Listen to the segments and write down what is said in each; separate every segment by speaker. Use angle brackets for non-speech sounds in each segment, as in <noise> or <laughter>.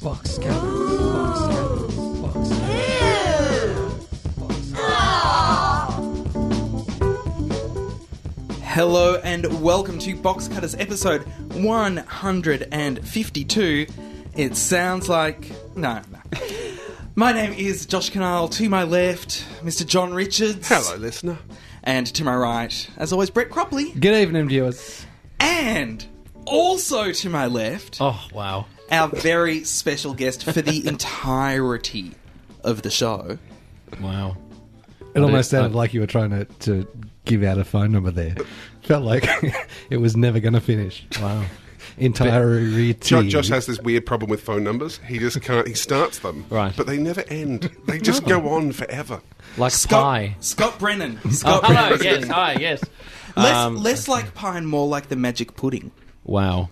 Speaker 1: Fox Cowboys. Fox Cowboys. Fox Cowboys. Fox Cowboys. Hello and welcome to Box Cutters episode 152. It sounds like. No, no. My name is Josh Canal. To my left, Mr. John Richards.
Speaker 2: Hello, listener.
Speaker 1: And to my right, as always, Brett Cropley.
Speaker 3: Good evening, viewers.
Speaker 1: And also to my left,
Speaker 3: Oh, wow.
Speaker 1: our very special guest for the entirety of the show.
Speaker 4: Wow.
Speaker 3: It almost
Speaker 4: I-
Speaker 3: sounded like you were trying to, to give out a phone number there. <laughs> Felt like it was never going to finish. Wow. Entirety.
Speaker 2: Jo- Josh has this weird problem with phone numbers. He just can't. He starts them,
Speaker 4: Right. Oh.
Speaker 2: But they never end. They just go on forever.
Speaker 4: Like
Speaker 1: Scott,
Speaker 4: pie.
Speaker 1: Scott Brennan.
Speaker 3: <laughs>
Speaker 4: Oh,
Speaker 1: Scott
Speaker 4: hello,
Speaker 1: Brennan.
Speaker 4: yes, hi, yes.
Speaker 1: Less,
Speaker 4: Um,
Speaker 1: less like pine, more like the magic pudding.
Speaker 4: Wow.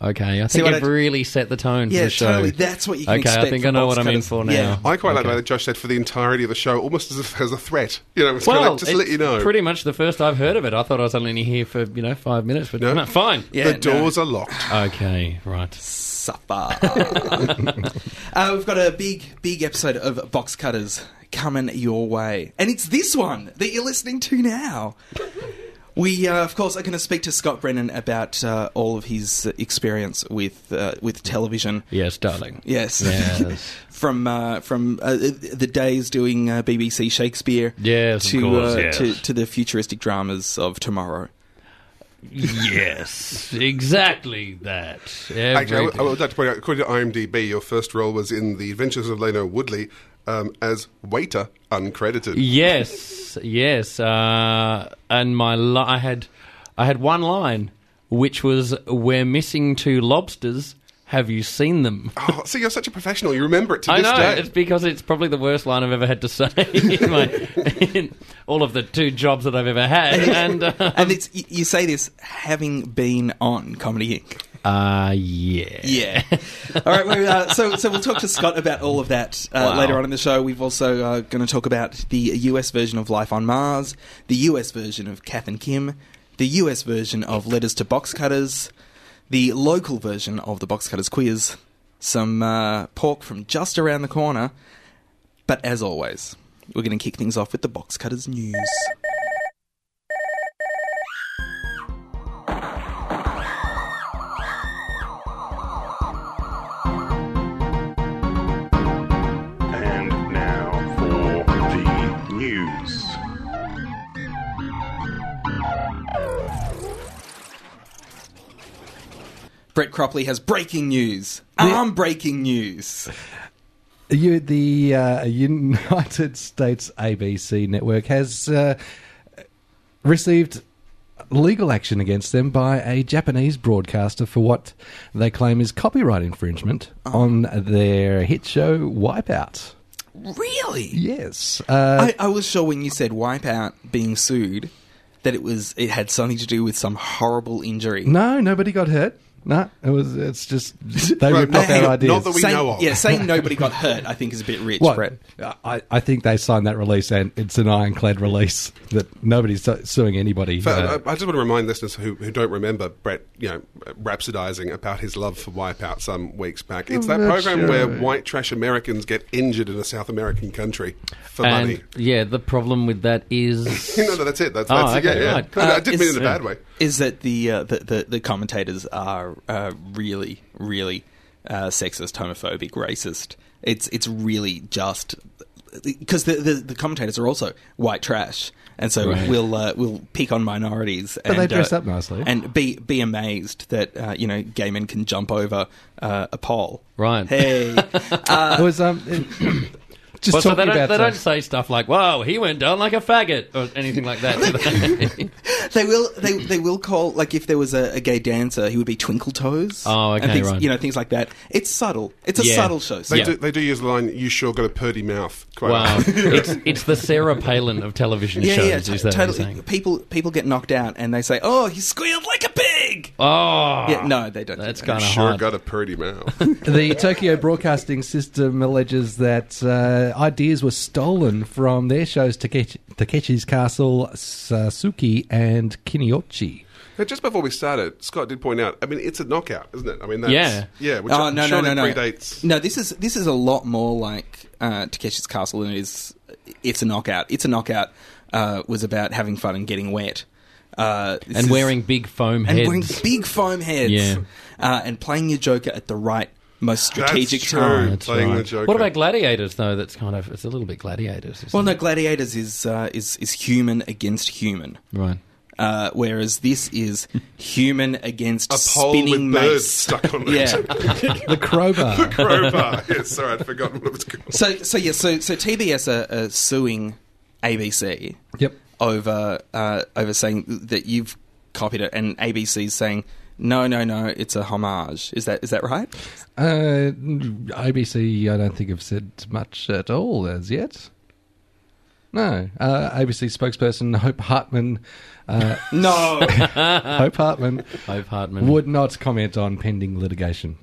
Speaker 4: Okay, I
Speaker 1: See
Speaker 4: think
Speaker 1: what
Speaker 4: I've
Speaker 1: I-
Speaker 4: really set the tone for
Speaker 1: Yeah,
Speaker 4: the show.
Speaker 1: totally. That's what you can
Speaker 4: Okay,
Speaker 1: expect
Speaker 4: I think I
Speaker 1: from
Speaker 4: know
Speaker 1: box
Speaker 4: what I'm in
Speaker 1: cutters.
Speaker 4: for now.
Speaker 1: Yeah.
Speaker 2: I quite like
Speaker 4: Okay.
Speaker 2: that Josh said for the entirety of the show, almost as if as a threat. You know, it's
Speaker 4: Well,
Speaker 2: kind of, just to
Speaker 4: it's
Speaker 2: let you know.
Speaker 4: pretty much the first I've heard of it. I thought I was only here for, you know, five minutes, but
Speaker 2: No.
Speaker 4: no, <laughs> fine.
Speaker 1: Yeah, no.
Speaker 2: the doors are locked.
Speaker 4: Okay, right.
Speaker 1: Suffer. <laughs> uh, we've got a big, big episode of Box Cutters coming your way. And it's this one that you're listening to now. We, uh, of course, are going to speak to Scott Brennan about uh, all of his experience with uh, with television.
Speaker 4: Yes, darling.
Speaker 1: Yes.
Speaker 4: Yes.
Speaker 1: from uh, from uh, the days doing uh, BBC Shakespeare
Speaker 4: Yes, of
Speaker 1: to,
Speaker 4: course,
Speaker 1: uh,
Speaker 4: yes.
Speaker 1: to to the futuristic dramas of tomorrow.
Speaker 4: yes, exactly that.
Speaker 2: Actually, I
Speaker 4: Everything.
Speaker 2: would- I would like to point out, according to IMDb, your first role was in The Adventures of Leno Woodley um, as waiter, uncredited.
Speaker 4: Yes, yes. Uh, and my li- I had I had one line, which was "We're missing two lobsters. Have you seen them?" <laughs>
Speaker 2: Oh, so you're such a professional. You remember it to
Speaker 4: I
Speaker 2: this
Speaker 4: know
Speaker 2: day.
Speaker 4: it's because it's probably the worst line I've ever had to say <laughs> in, my, in all of the two jobs that I've ever had. And uh,
Speaker 1: And it's y- you say this having been on Comedy Inc.
Speaker 4: <laughs> uh yeah,
Speaker 1: Yeah. <laughs> all right. well, uh, so so we'll talk to Scott about all of that uh,
Speaker 4: Wow.
Speaker 1: later on in the show. We've also uh, going to talk about the US version of Life on Mars, the US version of Kath and Kim, the US version of Letters to Box Cutters, the local version of the Box Cutters quiz, some uh, pork from just around the corner. But as always, we're going to kick things off with the Box Cutters news.
Speaker 5: And now for the news.
Speaker 1: Brett Cropley has breaking news. Arm breaking news.
Speaker 3: You, the uh, United <laughs> States ABC network has uh, received legal action against them by a Japanese broadcaster for what they claim is copyright infringement
Speaker 2: Oh.
Speaker 3: on their hit show Wipeout.
Speaker 1: Really?
Speaker 3: Yes. Uh,
Speaker 1: I, I was sure when you said Wipeout being sued that it was it had something to do with some horrible injury.
Speaker 3: no, nobody got hurt. No, it was.
Speaker 2: <laughs>
Speaker 3: It's just they
Speaker 2: Right,
Speaker 3: ripped off
Speaker 1: hang
Speaker 3: our
Speaker 1: on,
Speaker 3: ideas.
Speaker 2: not that we
Speaker 1: saying,
Speaker 2: know of.
Speaker 1: Yeah,
Speaker 2: <laughs>
Speaker 1: saying nobody got hurt, I think, is a bit rich,
Speaker 3: What?
Speaker 1: Brett.
Speaker 3: I, I think they signed that release, and it's an ironclad release that nobody's su- suing anybody.
Speaker 2: But
Speaker 3: Uh,
Speaker 2: I, I just want to remind listeners who, who don't remember Brett, you know, rhapsodizing about his love for Wipeout some weeks back. It's
Speaker 1: Oh,
Speaker 2: that program where white trash Americans get injured in a South American country for
Speaker 4: and
Speaker 2: money. <laughs>
Speaker 4: yeah. The problem with that
Speaker 3: <laughs>
Speaker 4: is
Speaker 2: no, no, that's it. That's,
Speaker 4: Oh,
Speaker 2: that's it.
Speaker 4: okay,
Speaker 2: Yeah, yeah.
Speaker 4: right.
Speaker 2: No, no, I
Speaker 1: Uh,
Speaker 2: didn't mean it
Speaker 1: it's-
Speaker 2: in a bad way.
Speaker 1: Is that the uh, the, the the commentators are uh, really really uh, sexist, homophobic, racist? It's it's really just because the, the the commentators are also white trash, and so
Speaker 4: Right.
Speaker 1: we'll uh, we'll pick on minorities.
Speaker 3: But
Speaker 1: and,
Speaker 3: they dress
Speaker 1: uh,
Speaker 3: up nicely.
Speaker 1: and be be amazed that uh, you know gay men can jump over uh, a pole.
Speaker 4: Right. <laughs>
Speaker 1: Hey, Uh,
Speaker 3: it was um,
Speaker 4: <coughs>
Speaker 3: it- just
Speaker 4: Well, so
Speaker 3: talking
Speaker 4: they, don't,
Speaker 3: about
Speaker 4: they
Speaker 3: uh,
Speaker 4: don't say stuff like "Wow, he went down like a faggot" or anything like that. <laughs> do
Speaker 3: <laughs>
Speaker 4: they?
Speaker 1: they will they they will call like if there was a, a gay dancer, he would be Twinkle Toes.
Speaker 4: Oh, okay,
Speaker 1: and things,
Speaker 4: right.
Speaker 1: You know things like that. It's subtle. It's a
Speaker 4: Yeah.
Speaker 1: subtle show.
Speaker 2: They,
Speaker 4: Yeah.
Speaker 2: do, they do use the line, you sure got a purdy mouth. Quite <laughs>
Speaker 4: wow, <laughs>
Speaker 2: often.
Speaker 4: it's, it's the Sarah Palin of television
Speaker 1: Yeah,
Speaker 4: shows.
Speaker 1: yeah,
Speaker 4: is
Speaker 1: to-
Speaker 4: that what you're
Speaker 1: totally.
Speaker 4: saying?
Speaker 1: People people get knocked out and they say, "Oh, he squealed like a pig."
Speaker 4: Oh,
Speaker 1: yeah, no, they don't. do
Speaker 4: that's
Speaker 1: that.
Speaker 4: kind of
Speaker 2: Sure
Speaker 4: hard.
Speaker 2: got a purdy mouth.
Speaker 4: <laughs>
Speaker 3: the Tokyo Broadcasting System alleges that uh, ideas were stolen from their shows Takechi, Takechi's Castle, Sasuke, and uh, and Kiniochi.
Speaker 2: Now, just before we started, Scott did point out. I mean, it's a knockout, isn't it? I mean, that's,
Speaker 4: Yeah.
Speaker 2: yeah. Which
Speaker 1: Oh no no
Speaker 2: surely
Speaker 1: no no!
Speaker 4: <laughs>
Speaker 2: predates.
Speaker 1: No, this is this is a lot more like uh, Takeshi's Castle than it is. It's a knockout. It's a knockout uh, was about having fun and getting wet, uh, this
Speaker 4: and
Speaker 1: is-
Speaker 4: wearing big foam
Speaker 1: and
Speaker 4: heads.
Speaker 1: wearing big foam heads,
Speaker 4: Yeah.
Speaker 1: uh, and playing your Joker at the right, most strategic
Speaker 2: That's true.
Speaker 1: time.
Speaker 4: Oh, That's
Speaker 2: Playing
Speaker 4: right.
Speaker 2: the Joker.
Speaker 4: What about gladiators though? That's kind of it's a little bit gladiators. isn't
Speaker 1: Well, no,
Speaker 4: it?
Speaker 1: Gladiators is uh, is is human against human,
Speaker 4: right.
Speaker 1: uh, whereas this is human against
Speaker 2: a pole with
Speaker 1: spinning
Speaker 2: birds
Speaker 1: mace. <laughs>
Speaker 2: stuck on it?
Speaker 1: Yeah.
Speaker 3: The
Speaker 2: <laughs>
Speaker 4: <laughs>
Speaker 3: crowbar.
Speaker 2: Crowbar. yeah, sorry, I'd forgotten what it was called.
Speaker 1: so so yeah. So so TBS are, are suing ABC
Speaker 3: yep.
Speaker 1: over uh, over saying that you've copied it, and ABC's saying. No, no, no! It's a homage. Is that is that right?
Speaker 3: Uh, ABC, I don't think have said much at all as yet. No, uh, ABC spokesperson Hope Hartman, uh,
Speaker 1: No, Ah.
Speaker 3: Hope Hartman
Speaker 4: Hove Hartman.
Speaker 3: would not comment on pending litigation.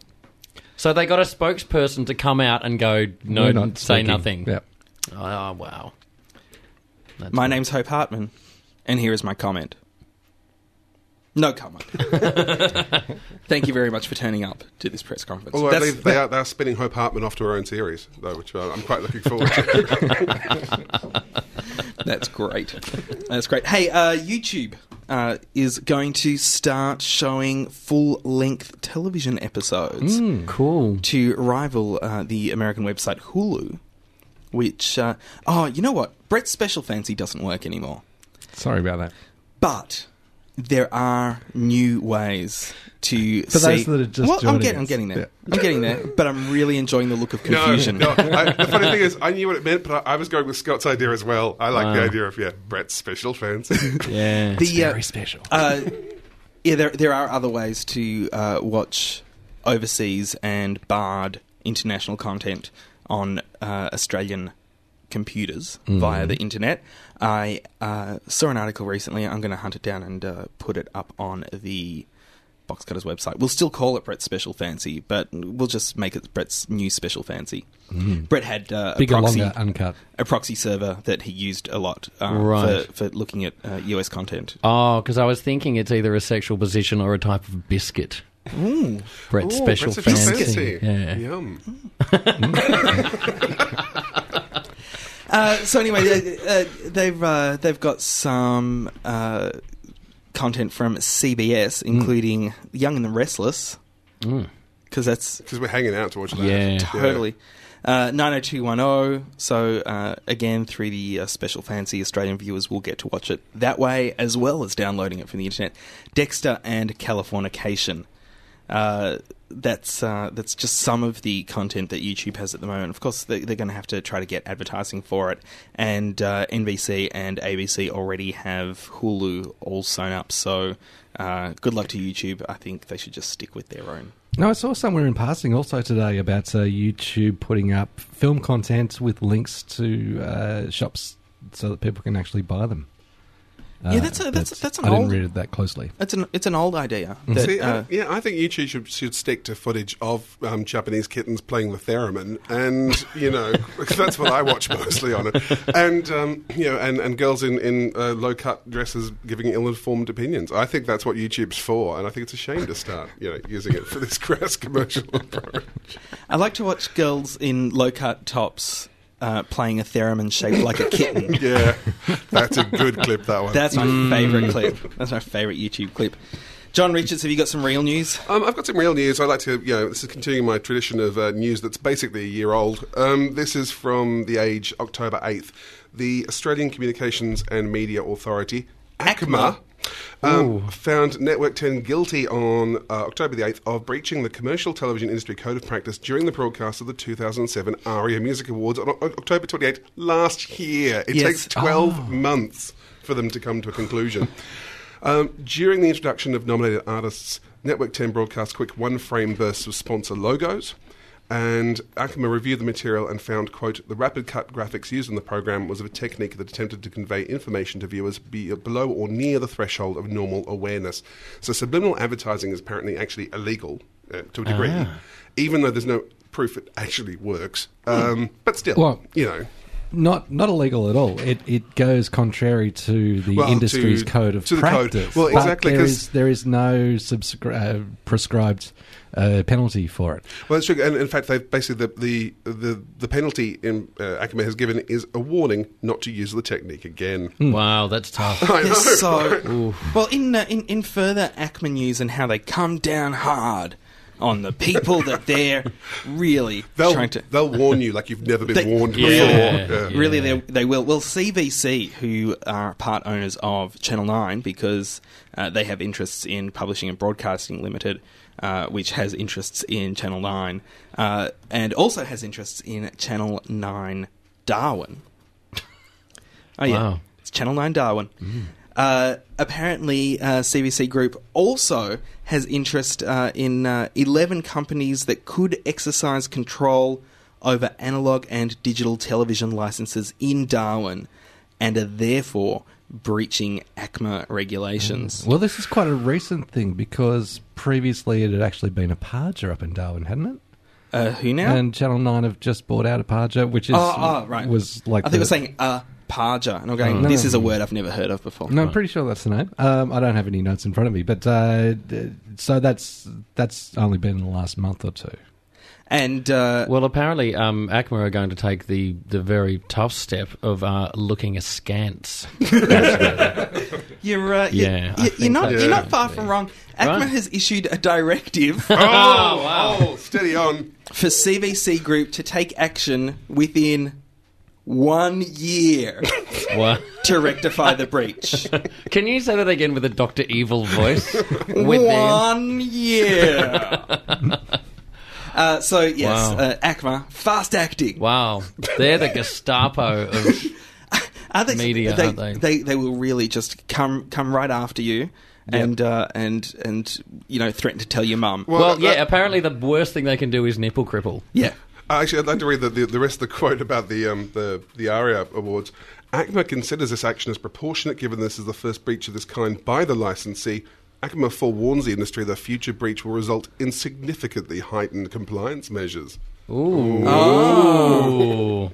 Speaker 4: So they got a spokesperson to come out and go, no,
Speaker 3: We're not
Speaker 4: say
Speaker 3: speaking.
Speaker 4: nothing.
Speaker 3: Yep.
Speaker 4: Oh, wow.
Speaker 1: <laughs>
Speaker 4: That's
Speaker 1: my
Speaker 4: good.
Speaker 1: name's Hope Hartman, and here is my comment. No
Speaker 2: <laughs>
Speaker 1: comment. Thank you very much for turning up to this press conference.
Speaker 2: Although I
Speaker 1: That's-
Speaker 2: believe they are, they are spinning Hope Hartman off to her own series, though, which uh, I'm quite looking forward to.
Speaker 1: That's great. That's great. Hey, uh, YouTube uh, is going to start showing full length television episodes
Speaker 3: Hmm.
Speaker 4: Cool.
Speaker 1: to rival uh, the American website Hulu, which, uh, oh, you know what? Brett's special fancy doesn't work anymore.
Speaker 3: Sorry about that.
Speaker 1: But there are new ways to see.
Speaker 3: For those that are just
Speaker 1: well, I'm,
Speaker 3: joining
Speaker 1: get, I'm
Speaker 3: us.
Speaker 1: getting there.
Speaker 3: Yeah.
Speaker 1: I'm getting there. But I'm really enjoying the look of
Speaker 2: No,
Speaker 1: confusion.
Speaker 2: no. I, the funny thing is, I knew what it meant, but I, I was going with Scott's idea as well. I like the idea of yeah, Brett's special fans.
Speaker 4: Yeah.
Speaker 1: The, uh,
Speaker 3: Very special.
Speaker 1: uh, yeah, there there are other ways to uh, watch overseas and barred international content on uh, Australian computers
Speaker 3: Mm.
Speaker 1: via the internet. I uh, saw an article recently. I'm going to hunt it down and uh, put it up on the Box Cutters website. We'll still call it Brett's Special Fancy, but we'll just make it Brett's new Special Fancy. Brett had uh, a
Speaker 3: Mm. Bigger,
Speaker 1: proxy
Speaker 3: longer, uncut.
Speaker 1: a proxy server that he used a lot uh,
Speaker 4: Right.
Speaker 1: for, for looking at uh, US content.
Speaker 4: Oh, because I was thinking it's either a sexual position or a type of biscuit. Brett's
Speaker 2: Ooh, Brett's
Speaker 4: special
Speaker 2: special fancy.
Speaker 4: fancy. Yeah.
Speaker 2: Yum.
Speaker 1: Uh, so anyway, they, uh, they've uh, they've got some uh, content from CBS, including Young and the Restless, because that's
Speaker 2: Because we're hanging out to watch that.
Speaker 4: Yeah.
Speaker 1: totally. Uh, 90210. So, uh, again, through the uh, special fancy, Australian viewers will get to watch it that way, as well as downloading it from the internet. Dexter and Californication. Uh, that's uh, that's just some of the content that YouTube has at the moment. Of course, they, they're going to have to try to get advertising for it, and uh, NBC and ABC already have Hulu all sewn up. So, uh, good luck to YouTube. I think they should just stick with their own.
Speaker 3: No, I saw somewhere in passing also today about uh, YouTube putting up film content with links to uh, shops so that people can actually buy them.
Speaker 1: Yeah, that's a- that's-
Speaker 3: but
Speaker 1: that's an
Speaker 3: Uh, I didn't
Speaker 1: old-
Speaker 3: read it that closely.
Speaker 1: It's an it's an old idea. That,
Speaker 2: See, I-
Speaker 1: uh,
Speaker 2: yeah, I think YouTube should, should stick to footage of um, Japanese kittens playing the theremin, and you know <laughs> 'cause that's what I watch mostly on it, and um, you know, and, and girls in, in uh, low cut dresses giving ill informed opinions. I think that's what YouTube's for, and I think it's a shame to start you know using it for this <laughs> crass commercial approach.
Speaker 1: I like to watch girls in low cut tops uh, playing a theremin shaped like a kitten.
Speaker 2: Yeah, that's a good clip. That one.
Speaker 1: That's my favourite clip. That's my favourite YouTube clip. John Richards, have you got some real news?
Speaker 2: Um, I've got some real news. I like to, you know, this is continuing my tradition of uh, news that's basically a year old. Um, this is from the Age, October eighth. The Australian Communications and Media Authority, ACMA. Um, found Network 10 guilty on uh, October the 8th of breaching the commercial television industry code of practice during the broadcast of the 2007 ARIA E Music Awards on O- October 28th last year. It
Speaker 1: Yes.
Speaker 2: takes 12 months for them to come to a conclusion. <laughs> um, during the introduction of nominated artists, Network 10 broadcast quick one frame bursts of sponsor logos. And Akima reviewed the material and found, quote, the rapid cut graphics used in the program was of a technique that attempted to convey information to viewers be below or near the threshold of normal awareness. So subliminal advertising is apparently actually illegal uh, to a degree, even though there's no proof it actually works. Um, but still,
Speaker 3: Well-
Speaker 2: you know.
Speaker 3: not not illegal at all. It it goes contrary to the
Speaker 2: Well, to-
Speaker 3: industry's code of
Speaker 2: to the code.
Speaker 3: practice.
Speaker 2: Well,
Speaker 3: But
Speaker 2: exactly,
Speaker 3: There
Speaker 2: 'cause-
Speaker 3: is there is no subscri- uh, prescribed uh, penalty for it.
Speaker 2: Well, that's true. And in fact, they've basically the the the, the penalty in, uh, Ackerman has given is a warning not to use the technique again.
Speaker 4: Hmm. Wow, that's tough.
Speaker 2: I
Speaker 1: They're so
Speaker 2: know.
Speaker 1: well in, uh, in in further Acme news and how they come down hard on the people that they're really
Speaker 2: They'll,
Speaker 1: trying to.
Speaker 2: they'll warn you like you've never been
Speaker 1: They-
Speaker 2: warned
Speaker 4: Yeah.
Speaker 2: before.
Speaker 4: Yeah.
Speaker 1: Really, they they will. Well, CVC, who are part owners of Channel Nine, because uh, they have interests in Publishing and Broadcasting Limited, uh, which has interests in Channel Nine, uh, and also has interests in Channel Nine Darwin. <laughs> Oh yeah,
Speaker 4: Wow.
Speaker 1: it's Channel Nine Darwin. Uh, apparently, uh, CVC Group also has interest uh, in uh, eleven companies that could exercise control over analog and digital television licenses in Darwin, and are therefore breaching ACMA regulations.
Speaker 3: Well, this is quite a recent thing because previously it had actually been a Parger up in Darwin, hadn't it?
Speaker 1: Uh, who now?
Speaker 3: And Channel Nine have just bought out a Parger, which is
Speaker 1: oh, oh, right.
Speaker 3: was like
Speaker 1: I think
Speaker 3: the-
Speaker 1: we're saying uh, Parja, and I'm going.
Speaker 3: Oh.
Speaker 1: This
Speaker 3: No.
Speaker 1: is a word I've never heard of before.
Speaker 3: No, I'm pretty sure that's the name. Um, I don't have any notes in front of me, but uh, d- so that's that's only been in the last month or two.
Speaker 1: And uh,
Speaker 4: Well, apparently, um, ACMA are going to take the, the very tough step of uh, looking
Speaker 2: <laughs>
Speaker 4: askance.
Speaker 1: You're, uh,
Speaker 4: Yeah, I
Speaker 1: you're, you're
Speaker 4: think
Speaker 1: not
Speaker 4: that's
Speaker 1: you're not
Speaker 4: it.
Speaker 1: far from wrong. ACMA
Speaker 4: Right.
Speaker 1: has issued a
Speaker 4: <laughs>
Speaker 1: directive
Speaker 2: Oh,
Speaker 1: for
Speaker 2: wow. steady on.
Speaker 1: CVC Group to take action within one year
Speaker 4: Wow.
Speaker 1: to rectify the
Speaker 4: <laughs>
Speaker 1: breach.
Speaker 4: Can you say that again with a Doctor Evil voice? Within.
Speaker 1: one
Speaker 4: <laughs>
Speaker 1: year. Uh, so yes,
Speaker 4: Wow.
Speaker 1: uh, ACMA fast acting.
Speaker 4: Wow, they're the Gestapo of
Speaker 1: Are Uh, they,
Speaker 4: Media,
Speaker 1: they,
Speaker 4: aren't they?
Speaker 1: they will really just come come right after you and uh, and and you know threaten to tell your mum.
Speaker 4: Well,
Speaker 2: that-
Speaker 4: yeah.
Speaker 2: that-
Speaker 4: apparently, the worst thing they can do is nipple cripple.
Speaker 1: yeah.
Speaker 2: Uh, Actually, I'd like to read the, the, the rest of the quote about the, um, the, the ARIA awards. ACMA considers this action as proportionate given this is the first breach of this kind by the licensee. ACMA forewarns the industry that a future breach will result in significantly heightened compliance measures.
Speaker 4: Ooh,
Speaker 2: Oh.
Speaker 4: Ooh.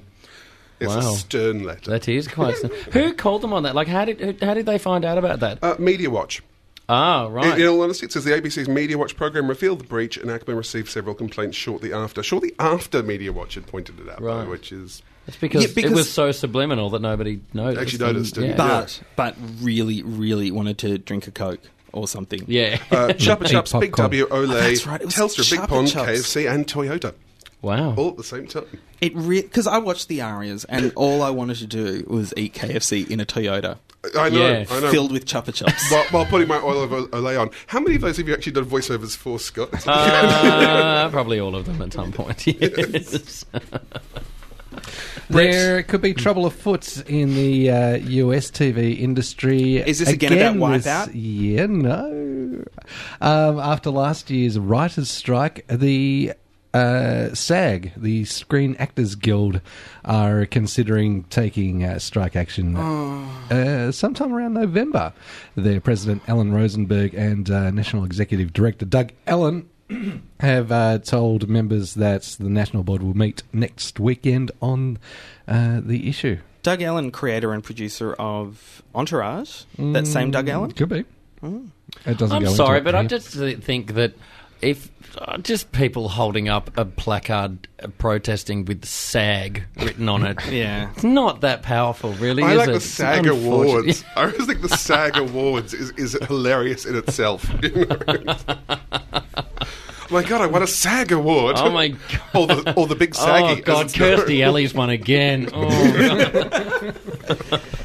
Speaker 2: It's
Speaker 4: Wow.
Speaker 2: a stern letter.
Speaker 4: that is quite. who called them on that? Like, how did who, how did they find out about that?
Speaker 2: uh, Media Watch.
Speaker 4: Ah,
Speaker 2: In-
Speaker 4: right.
Speaker 2: In, all honesty, it says the ABC's Media Watch program revealed the breach, and ACMA received several complaints shortly after. Shortly after Media Watch had pointed it out, though,
Speaker 4: Right.
Speaker 2: which
Speaker 1: <laughs>
Speaker 2: is
Speaker 4: It's because,
Speaker 1: Yeah, because-
Speaker 4: it was so subliminal that nobody noticed.
Speaker 2: Actually noticed,
Speaker 4: And-
Speaker 2: didn't
Speaker 4: yeah.
Speaker 1: but but really really wanted to drink a coke or something.
Speaker 4: yeah.
Speaker 2: uh, Chupa
Speaker 3: Cheap
Speaker 2: Chups, Big
Speaker 3: popcorn.
Speaker 2: W, Olay,
Speaker 1: Oh, that's right, it was
Speaker 2: Telstra, Big
Speaker 1: Chupa
Speaker 2: Pond,
Speaker 1: Chups.
Speaker 2: KFC, and Toyota.
Speaker 4: <laughs> wow.
Speaker 2: All at the same time.
Speaker 1: It because I watched the Arias and <laughs> all I wanted to do was eat KFC in a Toyota
Speaker 2: I know.
Speaker 4: Yeah.
Speaker 2: I know.
Speaker 1: filled with chupa chups.
Speaker 2: while, while putting my oil of Olay on, how many of those have you actually done voiceovers for, Scott?
Speaker 1: <laughs>
Speaker 4: <laughs> Uh, probably all of them at some <laughs> point. Yes.
Speaker 3: There could
Speaker 1: Hmm.
Speaker 3: be trouble afoot in the uh, US TV industry.
Speaker 1: Is this again about
Speaker 3: this
Speaker 1: Wipeout?
Speaker 3: year? no. Um, after last year's writers' strike, the uh, SAG, the Screen Actors Guild, are considering taking uh, strike action
Speaker 1: Oh.
Speaker 3: uh, sometime around November. Their president, Alan Rosenberg, and uh, National Executive Director, Doug Allen, have uh, told members that the National Board will meet next weekend on uh, the issue.
Speaker 1: Doug Allen, creator and producer of Entourage,
Speaker 4: Mm.
Speaker 1: that same Doug Allen.
Speaker 3: Could be.
Speaker 1: Mm.
Speaker 3: It doesn't
Speaker 4: I'm
Speaker 3: go
Speaker 4: sorry,
Speaker 3: into it
Speaker 4: but I
Speaker 3: here.
Speaker 4: just th- think that if uh, just people holding up a placard uh, protesting with SAG written on <laughs> it,
Speaker 1: Yeah.
Speaker 4: it's not that powerful, really.
Speaker 2: I
Speaker 4: is
Speaker 2: like
Speaker 4: it?
Speaker 2: the
Speaker 4: It's
Speaker 2: SAG
Speaker 4: unfortunate.
Speaker 2: Awards. I always think the SAG Awards is, is hilarious in itself. <laughs> Oh my God, I won a SAG Award.
Speaker 4: <laughs> Oh my god!
Speaker 2: <laughs> Or the, or the big saggy.
Speaker 4: Oh god, Kirsty Alley's one
Speaker 2: <laughs>
Speaker 4: again. Oh, God.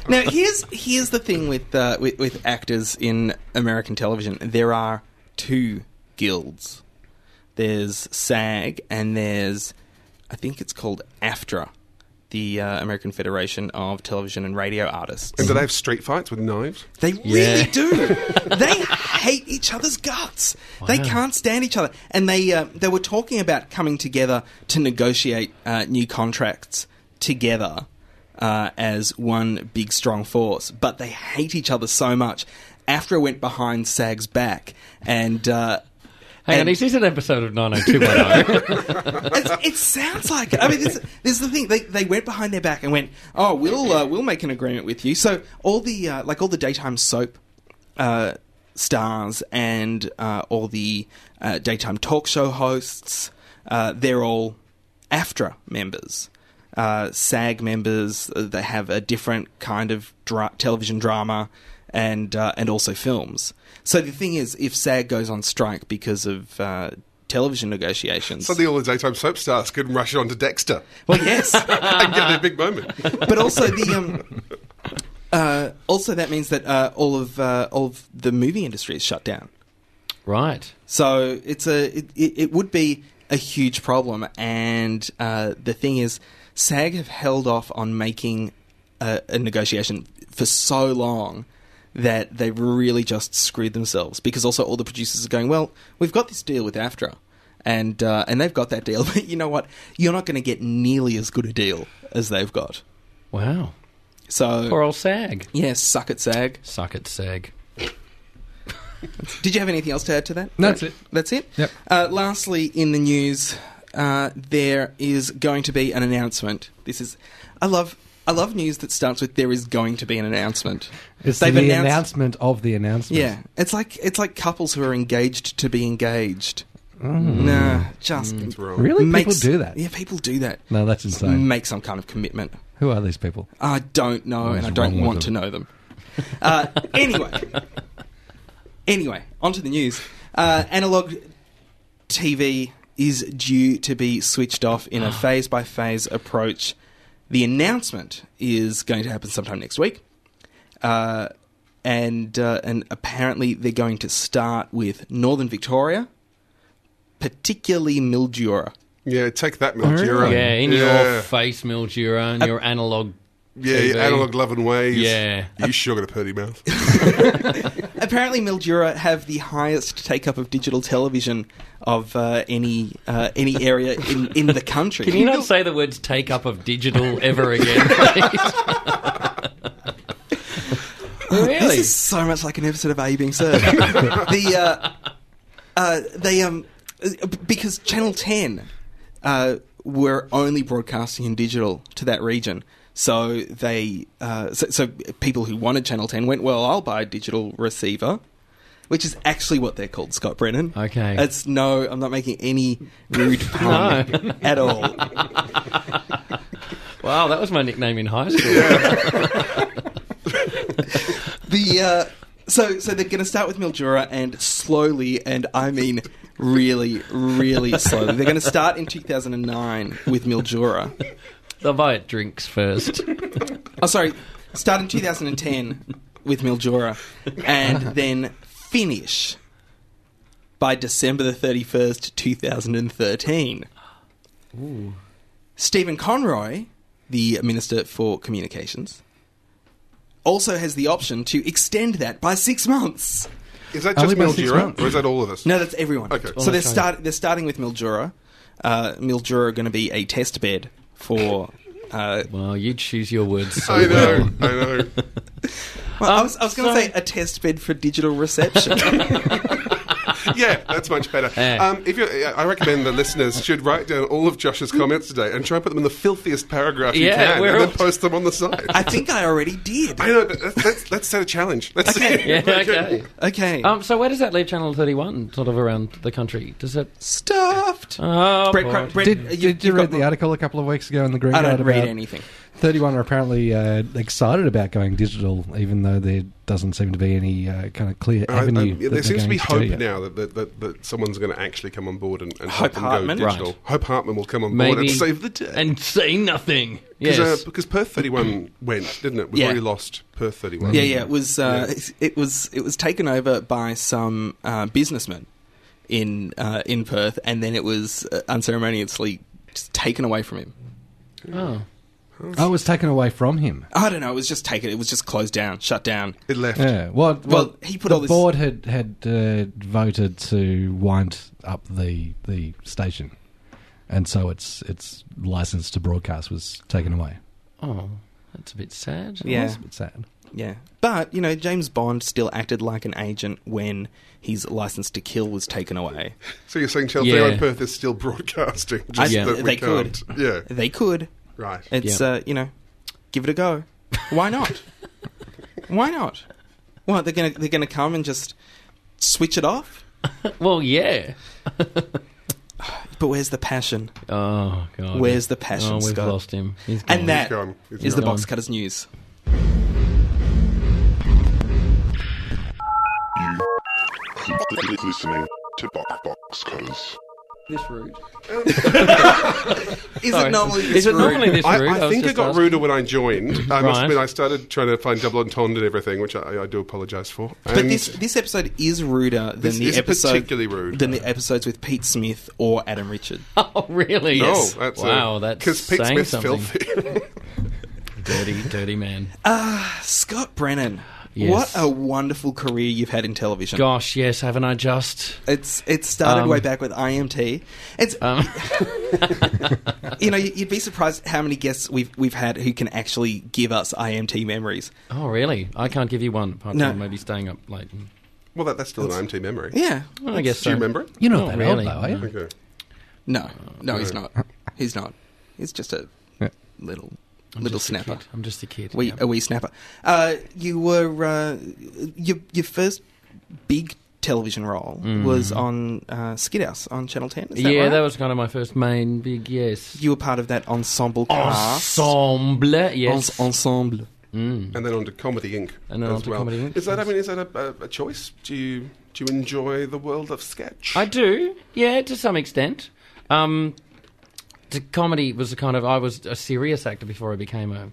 Speaker 1: Now here's here's the thing with, uh, with with actors in American television. There are two guilds. There's SAG and there's I think it's called AFTRA, the uh, American Federation of Television and Radio Artists.
Speaker 2: And do they have street fights with knives?
Speaker 1: They really
Speaker 4: Yeah.
Speaker 1: do.
Speaker 4: <laughs>
Speaker 1: they hate each other's guts. They can't stand each other, and they uh, they were talking about coming together to negotiate uh, new contracts together uh, as one big strong force. But they hate each other so much. After went behind Sag's back and. Uh,
Speaker 4: Hang on,
Speaker 1: And-
Speaker 4: is this an episode of
Speaker 2: <laughs>
Speaker 4: 90210?
Speaker 1: It's, it sounds like it. I mean, this, this is the thing. They, they went behind their back and went, "Oh, we'll uh, we'll make an agreement with you." So all the uh, like all the daytime soap uh, stars and uh, all the uh, daytime talk show hosts, uh, they're all AFTRA members, uh, SAG members. Uh, They have a different kind of dra- television drama and uh, and also films. So the thing is, if SAG goes on strike because of uh, television negotiations,
Speaker 2: Suddenly, all the daytime soap stars could rush on to Dexter <laughs>
Speaker 1: well, yes,
Speaker 2: and get their big moment.
Speaker 1: <laughs> but also the um, uh, also that means that uh, all of uh, all of the movie industry is shut down.
Speaker 4: right.
Speaker 1: So it's a it, it it would be a huge problem. And uh, the thing is, SAG have held off on making a, a negotiation for so long that they really just screwed themselves because also all the producers are going, well, we've got this deal with AFTRA. And uh, and they've got that deal, <laughs> but you know what? You're not going to get nearly as good a deal as they've got.
Speaker 4: Wow.
Speaker 1: So
Speaker 4: Poor old SAG.
Speaker 1: yeah, suck it, SAG.
Speaker 4: Suck it, SAG.
Speaker 1: Did you have anything else to add to that?
Speaker 3: No, that's it.
Speaker 1: That's it.
Speaker 3: Yep.
Speaker 1: Uh, lastly, in the news, uh, there is going to be an announcement. This is, I love, I love news that starts with "there is going to be an announcement."
Speaker 3: It's
Speaker 1: They've
Speaker 3: the
Speaker 1: announced-
Speaker 3: announcement of the announcement.
Speaker 1: Yeah, it's like it's like couples who are engaged to be engaged. Nah, just
Speaker 2: It's wrong.
Speaker 3: Mm. Really?
Speaker 1: Mm. makes-
Speaker 3: People do that?
Speaker 1: Yeah, people do that.
Speaker 3: No, that's insane.
Speaker 1: Make some kind of commitment.
Speaker 3: Who are these people?
Speaker 1: I don't know,
Speaker 3: What
Speaker 1: and
Speaker 3: is
Speaker 1: I don't
Speaker 3: wrong with
Speaker 1: want to
Speaker 3: them?
Speaker 1: know them.
Speaker 3: <laughs>
Speaker 1: Uh, anyway, anyway, onto the news. Uh, analog TV is due to be switched off in
Speaker 3: <gasps>
Speaker 1: a phase by phase approach. The announcement is going to happen sometime next week, uh, and uh, and apparently they're going to start with Northern Victoria, particularly Mildura.
Speaker 2: Yeah, take that, Mildura.
Speaker 3: Really?
Speaker 4: Yeah, in
Speaker 2: yeah.
Speaker 4: your face, Mildura, and your analog.
Speaker 2: Yeah,
Speaker 4: TV.
Speaker 2: your analog love and ways.
Speaker 4: Yeah.
Speaker 2: You sure got a purty mouth.
Speaker 1: <laughs> Apparently, Mildura have the highest take up of digital television of uh, any uh, any area in, in the country.
Speaker 4: Can you not say the words take up of digital ever again, <laughs> please?
Speaker 1: This
Speaker 4: really?
Speaker 1: is so much like an episode of A Being Served. the uh, uh, they um uh, because Channel Ten uh, were only broadcasting in digital to that region. So they uh, so, so people who wanted Channel Ten went well. I'll buy a digital receiver. Which is actually what they're called, Scott Brennan.
Speaker 4: Okay.
Speaker 1: It's no, I'm not making any
Speaker 4: <laughs>
Speaker 1: rude pun
Speaker 4: No.
Speaker 1: at all.
Speaker 4: Wow, that was my nickname in high school.
Speaker 1: the uh, so so they're going to start with Mildura and slowly, and I mean really, really slowly. They're going to start in 2009 with Mildura.
Speaker 4: They'll buy it drinks first.
Speaker 1: Oh, sorry, start in 2010 with Mildura, and then finish by December the 31st, 2013. Stephen Conroy, the Minister for Communications. Also has the option to extend that by six months.
Speaker 2: Is that
Speaker 3: Are
Speaker 2: just
Speaker 3: we by six
Speaker 2: Mildura?
Speaker 3: months?
Speaker 2: Or is that all of us?
Speaker 1: No, that's everyone.
Speaker 2: Okay.
Speaker 1: So they're start they're starting with Mildura. Uh, Mildura are going to be a test bed for. Uh,
Speaker 4: Well, you choose your words. So
Speaker 2: I
Speaker 4: well.
Speaker 3: <laughs>
Speaker 2: know, I know.
Speaker 1: well,
Speaker 3: Um,
Speaker 1: I was, I was going to
Speaker 4: sorry.
Speaker 1: say a test bed for digital reception.
Speaker 3: <laughs>
Speaker 2: <laughs> Yeah, that's much better.
Speaker 4: Eh.
Speaker 2: Um, if you, I recommend the listeners should write down all of Josh's comments today and try and put them in the filthiest paragraph you
Speaker 4: Yeah,
Speaker 2: can,
Speaker 4: we're
Speaker 2: and then
Speaker 4: all-
Speaker 2: post them on the
Speaker 4: <laughs>
Speaker 2: site.
Speaker 1: I think I already did.
Speaker 2: I know, but let's, let's, let's set a challenge. Let's
Speaker 1: Okay.
Speaker 2: see.
Speaker 4: <laughs> Yeah, okay.
Speaker 1: Okay.
Speaker 4: Um, so where does that leave Channel 31, sort of around the country? Does it...
Speaker 1: Stuffed.
Speaker 4: Oh,
Speaker 1: Brett,
Speaker 4: boy.
Speaker 1: Cra- Brett,
Speaker 3: uh, Did,
Speaker 1: uh,
Speaker 3: did
Speaker 1: you,
Speaker 3: you,
Speaker 1: you've
Speaker 3: read
Speaker 1: got-
Speaker 3: the article a couple of weeks ago in the Green
Speaker 1: I don't
Speaker 3: Guide
Speaker 1: read
Speaker 3: about
Speaker 1: anything.
Speaker 3: 31 are apparently uh, excited about going digital, even though there doesn't seem to be any uh, kind of clear
Speaker 2: I- I-
Speaker 3: avenue. that
Speaker 2: there
Speaker 3: they're
Speaker 2: seems to be
Speaker 3: going
Speaker 2: hope
Speaker 3: do yet.
Speaker 2: now that, that, that, that someone's going to actually come on board and, and
Speaker 1: Hope
Speaker 2: help them
Speaker 1: Hartman?
Speaker 2: go digital.
Speaker 4: Right.
Speaker 2: Hope Hartman will come on board and
Speaker 4: Maybe-
Speaker 2: save the day.
Speaker 4: And say nothing.
Speaker 2: Because,
Speaker 4: Yes.
Speaker 2: uh, because Perth 31 went, didn't it? We've
Speaker 1: Yeah.
Speaker 2: already lost Perth 31.
Speaker 1: Yeah, yeah. It was uh, it- it was it was taken over by some uh, businessman in uh, in Perth, and then it was uh, unceremoniously just taken away from him.
Speaker 4: oh.
Speaker 3: Oh, it was taken away from him.
Speaker 1: I don't know. It was just taken. It was just closed down, shut down.
Speaker 2: It left.
Speaker 3: Yeah. Well, well,
Speaker 1: Well, he put
Speaker 3: the
Speaker 1: all this-
Speaker 3: board had had uh, voted to wind up the the station, and so its its license to broadcast was taken away.
Speaker 4: oh, that's a bit sad.
Speaker 1: Yeah.
Speaker 3: It's a bit sad.
Speaker 1: Yeah. But, you know, James Bond still acted like an agent when his license to kill was taken away.
Speaker 2: So you're saying Channel
Speaker 4: Yeah.
Speaker 2: 3 on Perth is still broadcasting? Just
Speaker 1: Yeah.
Speaker 2: that we
Speaker 1: They could.
Speaker 2: can't. Yeah,
Speaker 1: They could.
Speaker 2: right.
Speaker 1: It's,
Speaker 4: Yeah.
Speaker 1: uh, you know, give it a go. Why not? Why not? What, they're going to they're gonna come and just switch it off?
Speaker 4: Well, yeah.
Speaker 1: But where's the passion?
Speaker 4: Oh god.
Speaker 1: Where's the passion,
Speaker 4: Oh, we've
Speaker 1: Scott?
Speaker 4: lost him. He's gone.
Speaker 1: And that
Speaker 2: gone. He's
Speaker 1: is the
Speaker 4: gone.
Speaker 1: box cutters news.
Speaker 5: You listening to Box Box Cutters.
Speaker 4: this rude.
Speaker 1: Is
Speaker 4: Sorry.
Speaker 1: it normally
Speaker 4: Is
Speaker 1: this
Speaker 4: it
Speaker 1: rude?
Speaker 4: normally this rude?
Speaker 2: I, I
Speaker 4: was
Speaker 2: think it
Speaker 4: just
Speaker 2: got
Speaker 4: asking.
Speaker 2: ruder when I
Speaker 4: <clears throat>
Speaker 2: joined. I must
Speaker 4: Right.
Speaker 2: admit, I started trying to find double entendre and everything, which I, I do apologise for.
Speaker 1: But
Speaker 2: And
Speaker 1: this this episode is ruder than
Speaker 2: This
Speaker 1: the
Speaker 2: is
Speaker 1: episode
Speaker 2: particularly rude.
Speaker 1: than the episodes with Pete Smith or Adam Richard.
Speaker 4: <laughs> Oh, really?
Speaker 2: no,
Speaker 4: Yes.
Speaker 2: that's
Speaker 4: wow. that's
Speaker 2: because Pete
Speaker 4: saying
Speaker 2: Smith's
Speaker 4: something.
Speaker 2: filthy. <laughs>
Speaker 4: Dirty, dirty
Speaker 3: <laughs>
Speaker 4: man.
Speaker 3: Uh,
Speaker 1: Scott Brennan,
Speaker 4: Yes.
Speaker 1: what a wonderful career you've had in television.
Speaker 4: Gosh, yes. Haven't I just?
Speaker 1: It's it started
Speaker 4: Um,
Speaker 1: way back with IMT. It's <laughs> you know you- you'd be surprised how many guests we've we've had who can actually give us IMT memories.
Speaker 4: Oh, really? I can't give you one. Apart
Speaker 1: No.
Speaker 4: from maybe staying up late. and-
Speaker 2: well, that, that's still an IMT memory.
Speaker 1: Yeah,
Speaker 4: I guess.
Speaker 2: Do you
Speaker 4: so.
Speaker 2: remember it?
Speaker 3: You're not,
Speaker 4: Not
Speaker 3: that
Speaker 4: really,
Speaker 3: old, though, are you?
Speaker 4: no.
Speaker 2: Okay.
Speaker 1: no, no, he's not. He's not. He's just a
Speaker 3: Yeah.
Speaker 1: little
Speaker 4: I'm
Speaker 1: little
Speaker 4: just a kid.
Speaker 1: snapper.
Speaker 4: I'm just a kid.
Speaker 1: We,
Speaker 4: yeah.
Speaker 1: a wee snapper. Uh, you were uh, your your first big television role was on uh, Skid House on Channel Ten. Is that
Speaker 4: Mm. yeah,
Speaker 1: right?
Speaker 4: that was kind of my first main big yes.
Speaker 1: You were part of that ensemble cast.
Speaker 4: Ensemble, Oh, yes.
Speaker 1: Ens- ensemble.
Speaker 4: Mm.
Speaker 2: And then on to Comedy Inc.
Speaker 4: And then
Speaker 2: as
Speaker 4: on to
Speaker 2: well.
Speaker 4: Comedy Inc.
Speaker 2: Is that? I mean, is that a, a, a choice? Do you do you enjoy the world of sketch?
Speaker 4: I do, yeah, to some extent. Um, the comedy was a kind of I was a serious actor before I became a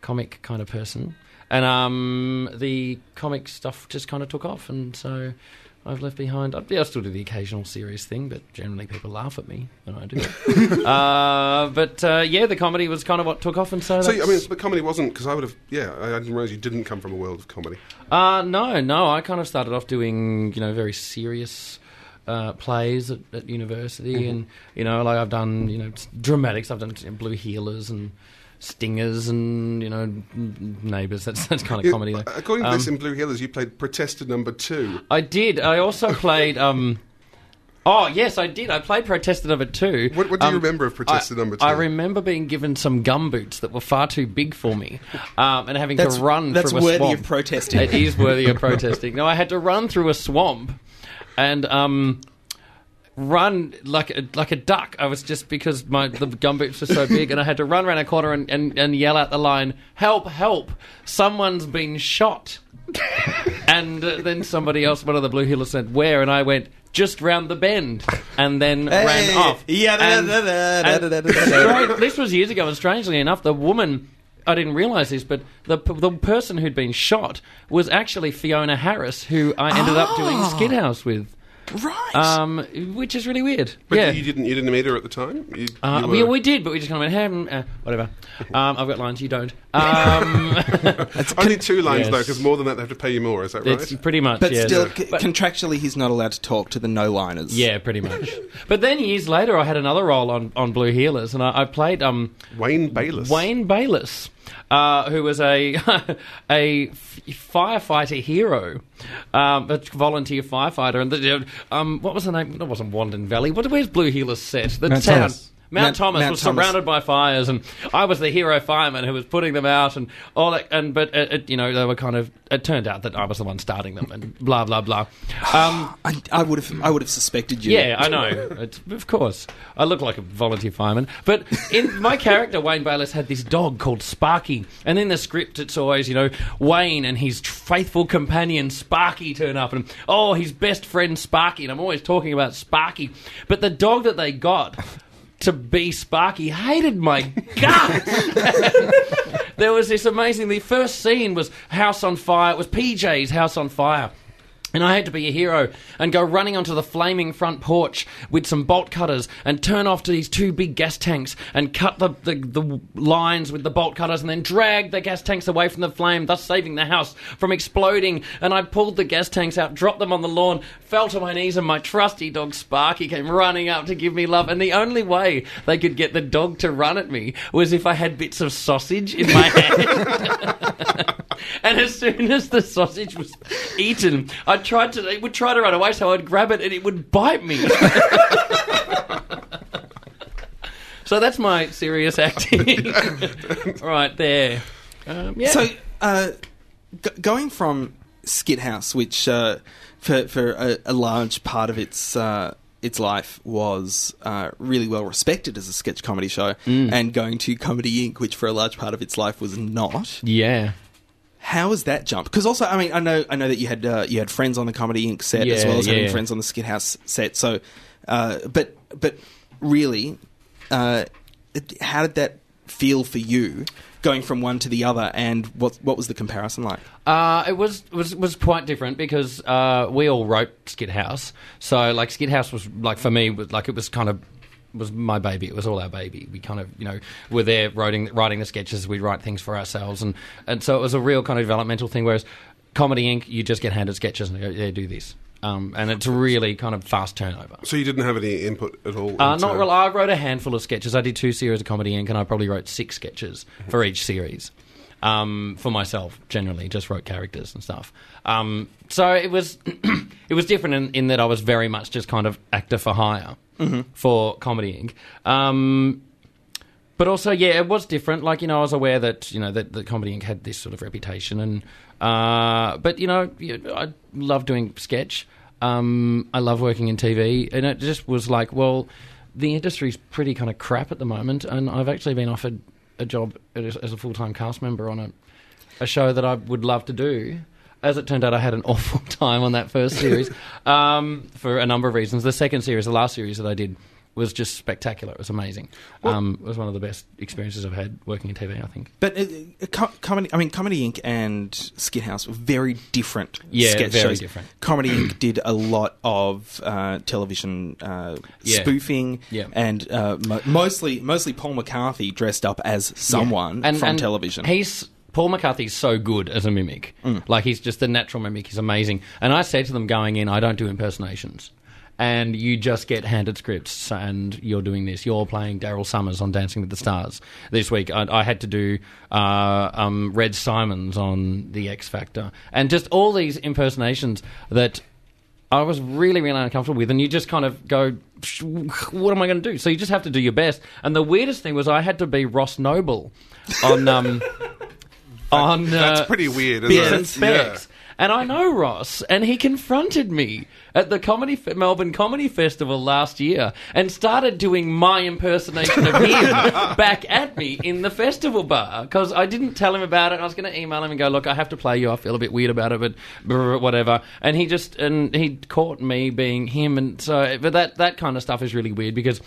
Speaker 4: comic kind of person, and um, the comic stuff just kind of took off, and so I've left behind. I, I still do the occasional serious thing, but generally people laugh at me when I do.
Speaker 2: <laughs>
Speaker 4: it. uh, but uh, yeah, the comedy was kind of what took off, and so.
Speaker 2: So I
Speaker 4: that's-
Speaker 2: mean, but comedy wasn't because I would have. Yeah, I I didn't realize you didn't come from a world of comedy.
Speaker 4: Uh, no, no. I kind of started off doing, you know, very serious uh, plays at, at university,
Speaker 2: Mm-hmm.
Speaker 4: and you know, like I've done, you know, s- dramatics. I've done you know, Blue Healers and Stingers, and you know, Neighbours. That's that's kind of
Speaker 2: You- uh,
Speaker 4: comedy. Though.
Speaker 2: According to this,
Speaker 4: Um,
Speaker 2: in Blue Heelers, you played protester number two.
Speaker 4: I did. I also played. Um, oh yes, I did. I played Protester Number Two.
Speaker 2: What, what do
Speaker 4: Um,
Speaker 2: you remember of protester
Speaker 4: I,
Speaker 2: number two?
Speaker 4: I remember being given some gum boots that were far too big for me, um, and having
Speaker 1: That's
Speaker 4: to run.
Speaker 1: That's
Speaker 4: through a
Speaker 1: worthy
Speaker 4: swamp.
Speaker 1: of protesting.
Speaker 4: It is worthy
Speaker 1: <laughs>
Speaker 4: of protesting. No, I had to run through a swamp and um, run like a, like a duck. I was just because my the gum boots were so big, and I had to run around a corner and, and, and yell out the line, "Help! Help! Someone's been shot!" and uh, then somebody else, one of the blue heelers, said, "Where?" And I went. Just round the bend, and then
Speaker 1: Hey.
Speaker 4: ran off.
Speaker 1: Yeah, da-
Speaker 4: And-
Speaker 1: da- da- da-
Speaker 4: and-
Speaker 1: da- da- da- da-
Speaker 4: Stra- this was years ago, and strangely enough, the woman. I didn't realise this, but the p- the person who'd been shot was actually Fiona Harris, who I ended up doing Skid House with,
Speaker 1: Ah. right.
Speaker 4: um, which is really weird.
Speaker 2: But
Speaker 4: yeah,
Speaker 2: you didn't. You didn't meet her at the time. You,
Speaker 4: uh,
Speaker 2: you
Speaker 4: we,
Speaker 2: were-
Speaker 4: we did, but we just kind of went, hey, mm, uh, whatever. Um, I've got lines, you don't.
Speaker 1: <laughs>
Speaker 4: Um, <laughs>
Speaker 2: Only two lines
Speaker 4: Yes.
Speaker 2: though, because more than that, they have to pay you more. Is that right?
Speaker 4: it's pretty much,
Speaker 1: but
Speaker 4: yeah.
Speaker 1: still,
Speaker 4: Yeah.
Speaker 1: c-
Speaker 4: But-
Speaker 1: contractually, he's not allowed to talk to the no liners.
Speaker 4: yeah, pretty much. but then years later, I had another role on, on Blue Healers, and I, I played um,
Speaker 2: Wayne Bayless.
Speaker 4: Wayne Bayless, uh, who was a <laughs> a f- firefighter hero, um, a volunteer firefighter, and the, um, what was the name? It wasn't Wandon Valley. What where's Blue Healers set? The
Speaker 3: Mount
Speaker 4: town.
Speaker 3: Thomas.
Speaker 4: Mount,
Speaker 1: Mount-
Speaker 4: Thomas
Speaker 1: Mount
Speaker 4: was
Speaker 1: Thomas.
Speaker 4: surrounded by fires, and I was the hero fireman who was putting them out, and all that. And but it, it, you know they were kind of. It turned out that I was the one starting them, and blah blah blah. Um,
Speaker 1: I, I would have. I would have suspected you.
Speaker 4: yeah, I know. It's, of course. I look like a volunteer fireman. But in my character, Wayne Bayless had this dog called Sparky. And in the script, it's always, you know, Wayne and his faithful companion Sparky turn up. And, oh, his best friend Sparky. And I'm always talking about Sparky. But the dog that they got to be Sparky hated my guts. <laughs> there was this amazing. The first scene was House on Fire. It was PJ's House on Fire. And I had to be a hero and go running onto the flaming front porch with some bolt cutters and turn off to these two big gas tanks and cut the, the, the lines with the bolt cutters and then drag the gas tanks away from the flame, thus saving the house from exploding. And I pulled the gas tanks out, dropped them on the lawn, fell to my knees, and my trusty dog Sparky came running up to give me love. And the only way they could get <laughs> the dog to run at me was if I had bits of sausage in my hand. And as soon as the sausage was eaten, I tried to. It would try to run away, so I'd grab it and it would bite me. <laughs> so that's my serious acting. <laughs> right there. Um, yeah.
Speaker 1: So, uh, g- going from Skid House, which uh, for for a, a large part of its uh, its life was uh, really well respected as a sketch comedy show,
Speaker 4: Mm.
Speaker 1: and going to Comedy Inc., which for a large part of its life was not.
Speaker 4: yeah.
Speaker 1: How was that jump? Because also, I mean, I know I know that you had uh, you had friends on the Comedy Inc. set as
Speaker 4: Yeah,
Speaker 1: well as
Speaker 4: yeah,
Speaker 1: having
Speaker 4: yeah.
Speaker 1: friends on the Skid House set. So, uh, but but really, uh, it- how did that feel for you? Going from one to the other, and what what was the comparison like?
Speaker 4: Uh, it was was was quite different because uh, we all wrote Skid House, so like Skid House was like for me was like it was kind of was my baby. It was all our baby. We kind of you know were there writing writing the sketches. We write things for ourselves, and and so it was a real kind of developmental thing. Whereas Comedy Inc, you just get handed sketches and you go, yeah, do this, um, and it's really kind of fast turnover.
Speaker 2: So you didn't have any input at all?
Speaker 4: Uh,
Speaker 2: into-
Speaker 4: not really. I wrote a handful of sketches. I did two series of Comedy Inc., and I probably wrote six sketches for each series um, for myself. Generally, just wrote characters and stuff. Um, so it was <clears throat> it was different in, in that I was very much just kind of actor for hire for Comedy Inc. Um, but also, yeah, it was different. Like you know, I was aware that you know that, that Comedy Inc had this sort of reputation, and uh, but you know, you- I love doing sketch. Um, I love working in TV, and it just was like, well, the industry's pretty kind of crap at the moment, and I've actually been offered a job as, as a full time cast member on a a show that I would love to do. As it turned out, I had an <laughs> awful time on that first series um, for a number of reasons. The second series, the last series that I did, was just spectacular. It was amazing. Um, it was one of the best experiences I've had working in TV, I think.
Speaker 1: But uh, uh, co- comedy, I mean, Comedy Inc. and Skid House were very different.
Speaker 4: Yeah,
Speaker 1: sketch
Speaker 4: very
Speaker 1: shows.
Speaker 4: different.
Speaker 1: Comedy Inc. did a lot of uh, television uh,
Speaker 4: Yeah.
Speaker 1: spoofing,
Speaker 4: Yeah.
Speaker 1: and uh, mo- mostly mostly Paul McCarthy dressed up as someone
Speaker 4: And-
Speaker 1: from
Speaker 4: and
Speaker 1: television.
Speaker 4: He's Paul McCarthy's so good as a mimic. Like he's just a natural mimic. He's amazing. And I said to them going in, I don't do impersonations. And you just get handed scripts, and you're doing this. You're playing Daryl Summers on Dancing with the Stars this week. I, I had to do uh, um, Red Simons on The X Factor, and just all these impersonations that I was really, really uncomfortable with, and you just kind of go, "Psh, "What am I going to do?" So you just have to do your best. And the weirdest thing was, I had to be Ross Noble on um, on
Speaker 2: That's
Speaker 4: uh,
Speaker 2: pretty weird, isn't
Speaker 4: Bits and
Speaker 2: it? Yeah.
Speaker 4: Specs. And I know Ross, and he confronted me at the comedy Fe- Melbourne Comedy Festival last year, and started doing my impersonation
Speaker 2: <laughs>
Speaker 4: of him back at me in the festival bar because I didn't tell him about it. I was going to email him and go, "Look, I have to play you. I feel a bit weird about it, but brr, whatever." And he just and he caught me being him, and so but that that kind of stuff is really weird because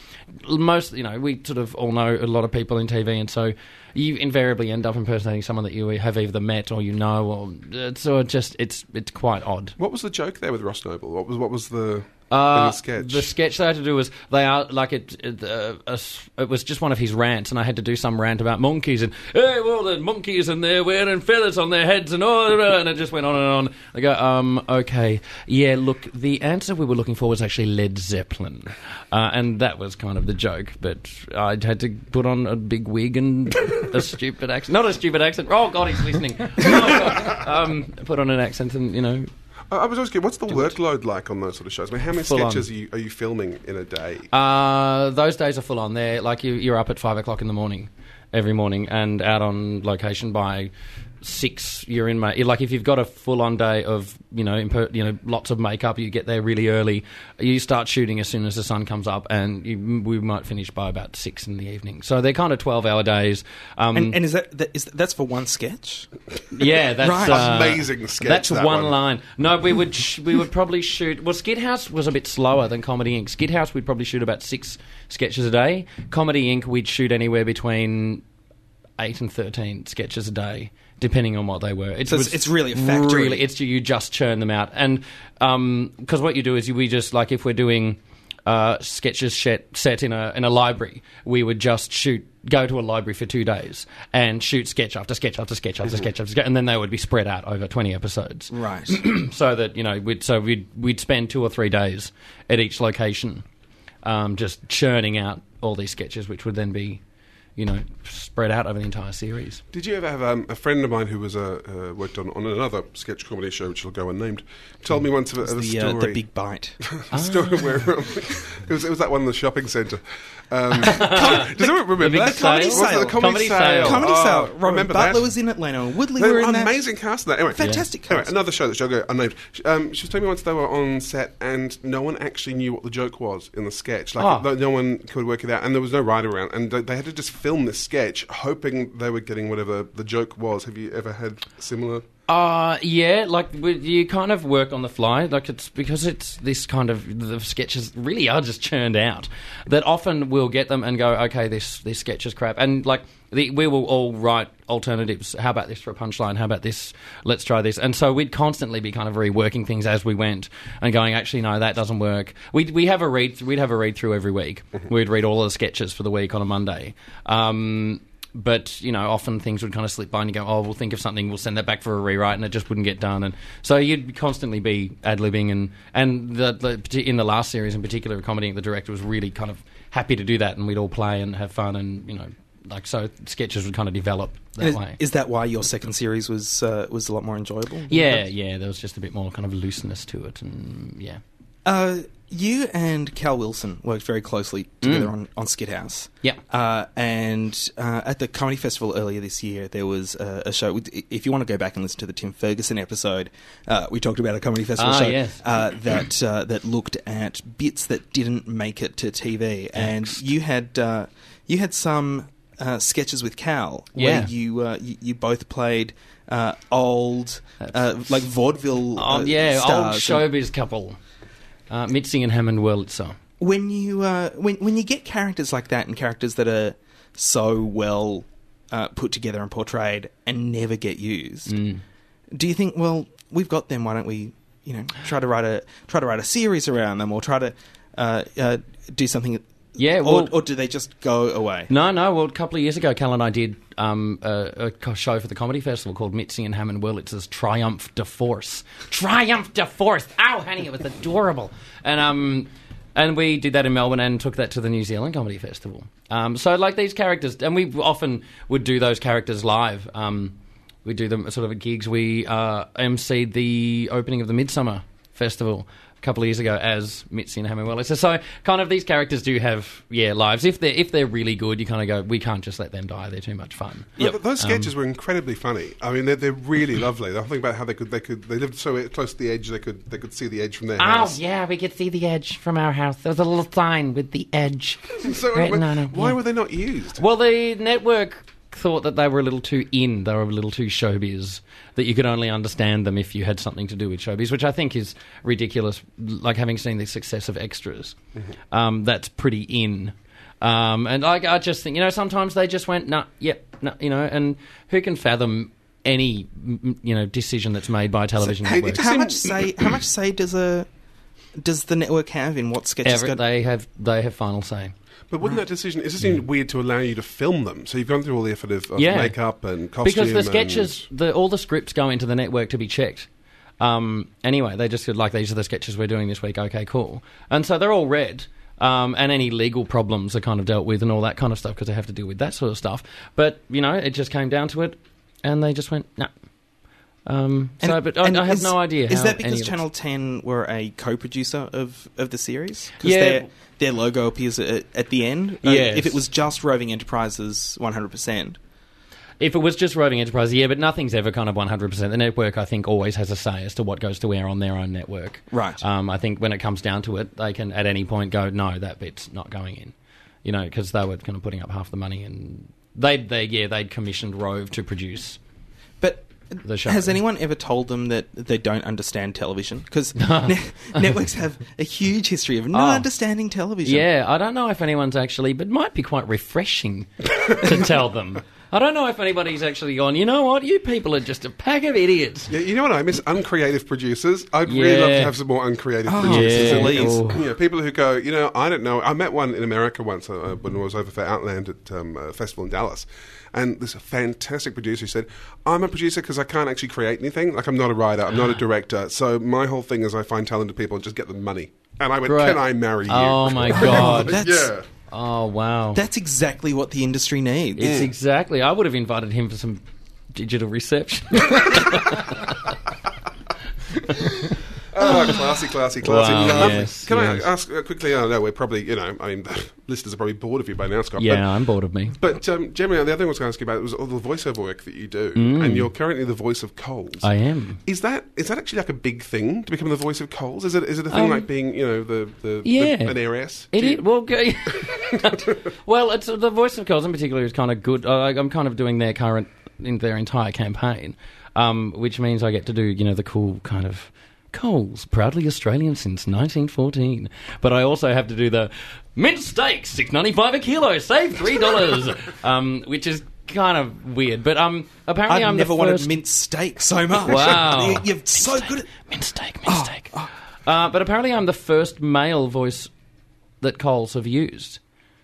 Speaker 4: most you know we sort of all know a lot of people in TV, and so you invariably end up impersonating someone that you have either met or you know, or uh, so it just it's it's quite odd.
Speaker 2: What was the joke there with Ross Noble? What was what was the,
Speaker 4: Uh,
Speaker 2: the sketch?
Speaker 4: The sketch they had to do was they are like it. It, uh, a s- it was just one of his rants, and I had to do some rant about monkeys and hey, well the monkeys and they're wearing feathers on their heads and all, and it just went on and on. I go, um, okay, yeah. Look, the answer we were looking for was actually Led Zeppelin, uh, and that was kind of the joke. But I had to put on a big wig and a stupid accent, not a stupid accent. Oh God, he's listening. <laughs> Oh, God. Um, put on an accent and you know
Speaker 2: I I was always curious, what's the workload like on those sort of shows? I mean, how many
Speaker 4: Full on.
Speaker 2: sketches are you, are you filming in a day?
Speaker 4: Uh, those days are full on. They're like you, you're up at five o'clock in the morning every morning and out on location by six. You're in ma- like if you've got a full on day of you know imper- you know lots of makeup, you get there really early. You start shooting as soon as the sun comes up, and you, we might finish by about six in the evening. So they're kind of twelve hour days. Um,
Speaker 1: and, and is that, that is that's for one sketch?
Speaker 4: yeah, <laughs> that's
Speaker 1: Right.
Speaker 4: uh,
Speaker 2: Amazing sketch,
Speaker 4: That's
Speaker 2: that
Speaker 4: one,
Speaker 2: one.
Speaker 4: line. No, we would sh- we would probably shoot. Well, Skid House was a bit slower than Comedy Inc. Skid House, we'd probably shoot about six sketches a day. Comedy Inc. We'd shoot anywhere between eight and thirteen sketches a day, depending on what they were. It's,
Speaker 1: So it's- it's really a factory.
Speaker 4: Really, it's you just churn them out, and because what you do is you, we just like if we're doing. Uh, sketches set, set in a in a library. We would just shoot, go to a library for two days and shoot sketch after sketch after sketch after sketch after sketch, and then they would be spread out over twenty
Speaker 1: <clears throat>
Speaker 4: episodes
Speaker 1: Right.
Speaker 4: so that you know we'd so we'd we'd spend two or three days at each location um, just churning out all these sketches which would then be you know, spread out over the entire series.
Speaker 2: Did you ever have um, a friend of mine who was uh, uh, worked on, on another sketch comedy show, which will go unnamed,
Speaker 4: Hmm.
Speaker 2: told me once of a, of a
Speaker 1: the,
Speaker 2: story.
Speaker 1: uh, the big bite.
Speaker 2: a story <laughs> where um, it was it was that one in the shopping centre. Um, does anyone remember
Speaker 4: big
Speaker 2: that?
Speaker 4: sale.
Speaker 2: Was it the comedy,
Speaker 4: Comedy sale.
Speaker 2: sale?
Speaker 1: Comedy
Speaker 2: Oh,
Speaker 1: Sale. Robin
Speaker 2: remember
Speaker 1: Butler
Speaker 2: that?
Speaker 1: was in it. Leno Woodley
Speaker 2: They
Speaker 1: were
Speaker 2: were
Speaker 1: in that.
Speaker 2: amazing cast in that. Anyway,
Speaker 1: Fantastic
Speaker 2: Anyway,
Speaker 1: cast.
Speaker 2: another show that shall go unnamed. Sh- Um, she was telling me once they were on set and no one actually knew what the joke was in the sketch. Like
Speaker 4: Ah.
Speaker 2: no, no one could work it out, and there was no writer around, and they, they had to just film this sketch, hoping they were getting whatever the joke was. Have you ever had similar?
Speaker 4: Uh, yeah, like we- you kind of work on the fly. Like it's because it's this kind of the sketches really are just churned out. That often we'll get them and go, okay, this this sketch is crap, and like the, we will all write alternatives. How about this for a punchline? How about this? Let's try this. And so we'd constantly be kind of reworking things as we went and going, actually, no, that doesn't work. We we have a read we'd have a read through every week. We'd read all of the sketches for the week on a Monday. Um, but you know, often things would kind of slip by, and you go, "Oh, we'll think of something, we'll send that back for a rewrite," and it just wouldn't get done. And so you'd constantly be ad libbing, and and the, the, in the last series in particular, of comedy, the director was really kind of happy to do that, and we'd all play and have fun, and you know, like so sketches would kind of develop that
Speaker 1: And is,
Speaker 4: way.
Speaker 1: is that why your second series was uh, was a lot more enjoyable?
Speaker 4: yeah, yeah, there was just a bit more kind of looseness to it, and yeah.
Speaker 1: Uh, you and Cal Wilson worked very closely together
Speaker 4: Mm.
Speaker 1: on, on Skid House.
Speaker 4: Yeah.
Speaker 1: Uh, and uh, at the comedy festival earlier this year, there was a, a show. with- If you want to go back and listen to the Tim Ferguson episode, uh, we talked about a comedy festival
Speaker 4: Ah,
Speaker 1: show
Speaker 4: yes.
Speaker 1: uh, that uh, that looked at bits that didn't make it to TV. And you had uh, you had some uh, sketches with Cal
Speaker 4: Yeah.
Speaker 1: where you, uh, you you both played. Uh, old, uh, like vaudeville.
Speaker 4: Oh,
Speaker 1: uh,
Speaker 4: yeah, old
Speaker 1: stars and-
Speaker 4: showbiz couple, uh, Mitzi and Hammond Wurlitzer.
Speaker 1: when you uh, when when you get characters like that and characters that are so well uh, put together and portrayed and never get used,
Speaker 4: Mm.
Speaker 1: do you think? Well, we've got them. Why don't we, you know, try to write a try to write a series around them or try to uh, uh, do something?
Speaker 4: Yeah,
Speaker 1: or,
Speaker 4: well-
Speaker 1: or do they just go away?
Speaker 4: No, no. Well, a couple of years ago, Cal and I did um, a, a co- show for the comedy festival called Mitzi and Hammond Wurlitzer's Triumph de Force. Triumph de Force. Ow, honey, it was adorable. And um, and we did that in Melbourne and took that to the New Zealand Comedy Festival. Um, so like these characters, and we often would do those characters live. Um, we do them sort of at gigs. We uh, emceed the opening of the Midsummer Festival a couple of years ago as Mitzi and Hammond Wurlitzer. So kind of these characters do have yeah lives. If they're if they're really good, you kind of go we can't just let them die. They're too much fun.
Speaker 2: Th- Those
Speaker 4: Um,
Speaker 2: sketches were incredibly funny. I mean, they're, they're
Speaker 4: <laughs>
Speaker 2: really lovely. The whole thing about how they could they could they lived so close to the edge they could they could see the edge from their
Speaker 4: Oh
Speaker 2: house.
Speaker 4: yeah, we could see the edge from our house. There was a little sign with the edge.
Speaker 2: <laughs> <laughs> So
Speaker 4: Right,
Speaker 2: why-
Speaker 4: no, no,
Speaker 2: why
Speaker 4: yeah.
Speaker 2: were they not used?
Speaker 4: Well, the network thought that they were a little too in, they were a little too showbiz, that you could only understand them if you had something to do with showbiz, which I think is ridiculous. Like having seen the success of extras,
Speaker 2: Mm-hmm.
Speaker 4: um, that's pretty in. Um, and I, I just think, you know, sometimes they just went, nah, yep, nah, you know, and who can fathom any, m- m- you know, decision that's made by a television
Speaker 2: hey,
Speaker 4: network?
Speaker 2: just
Speaker 1: How
Speaker 2: seem-
Speaker 1: much say? How much say does a does the network have in what sketches
Speaker 4: Every-
Speaker 1: got?
Speaker 4: they have they have final say.
Speaker 2: But wouldn't that decision? It just seemed weird to allow you to film them. So you've gone through all the effort of, of
Speaker 4: Mm. Yeah.
Speaker 2: makeup and costume.
Speaker 4: because the
Speaker 2: and-
Speaker 4: sketches, the, all the scripts go into the network to be checked. Um, anyway, they just said, like these are the sketches we're doing this week. Okay, cool. And so they're all read, um, and any legal problems are kind of dealt with and all that kind of stuff because they have to deal with that sort of stuff. But you know, it just came down to it, and they just went no. Um,
Speaker 1: and-
Speaker 4: so, but I,
Speaker 1: and
Speaker 4: I have
Speaker 1: is-
Speaker 4: no idea.
Speaker 1: Is
Speaker 4: how
Speaker 1: that
Speaker 4: any
Speaker 1: because
Speaker 4: of it-
Speaker 1: Channel Ten were a co-producer of, of the series?
Speaker 4: Yeah.
Speaker 1: their, their logo appears at, at the end.
Speaker 4: Yes.
Speaker 1: if it was just Roving Enterprises, one hundred percent.
Speaker 4: If it was just Roving Enterprise, yeah, but nothing's ever kind of 100%. The network, I think, always has a say as to what goes to where on their own network.
Speaker 1: Right.
Speaker 4: Um, I think when it comes down to it, they can at any point go, no, that bit's not going in. You know, because they were kind of putting up half the money and they'd, they, yeah, they'd commissioned Rove to produce.
Speaker 1: But
Speaker 4: The show.
Speaker 1: has anyone ever told them that they don't understand television?
Speaker 4: <laughs>
Speaker 1: Because networks have a huge history of not
Speaker 4: Oh.
Speaker 1: understanding television.
Speaker 4: Yeah, I don't know if anyone's actually, but it might be quite <laughs> refreshing to tell them. I don't know if anybody's actually gone, you know what, you people are just a pack of idiots.
Speaker 2: Yeah, you know what I miss? Uncreative producers. I'd really love to
Speaker 4: Yeah. Oh,
Speaker 2: have some more uncreative producers.
Speaker 4: Yeah.
Speaker 2: And,
Speaker 4: Please.
Speaker 2: you know, people who go, you know, I don't know. I met one in America once uh, when I was over for Outland at um, a festival in Dallas. And this fantastic producer said, I'm a producer because I can't actually create anything. Like, I'm not a writer, I'm
Speaker 4: Ah.
Speaker 2: not a director. So my whole thing is I find talented people and just get them money. And I went, <laughs>
Speaker 4: Right. <laughs>
Speaker 2: can I marry you?
Speaker 4: Oh my God.
Speaker 1: That's
Speaker 2: yeah.
Speaker 4: Oh wow.
Speaker 1: That's exactly what the industry needs.
Speaker 4: It's exactly. I would have invited him for some digital reception.
Speaker 2: Oh, classy, classy, classy.
Speaker 4: Ah.
Speaker 2: Now,
Speaker 4: Wow, yes,
Speaker 2: can
Speaker 4: yes.
Speaker 2: I ask uh, quickly? I know we're probably, you know, I mean, <laughs> listeners are probably bored of you by now, Scott. but-
Speaker 4: <laughs> <laughs> yeah, I'm bored of me.
Speaker 2: But um, Gemma, the other thing I was going to ask you about was all the voiceover work that you do, and you're currently the voice of Coles.
Speaker 4: Mm. I am.
Speaker 2: is that is that actually like a big thing to become the voice of Coles? Is it is it a thing
Speaker 4: Um,
Speaker 2: like being you know the the, the-
Speaker 4: yeah.
Speaker 2: an heiress?
Speaker 4: It
Speaker 2: Do you-
Speaker 4: is, well, g- <laughs> well, it's the voice of Coles in particular is kind of good. I, I'm kind of doing their current, in their entire campaign, um, which means I get to do you know the cool kind of Coles, proudly Australian since 1914. But I also have to do the minced steak, six ninety five a kilo, save three dollars, <laughs> um, which is kind of weird. But um, apparently
Speaker 1: I've
Speaker 4: am
Speaker 1: never
Speaker 4: the
Speaker 1: wanted
Speaker 4: first...
Speaker 1: mince steak so much.
Speaker 4: Wow.
Speaker 1: You- <laughs> You're so good at
Speaker 4: Mistake, mistake. Uh, but apparently, I'm the first male voice that Coles have used.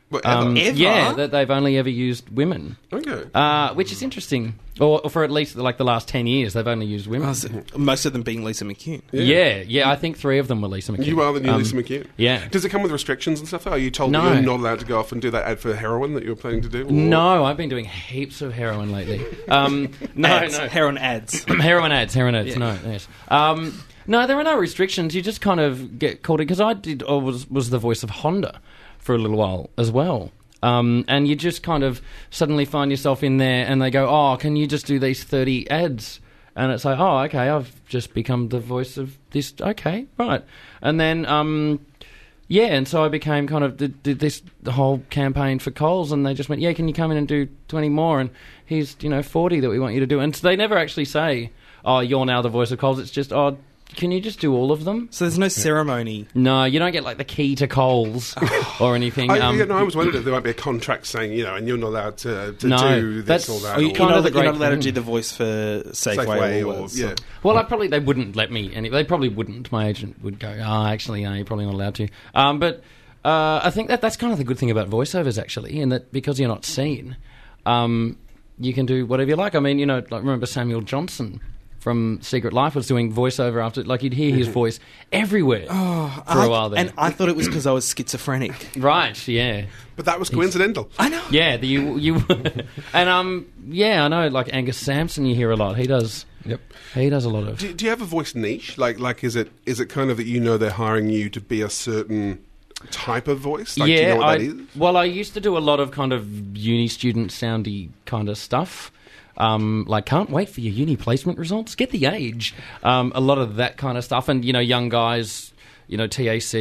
Speaker 2: What,
Speaker 4: Um,
Speaker 2: ever?
Speaker 1: Ever?
Speaker 4: Yeah, that they've only ever used women,
Speaker 2: okay.
Speaker 4: uh, which is interesting. Or, or for at least like the last ten years, they've only used
Speaker 1: Oh,
Speaker 4: women. <laughs>
Speaker 1: most of them being Lisa McCune.
Speaker 4: yeah. yeah, I think three of them were Lisa McKee.
Speaker 2: you are the new
Speaker 4: Um,
Speaker 2: Lisa McCune.
Speaker 4: yeah.
Speaker 2: Does it come with restrictions and stuff? Though? Are you told
Speaker 4: No.
Speaker 2: that you're not allowed to go off and do that ad for heroin that you were planning to do? Or-
Speaker 4: No, I've been doing heaps of heroin lately.
Speaker 2: <laughs>
Speaker 4: Um, no,
Speaker 1: ads,
Speaker 4: no,
Speaker 1: Heron ads.
Speaker 4: <clears throat> heroin ads, heroin ads. No, yes. Um, no, there are no restrictions. You just kind of get called in because I did. I was was the voice of Honda for a little while as well. Um, and you just kind of suddenly find yourself in there, and they go, "Oh, can you just do these thirty ads?" And it's like, "Oh, okay, I've just become the voice of this." Okay, right. And then um, yeah, and so I became kind of did, did this whole campaign for Coles, and they just went, "Yeah, can you come in and do twenty more?" And here's you know forty that we want you to do, and so they never actually say, "Oh, you're now the voice of Coles." It's just, "Oh, can you just do all of them?"
Speaker 1: <laughs> So there's no ceremony.
Speaker 4: No, you don't get like the key to Coles or anything.
Speaker 2: I,
Speaker 4: um,
Speaker 2: yeah, no, I was wondering if there might be a contract saying, you know, and you're not allowed to, to
Speaker 4: No,
Speaker 2: do this
Speaker 4: that's-
Speaker 2: or that.
Speaker 4: Oh,
Speaker 1: Or you,
Speaker 2: or-
Speaker 1: you're,
Speaker 4: Kind of
Speaker 1: not,
Speaker 4: the
Speaker 1: you're not
Speaker 4: great
Speaker 1: allowed to
Speaker 4: thing.
Speaker 1: do the voice for Safeway,
Speaker 2: Safeway or,
Speaker 1: Woolworths.
Speaker 2: yeah.
Speaker 4: Well, I probably they wouldn't let me. Any, they probably wouldn't. My agent would go, "Ah, actually, no, you're probably not allowed to." Um, but uh, I think that that's kind of the good thing about voiceovers, actually, in that because you're not seen, um, you can do whatever you like. I mean, you know, like remember Samuel Johnson from Secret Life was doing voiceover after, like you'd hear his voice everywhere for
Speaker 1: Mm-hmm. Oh, I-
Speaker 4: a while there.
Speaker 1: And I thought it was because I was schizophrenic.
Speaker 4: right? Yeah.
Speaker 2: But that was coincidental.
Speaker 1: I know.
Speaker 4: Yeah, the, you you <laughs> and um yeah, I know like Angus Sampson you hear a lot. He does
Speaker 3: Yep.
Speaker 4: he does a lot of
Speaker 2: Do, do you have a voice niche? Like, like is it is it kind of that you know they're hiring you to be a certain type of voice? Like, do you know what
Speaker 4: I,
Speaker 2: that is?
Speaker 4: Well, I used to do a lot of kind of uni student soundy kind of stuff. Um, like, can't wait for your uni placement results. Get the age. Um, a lot of that kind of stuff. And, you know, young guys, you know, TAC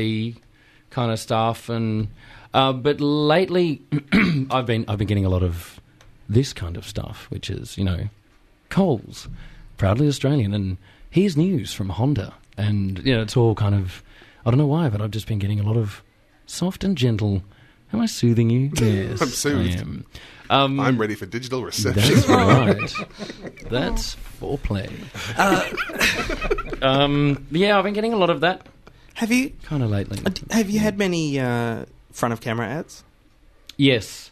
Speaker 4: kind of stuff. And, uh, but lately, <clears throat> I've been, I've been getting a lot of this kind of stuff, which is, you know, Coles, proudly Australian, and here's news from Honda. And, you know, it's all kind of, I don't know why, but I've just been getting a lot of soft and gentle. Am I soothing you?
Speaker 2: <laughs>
Speaker 4: Yes.
Speaker 2: I'm soothed. <laughs>
Speaker 4: I am. Um,
Speaker 2: I'm ready for digital reception.
Speaker 4: that's right. That's foreplay.
Speaker 2: Uh, <laughs>
Speaker 4: um, yeah, I've been getting a lot of that
Speaker 1: Have you
Speaker 4: kind of lately.
Speaker 1: have you had many uh, front of camera ads?
Speaker 4: Yes.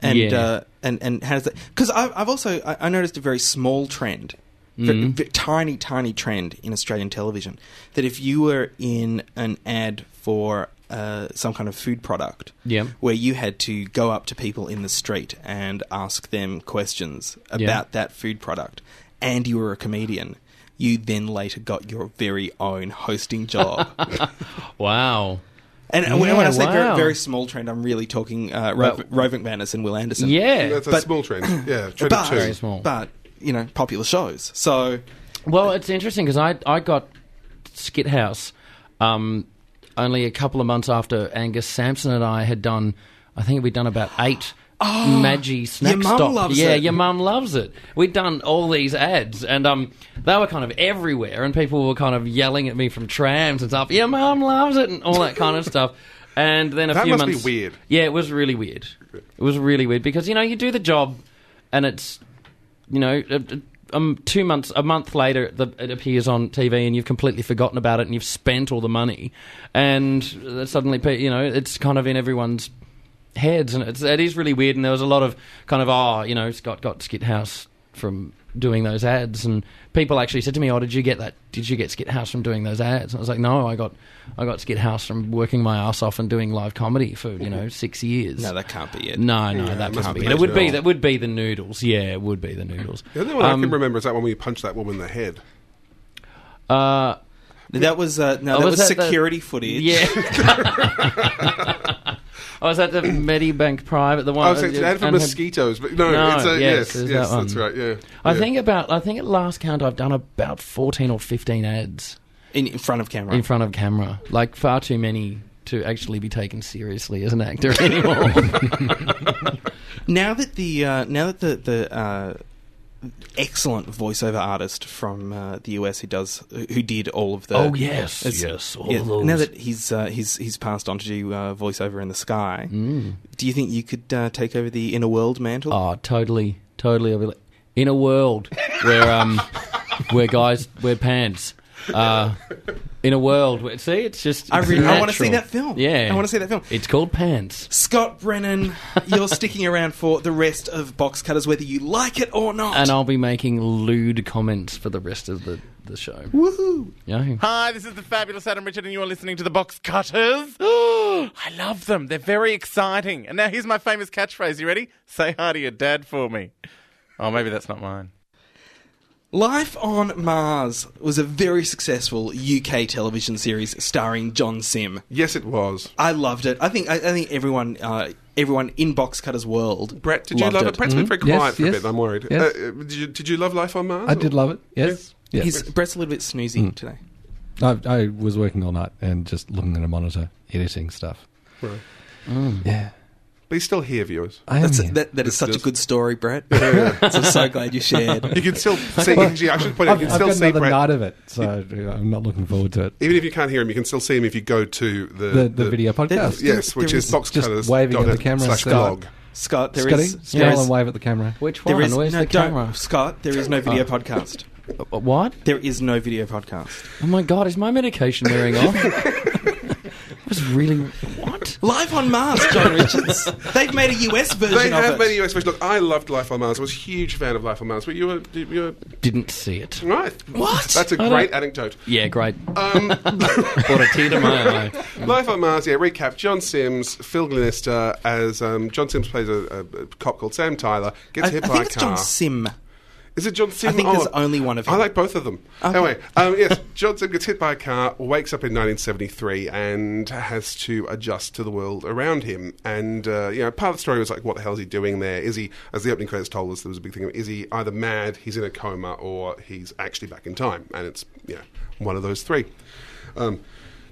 Speaker 1: And
Speaker 4: Yeah.
Speaker 1: uh, and and how does that? Because I've, I've also I, I noticed a very small trend, ve-
Speaker 4: Mm.
Speaker 1: ve- tiny tiny trend in Australian television that if you were in an ad for uh, some kind of food product,
Speaker 4: Yeah.
Speaker 1: where you had to go up to people in the street and ask them questions about
Speaker 4: Yeah.
Speaker 1: that food product, and you were a comedian, you then later got your very own hosting
Speaker 4: <laughs>
Speaker 1: job.
Speaker 4: Wow.
Speaker 1: and when, when I
Speaker 4: Yeah,
Speaker 1: say very,
Speaker 4: wow.
Speaker 1: very small trend, I'm really talking uh, Ro-
Speaker 4: Well-
Speaker 1: Ro McManus and Will Anderson.
Speaker 4: Yeah.
Speaker 2: <laughs> That's a
Speaker 1: But-
Speaker 2: small trend. Yeah, trend of
Speaker 1: but,
Speaker 2: two.
Speaker 4: Very small.
Speaker 1: but you know, popular shows. So
Speaker 4: Well, it's interesting because I I got Skit House um, only a couple of months after Angus Sampson and I had done. I think we'd done about eight Maggie snack
Speaker 1: Oh, mum
Speaker 4: stop.
Speaker 1: loves
Speaker 4: yeah,
Speaker 1: it.
Speaker 4: your mum loves it. We'd done all these ads, and um, they were kind of everywhere, and people were kind of yelling at me from trams and stuff. Your mum loves it, and all that kind of stuff. And then a
Speaker 2: That
Speaker 4: few
Speaker 2: must be
Speaker 4: months
Speaker 2: weird.
Speaker 4: Yeah, it was really weird. It was really weird because you know you do the job, and it's you know, uh, uh, um, two months, a month later, the, it appears on TV, and you've completely forgotten about it, and you've spent all the money, and uh, suddenly, pe- you know, it's kind of in everyone's heads, and it's, it is really weird. And there was a lot of kind of, oh, you know, Scott got Skit House from doing those ads, and people actually said to me, "Oh, did you get that? Did you get Skit House from doing those ads?" And I was like, "No, I got, I got Skit House from working my ass off and doing live comedy for you know six years."
Speaker 1: No, that can't be it.
Speaker 4: no, no,
Speaker 2: Yeah,
Speaker 4: that
Speaker 2: it
Speaker 4: must
Speaker 2: must
Speaker 4: be.
Speaker 2: be
Speaker 4: That would be
Speaker 2: Noodle.
Speaker 4: that would be the noodles. Yeah, it would be the noodles.
Speaker 2: The only one I
Speaker 4: Um,
Speaker 2: can remember is that one where you punched that woman in the head.
Speaker 4: Uh,
Speaker 1: That was uh, no,
Speaker 4: Oh,
Speaker 1: that
Speaker 4: was
Speaker 1: was,
Speaker 4: that the-
Speaker 1: security footage.
Speaker 2: <laughs>
Speaker 4: Yeah. <laughs> I was at the Medibank Private, the one. uh,
Speaker 2: I was saying it's an ad for
Speaker 4: and-
Speaker 2: mosquitoes, but no,
Speaker 4: No,
Speaker 2: it's a,
Speaker 4: yes,
Speaker 2: yes,
Speaker 4: there's
Speaker 2: yes,
Speaker 4: that
Speaker 2: that's
Speaker 4: one.
Speaker 2: right. Yeah,
Speaker 4: I
Speaker 2: yeah.
Speaker 4: think about. I think at last count, I've done about fourteen or fifteen ads
Speaker 1: In, in front of camera.
Speaker 4: in front of camera. Like far too many to actually be taken seriously as an actor <laughs> anymore.
Speaker 1: now that the uh, now that the the uh, excellent voiceover artist from uh, the US who does who did all of the
Speaker 4: oh yes,
Speaker 1: It's-
Speaker 4: yes, all
Speaker 1: Yeah,
Speaker 4: of those.
Speaker 1: now that he's uh, he's he's passed on to do uh, voiceover in the sky,
Speaker 4: Mm.
Speaker 1: do you think you could uh, take over the inner world mantle?
Speaker 4: Oh, totally, totally. I'll be like- In a world where um, <laughs> where guys wear pants. Uh, in a world where see, it's just.
Speaker 1: I
Speaker 4: it's
Speaker 1: really I want to see
Speaker 4: natural.
Speaker 1: that film.
Speaker 4: Yeah,
Speaker 1: I want to see that film.
Speaker 4: It's called Pants.
Speaker 1: Scott Brennan,
Speaker 4: <laughs>
Speaker 1: you're sticking around for the rest of Box Cutters, whether you like it or not.
Speaker 4: And I'll be making lewd comments for the rest of the, the show.
Speaker 1: Woohoo!
Speaker 4: Yeah.
Speaker 6: Hi, this is the fabulous Adam Richard, and you are listening to the Box Cutters. <gasps> I love them. They're very exciting. And now here's my famous catchphrase. You ready? Say hi to your dad for me. Oh, maybe that's not mine.
Speaker 1: Life on Mars was a very successful UK television series starring John Sim.
Speaker 2: yes, it was.
Speaker 1: I loved it. I think I, I think everyone uh, everyone in Box Cutters world.
Speaker 2: Brett, did you
Speaker 1: loved
Speaker 2: love it? Brett's been very
Speaker 3: Yes,
Speaker 2: quiet for
Speaker 3: yes.
Speaker 2: a bit. I'm worried.
Speaker 3: Yes.
Speaker 2: Uh, did, you, did you love Life on Mars?
Speaker 3: I did love it. Yes. Yes.
Speaker 1: He's, Brett's a little bit snoozy
Speaker 4: Mm.
Speaker 1: today.
Speaker 3: I, I was working all night and just looking at a monitor, editing stuff.
Speaker 2: Right.
Speaker 3: Yeah.
Speaker 2: But he's still here, viewers.
Speaker 3: I
Speaker 1: Mm.
Speaker 3: am
Speaker 1: That's
Speaker 3: here.
Speaker 1: that, that is such a
Speaker 2: just-
Speaker 1: good story,
Speaker 2: <laughs>
Speaker 1: Brett. so I'm so glad you shared.
Speaker 2: You can still see. actually, I should point out,
Speaker 3: I've,
Speaker 2: you can
Speaker 3: I've
Speaker 2: still
Speaker 3: got
Speaker 2: see
Speaker 3: another
Speaker 2: Brett.
Speaker 3: night of it, so you know, I'm not looking forward to it.
Speaker 2: Even if you can't hear him, you can still see him if you go to the
Speaker 3: The, the, video podcast.
Speaker 1: Yeah.
Speaker 2: Yes, which
Speaker 1: There
Speaker 2: is
Speaker 1: is-
Speaker 2: box
Speaker 3: just
Speaker 2: cutters
Speaker 3: waving at the camera,
Speaker 2: slash
Speaker 3: Scott.
Speaker 2: blog.
Speaker 1: Scott, there
Speaker 3: Scotty,
Speaker 1: is
Speaker 3: smile
Speaker 1: there is-
Speaker 3: and wave at the camera.
Speaker 4: Which one?
Speaker 1: there is
Speaker 4: Where's
Speaker 1: no
Speaker 4: the
Speaker 1: don't-
Speaker 4: camera? Oh.
Speaker 1: Scott, there is no video podcast.
Speaker 4: Uh, What?
Speaker 1: There is no video podcast.
Speaker 4: Oh my god, is my medication wearing <laughs> off? I was really. What?
Speaker 1: Live on Mars, John
Speaker 2: <laughs>
Speaker 1: Richards. They've made a US version
Speaker 2: They
Speaker 1: of
Speaker 2: have
Speaker 1: it.
Speaker 2: many US versions. Look, I loved Life on Mars. I was a huge fan of Life on Mars. But you were, you were
Speaker 4: Didn't see it.
Speaker 2: right.
Speaker 1: What?
Speaker 2: That's a
Speaker 4: I
Speaker 2: great
Speaker 4: don't-
Speaker 2: anecdote.
Speaker 4: Yeah, great.
Speaker 2: Um,
Speaker 4: <laughs> Brought a tear to my eye.
Speaker 2: Life on Mars, yeah, recap. John Sims, Phil Glenister, as um, John Sims plays a, a, a cop called Sam Tyler,
Speaker 1: I,
Speaker 2: gets
Speaker 1: I
Speaker 2: hit
Speaker 1: think
Speaker 2: by a
Speaker 1: it's John
Speaker 2: car.
Speaker 1: Sim.
Speaker 2: Is it John Sim?
Speaker 1: I think
Speaker 2: Oh,
Speaker 1: there's only one of
Speaker 2: I
Speaker 1: him.
Speaker 2: like both of them. Anyway, um, yes, <laughs> John Sim gets hit by a car, wakes up in 1973, and has to adjust to the world around him. And uh, you know, part of the story was like, what the hell is he doing there? Is he, as the opening credits told us, there was a big thing of is he either mad, he's in a coma, or he's actually back in time? And it's you know, one of those three. Um,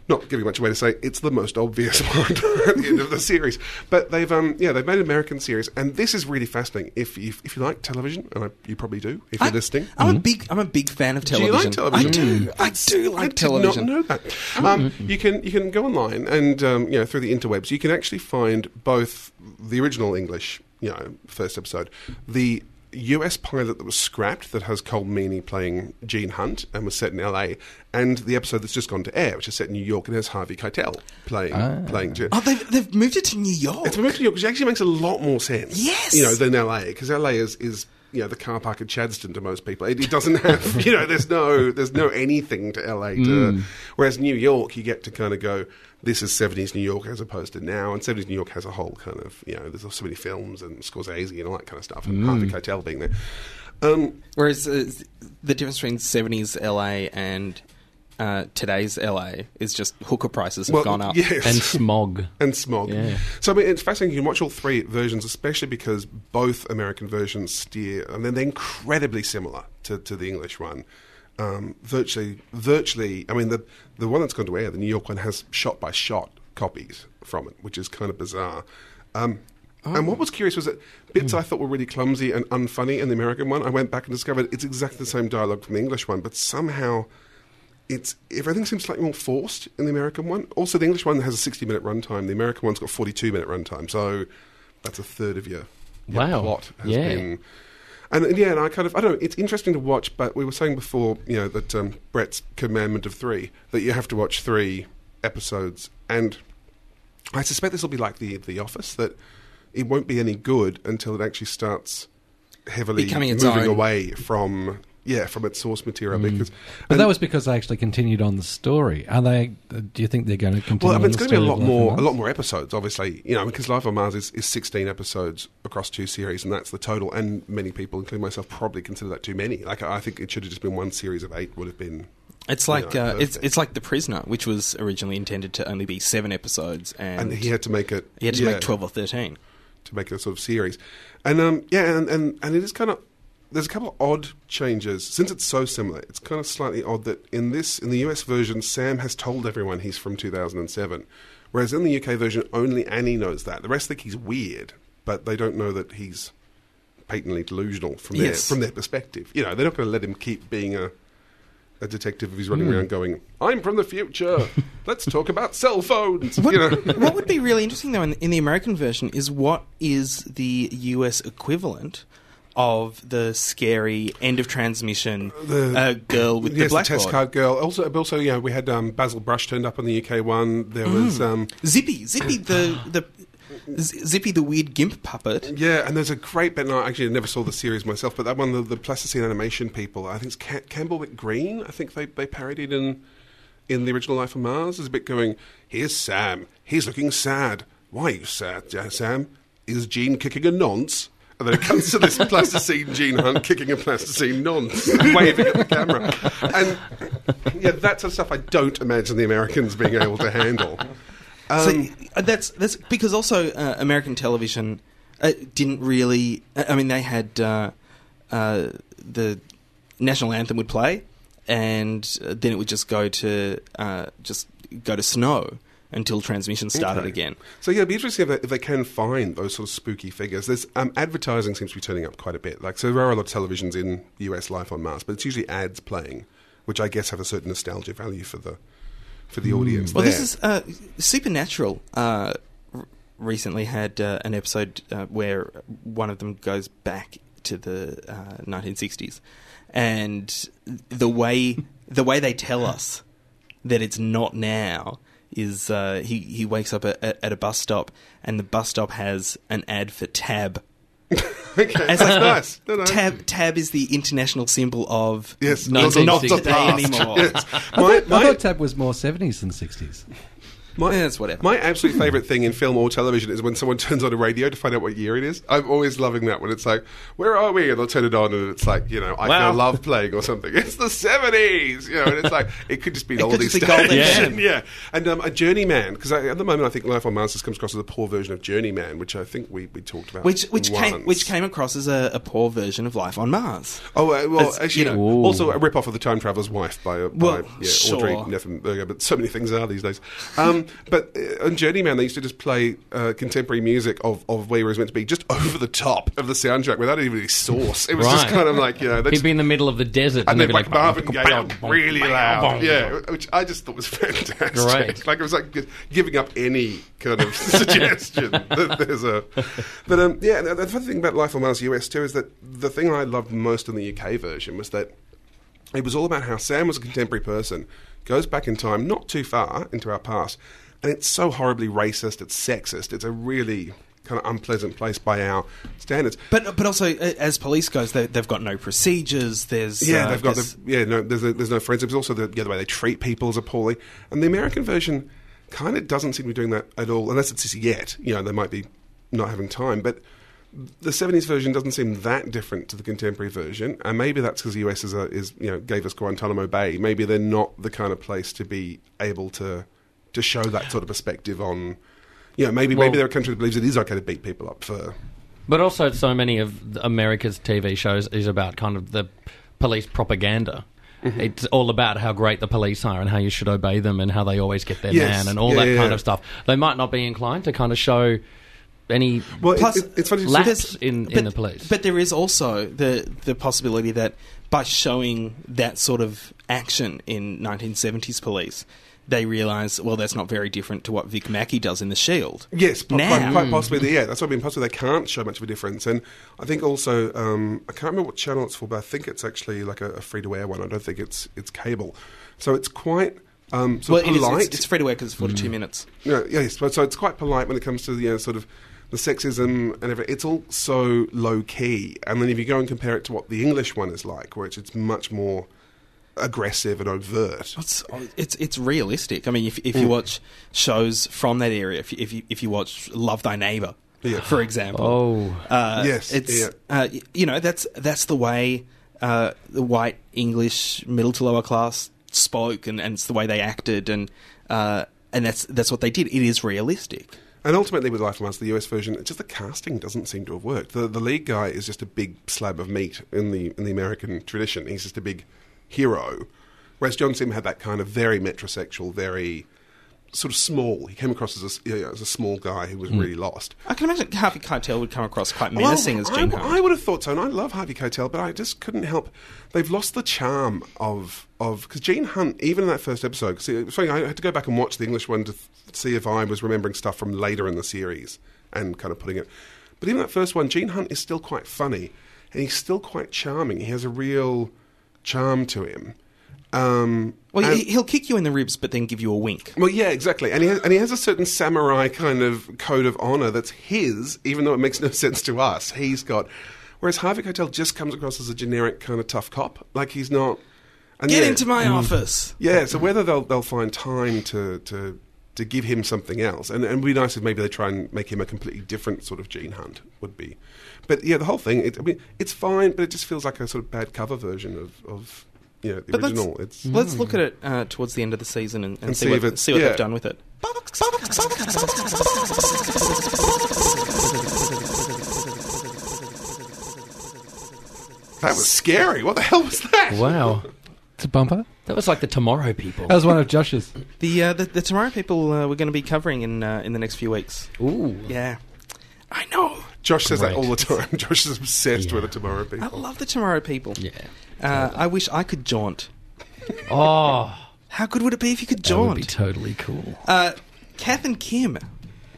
Speaker 2: not giving much away to say it's the most obvious <laughs> one at the end of the series. But they've um yeah they've made an American series, and this is really fascinating. If you, if you like television, and I, you probably do, if you're
Speaker 1: I-
Speaker 2: listening.
Speaker 1: I'm a big I'm a big fan of
Speaker 2: Do you
Speaker 1: television.
Speaker 2: like television?
Speaker 1: I do. I
Speaker 2: s-
Speaker 1: do
Speaker 2: I
Speaker 1: like
Speaker 2: did
Speaker 1: television. Oh. Mm-hmm.
Speaker 2: not know that. Um, you can you can go online and um, you know through the interwebs you can actually find both the original English you know first episode, the U.S. pilot that was scrapped that has Cole Meany playing Gene Hunt and was set in L.A. and the episode that's just gone to air which is set in New York and has Harvey Keitel playing playing Gene.
Speaker 1: Oh, they've, they've moved it to New York.
Speaker 2: It's moved to New York, which actually makes a lot more sense.
Speaker 1: Yes.
Speaker 2: You know, than LA, because LA is, is you know the car park at Chadston to most people. It, it doesn't <laughs> have you know there's no there's no anything to LA. To,
Speaker 1: Hmm.
Speaker 2: Whereas New York, you get to kind of go. This is 70s New York as opposed to now, and 70s New York has a whole kind of you know there's so many films and Scorsese and all that kind of stuff, and
Speaker 1: Hmm.
Speaker 2: Harvey Keitel being there. Um,
Speaker 1: Whereas uh, the difference between 70s LA and uh, today's LA is just hooker prices have
Speaker 2: well,
Speaker 1: gone up.
Speaker 2: yes.
Speaker 4: And smog.
Speaker 2: and smog.
Speaker 4: Yeah.
Speaker 2: So I mean, it's fascinating. You can watch all three versions, especially because both American versions steer, and then they're incredibly similar to, to the English one. Um, virtually, virtually. I mean, the the one that's gone to air, the New York one, has shot by shot copies from it, which is kind of bizarre. Um, And
Speaker 4: Oh.
Speaker 2: what was curious was that
Speaker 4: Hmm.
Speaker 2: bits I thought were really clumsy and unfunny in the American one, I went back and discovered it's exactly the same dialogue from the English one, but somehow it's everything seems slightly more forced in the American one. Also, the English one has a 60 minute runtime. The American one's got 42 minute runtime. So that's a third of your, your
Speaker 4: Wow.
Speaker 2: plot has
Speaker 4: Yeah.
Speaker 2: been. And, and yeah, and I kind of I don't. know, It's interesting to watch, but we were saying before, you know, that um, Brett's commandment of three that you have to watch three episodes, and I suspect this will be like the The Office that it won't be any good until it actually starts heavily
Speaker 1: Becoming its
Speaker 2: moving
Speaker 1: own.
Speaker 2: away from yeah from its source material because
Speaker 3: But
Speaker 2: and-
Speaker 3: that was because they actually continued on the story. Are they? Do you think they're going to continue?
Speaker 2: well, I mean,
Speaker 3: on
Speaker 2: it's
Speaker 3: the
Speaker 2: going to be a
Speaker 3: story
Speaker 2: lot
Speaker 3: of Life
Speaker 2: more,
Speaker 3: on
Speaker 2: a
Speaker 3: Mars?
Speaker 2: lot more episodes. Obviously, you know, because Life on Mars is, is sixteen episodes across two series, and that's the total. And many people, including myself, probably consider that too many. Like, I think it should have just been one series of eight. Would have been
Speaker 1: It's
Speaker 2: you
Speaker 1: like
Speaker 2: know,
Speaker 1: uh, it's
Speaker 2: perfect.
Speaker 1: it's like The Prisoner, which was originally intended to only be seven episodes, and,
Speaker 2: and he had to make it.
Speaker 1: he had to
Speaker 2: yeah.
Speaker 1: make twelve or thirteen.
Speaker 2: to make it a sort of series. And um, yeah, and, and, and it is kind of there's a couple of odd changes since it's so similar. It's kind of slightly odd that in this in the US version, Sam has told everyone he's from 2007, whereas in the UK version, only Annie knows that. The rest think he's weird, but they don't know that he's patently delusional from their
Speaker 1: Yes.
Speaker 2: from their perspective. You know, they're not going to let him keep being a a detective if he's
Speaker 1: Hmm.
Speaker 2: running around going, "I'm from the
Speaker 1: <laughs>
Speaker 2: future. Let's talk about cell phones."
Speaker 1: What,
Speaker 2: you know,
Speaker 1: <laughs> what would be really interesting, though, in, in the American version is what is the US equivalent of the scary end of transmission
Speaker 2: The-
Speaker 1: uh, girl with the
Speaker 2: yes, the
Speaker 1: blackboard?
Speaker 2: test card girl. Also, but also, yeah, we had um, Basil Brush turned up on the UK one. There
Speaker 1: Mm.
Speaker 2: was, um,
Speaker 1: Zippy, Zippy, the
Speaker 2: <gasps>
Speaker 1: the Z- Zippy, the weird gimp puppet.
Speaker 2: yeah, and there's a great bit. No, actually, I never saw the series myself, but that one, the, the plasticine animation people. I think it's Ca- Campbellwick Green. I think they they parodied in in the original Life of Mars. There's a bit going. Here's Sam. He's looking sad. Why are you sad, Ja- Sam? Is Gene kicking a nonce? And then it comes to this plasticine Gene Hunt kicking a plasticine nonce, <laughs> waving at the camera. And yeah, that sort of stuff I don't imagine the Americans being able to handle. Um,
Speaker 1: so uh, that's that's because also uh, American television uh, didn't really. I I mean, they had uh, uh, the national anthem would play, and uh, then it would just go to uh, just go to snow until transmission started
Speaker 2: Okay.
Speaker 1: again.
Speaker 2: So yeah, it'd be interesting if they, if they can find those sort of spooky figures. There's um, advertising seems to be turning up quite a bit. Like so, there are a lot of televisions in US Life on Mars, but it's usually ads playing, which I guess have a certain nostalgia value for the for the audience.
Speaker 1: Well, this
Speaker 2: there.
Speaker 1: is uh, Supernatural. Uh, r- recently had uh, an episode uh, where one of them goes back to the uh, 1960s, and the way the way they tell us that it's not now is uh, he he wakes up at, at a bus stop, and the bus stop has an ad for Tab.
Speaker 2: <laughs> okay,
Speaker 1: It's
Speaker 2: that's
Speaker 1: like-
Speaker 2: nice. No, no.
Speaker 1: Tab Tab is the international symbol of
Speaker 2: Uh, Yes, not, not the
Speaker 1: 1960
Speaker 2: past.
Speaker 1: anymore.
Speaker 2: <laughs> Yes.
Speaker 3: I
Speaker 2: My,
Speaker 3: thought- I
Speaker 2: my,
Speaker 3: thought Tab was more seventies than sixties.
Speaker 2: my,
Speaker 1: Yeah, Eh, it's whatever.
Speaker 2: My absolute favourite thing in film or television is when someone <laughs> turns on a radio to find out what year it is. I'm always loving that when it's like, where are we? And they'll turn it on and it's like, you know, I
Speaker 4: Wow.
Speaker 2: feel love playing or something. It's the 70s! You know, and it's like, it could just be an
Speaker 1: It could
Speaker 2: oldie
Speaker 1: just be golden
Speaker 2: station.
Speaker 1: shit.
Speaker 2: <laughs> Yeah. And um, a Journeyman, because at the moment I think Life on Mars just comes across as a poor version of Journeyman, which I think we, we talked about.
Speaker 1: Which which came
Speaker 2: once.
Speaker 1: which came across as a, a poor version of Life on Mars.
Speaker 2: Oh, uh, well,
Speaker 1: As,
Speaker 2: actually,
Speaker 1: you know-
Speaker 3: Ooh.
Speaker 2: also a rip-off of The Time Traveler's Wife by, uh,
Speaker 1: Well,
Speaker 2: by yeah,
Speaker 1: sure.
Speaker 2: Audrey Neffenberger, but so many things are these days. Um, <laughs> but uh, on Journeyman, they used to just play uh, contemporary music of, of where it was meant to be, just <laughs> over the top of the soundtrack without even any source. It was just
Speaker 4: Right.
Speaker 2: kind of like, you know... they
Speaker 4: He'd
Speaker 2: just-
Speaker 4: be in the middle of the desert,
Speaker 2: and
Speaker 4: and,
Speaker 2: then
Speaker 4: they'd be
Speaker 2: like
Speaker 4: like "Oh,
Speaker 2: Marvin
Speaker 4: "Bong,
Speaker 2: Gaye on
Speaker 4: bong, <laughs> bong,
Speaker 2: really
Speaker 4: bong,
Speaker 2: loud,
Speaker 4: bong."
Speaker 2: yeah, which I just thought was <laughs> fantastic.
Speaker 4: Great.
Speaker 2: Like it was like gi- giving up any kind of <laughs>
Speaker 4: <laughs>
Speaker 2: suggestion that there's a. But um, yeah, the the funny thing about Life on Mars US too is that the thing I loved most in the UK version was that it was all about how Sam was a contemporary person, goes back in time, not too far into our past, and it's so horribly racist, it's sexist, it's a really kind of unpleasant place by our standards.
Speaker 1: But but also, a- as police goes, they, they've got no procedures. There's
Speaker 2: Yeah,
Speaker 1: uh,
Speaker 2: they've got
Speaker 1: there's-
Speaker 2: the, yeah. No, there's, no- there's no forensics. There's also the, yeah, the way they treat people is appalling, and the American version kind of doesn't seem to be doing that at all, unless it's just yet. You know, they might be not having time, but the '70s version doesn't seem that different to the contemporary version, and maybe that's because the US is, a, is you know gave us Guantanamo Bay. Maybe they're not the kind of place to be able to to show that sort of perspective on. You know, maybe
Speaker 4: Well-
Speaker 2: maybe they're a country that believes it is okay to beat people up for
Speaker 4: But also, so many of the- America's TV shows is about kind of the police propaganda.
Speaker 2: Mm-hmm.
Speaker 4: It's all about how great the police are and how you should obey them and how they always get their
Speaker 2: Yes.
Speaker 4: man and all
Speaker 2: Yeah,
Speaker 4: that
Speaker 2: yeah,
Speaker 4: kind
Speaker 2: yeah.
Speaker 4: of stuff. They might not be inclined to kind of show any
Speaker 2: Well,
Speaker 1: Plus-
Speaker 2: it, it's funny.
Speaker 4: lapse
Speaker 1: there's-
Speaker 4: in,
Speaker 1: but,
Speaker 4: in the police.
Speaker 1: But there is also the the possibility that by showing that sort of action in 1970s police, they realise well that's not very different to what Vic Mackey does in The Shield.
Speaker 2: Yes, po-
Speaker 1: Now.
Speaker 2: quite, quite possibly. Yeah, that's what I mean. Possibly they can't show much of a difference. And I think also, um, I can't remember what channel it's for, but I think it's actually like a, a free to air one. I don't think it's it's cable. So it's quite um,
Speaker 1: Well,
Speaker 2: sort
Speaker 1: it is,
Speaker 2: of polite.
Speaker 4: Mm.
Speaker 1: it's, it's free to wear because it's 42 minutes.
Speaker 2: Yeah, yes, but- so it's quite polite when it comes to the you know, sort of the sexism and everything, it's all so low key. And then if you go and compare it to what the English one is like, which it's much more aggressive and overt.
Speaker 1: It's it's it's realistic. I mean, if if you
Speaker 2: Mm.
Speaker 1: watch shows from that area, if you- if you if you watch Love Thy Neighbor,
Speaker 2: Yeah.
Speaker 1: for example,
Speaker 4: Oh.
Speaker 1: uh,
Speaker 2: Yes,
Speaker 1: it's
Speaker 2: yeah.
Speaker 1: uh, y- you know that's that's the way uh, the white English middle to lower class spoke, and, and it's the way they acted, and uh, and that's that's what they did. It is realistic.
Speaker 2: And ultimately, with Life of Mars, the US version, it's just the casting doesn't seem to have worked. The, the lead guy is just a big slab of meat in the in the American tradition. He's just a big hero, whereas John Sim had that kind of very metrosexual, very sort of small. He came across as a, you know, as a small guy who was really lost.
Speaker 1: I can imagine Harvey Keitel would come across quite menacing
Speaker 2: Well,
Speaker 1: as Gene
Speaker 2: I,
Speaker 1: Hackman.
Speaker 2: I would have thought so, and I love Harvey Keitel, but I just couldn't help. They've lost the charm of of because Gene Hunt, even in that first episode, 'cause it was funny. I had to go back and watch the English one to th- see if I was remembering stuff from later in the series and kind of putting it. But even that first one, Gene Hunt is still quite funny, and he's still quite charming. He has a real charm to him. Um,
Speaker 1: well,
Speaker 2: and-
Speaker 1: he, he'll kick you in the ribs, but then give you a wink.
Speaker 2: well, yeah, exactly, and he has, and he has a certain samurai kind of code of honor that's his, even though it makes no <laughs> sense to us. He's got, whereas Harvey Keitel just comes across as a generic kind of tough cop, like he's not. And
Speaker 1: Get
Speaker 2: yeah, Mm.
Speaker 1: into my office.
Speaker 2: yeah. So whether they'll they'll find time to to to give him something else, and and it'd be nice if maybe they try and make him a completely different sort of Gene Hunt would be, but yeah, the whole thing. It, I mean, it's fine, but it just feels like a sort of bad cover version of of you know, the
Speaker 1: But let's-
Speaker 2: original. It's
Speaker 1: Let's look at it uh, towards the end of the season and, and, see,
Speaker 2: see
Speaker 1: what,
Speaker 2: if it-
Speaker 1: see what
Speaker 2: yeah.
Speaker 1: they've done with it. Mm.
Speaker 2: that was scary. What the hell was that?
Speaker 4: Wow.
Speaker 3: It's a bumper.
Speaker 4: That was like the Tomorrow People.
Speaker 3: That was one of <laughs> Josh's.
Speaker 1: The, uh, the the tomorrow people uh, we're going to be covering in uh, in the next few weeks.
Speaker 4: Ooh.
Speaker 1: Yeah, I know.
Speaker 2: Josh says that
Speaker 4: Great.
Speaker 2: all the time. <laughs> Josh is obsessed with it tomorrow,
Speaker 1: I
Speaker 2: people.
Speaker 1: love the tomorrow people.
Speaker 4: Yeah.
Speaker 1: Uh, I wish I could jaunt.
Speaker 4: Oh,
Speaker 1: How good would it be if you could
Speaker 4: that would be
Speaker 1: jaunt?
Speaker 4: totally cool.
Speaker 1: uh, Kath and Kim.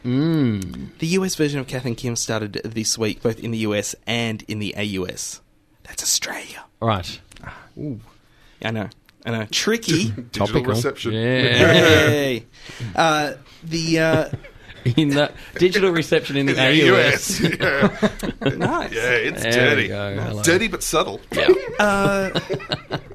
Speaker 1: The US version of Kath and Kim started this week, both in the US and in the AUS. That's Australia.
Speaker 4: All right.
Speaker 1: I know. I know. Tricky.
Speaker 2: Digital
Speaker 4: Topical.
Speaker 2: reception.
Speaker 4: Yeah.
Speaker 1: hey. Uh, the uh, <laughs>
Speaker 4: in the digital reception in the
Speaker 2: Yeah,
Speaker 4: AUS.
Speaker 2: US. <laughs> yeah.
Speaker 1: nice.
Speaker 2: yeah, it's
Speaker 4: There
Speaker 2: dirty.
Speaker 4: we go. Hello.
Speaker 2: Dirty but subtle.
Speaker 1: Uh,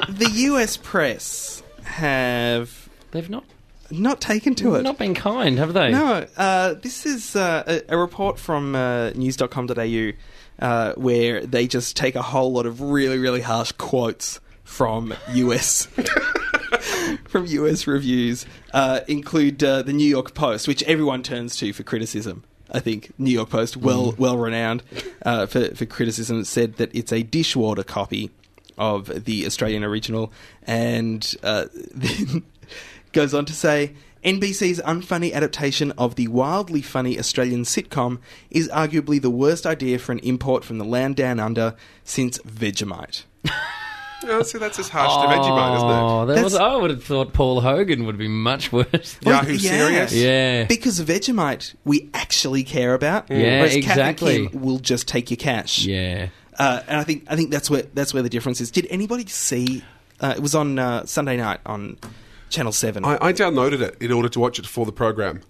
Speaker 1: the US press have
Speaker 4: They've not
Speaker 1: not taken to it.
Speaker 4: not been kind, have they?
Speaker 1: No, uh, this is uh, a, a report from uh, news.com.au uh, where they just take a whole lot of really, really harsh quotes from US. From US reviews, uh, include uh, the New York Post, which everyone turns to for criticism. I think New York Post, well well renowned uh, for for criticism, said that it's a dishwater copy of the Australian original, and uh, <laughs> then goes on to say NBC's unfunny adaptation of the wildly funny Australian sitcom is arguably the worst idea for an import from the land down under since Vegemite.
Speaker 2: Oh, see, that's as harsh to Vegemite, isn't
Speaker 4: Oh, that
Speaker 1: That's-
Speaker 4: was, I would have thought Paul Hogan would be much worse.
Speaker 2: it? Yahoo Serious?
Speaker 4: Yeah.
Speaker 1: Because Vegemite, we actually care about.
Speaker 4: Yeah,
Speaker 1: whereas Kath and
Speaker 4: exactly.
Speaker 1: Kim will just take your cash.
Speaker 4: Yeah.
Speaker 1: Uh, and I think I think that's where that's where the difference is. Did anybody see? Uh, it was on uh, Sunday night on Channel Seven.
Speaker 2: I, I downloaded it in order to watch it before the program.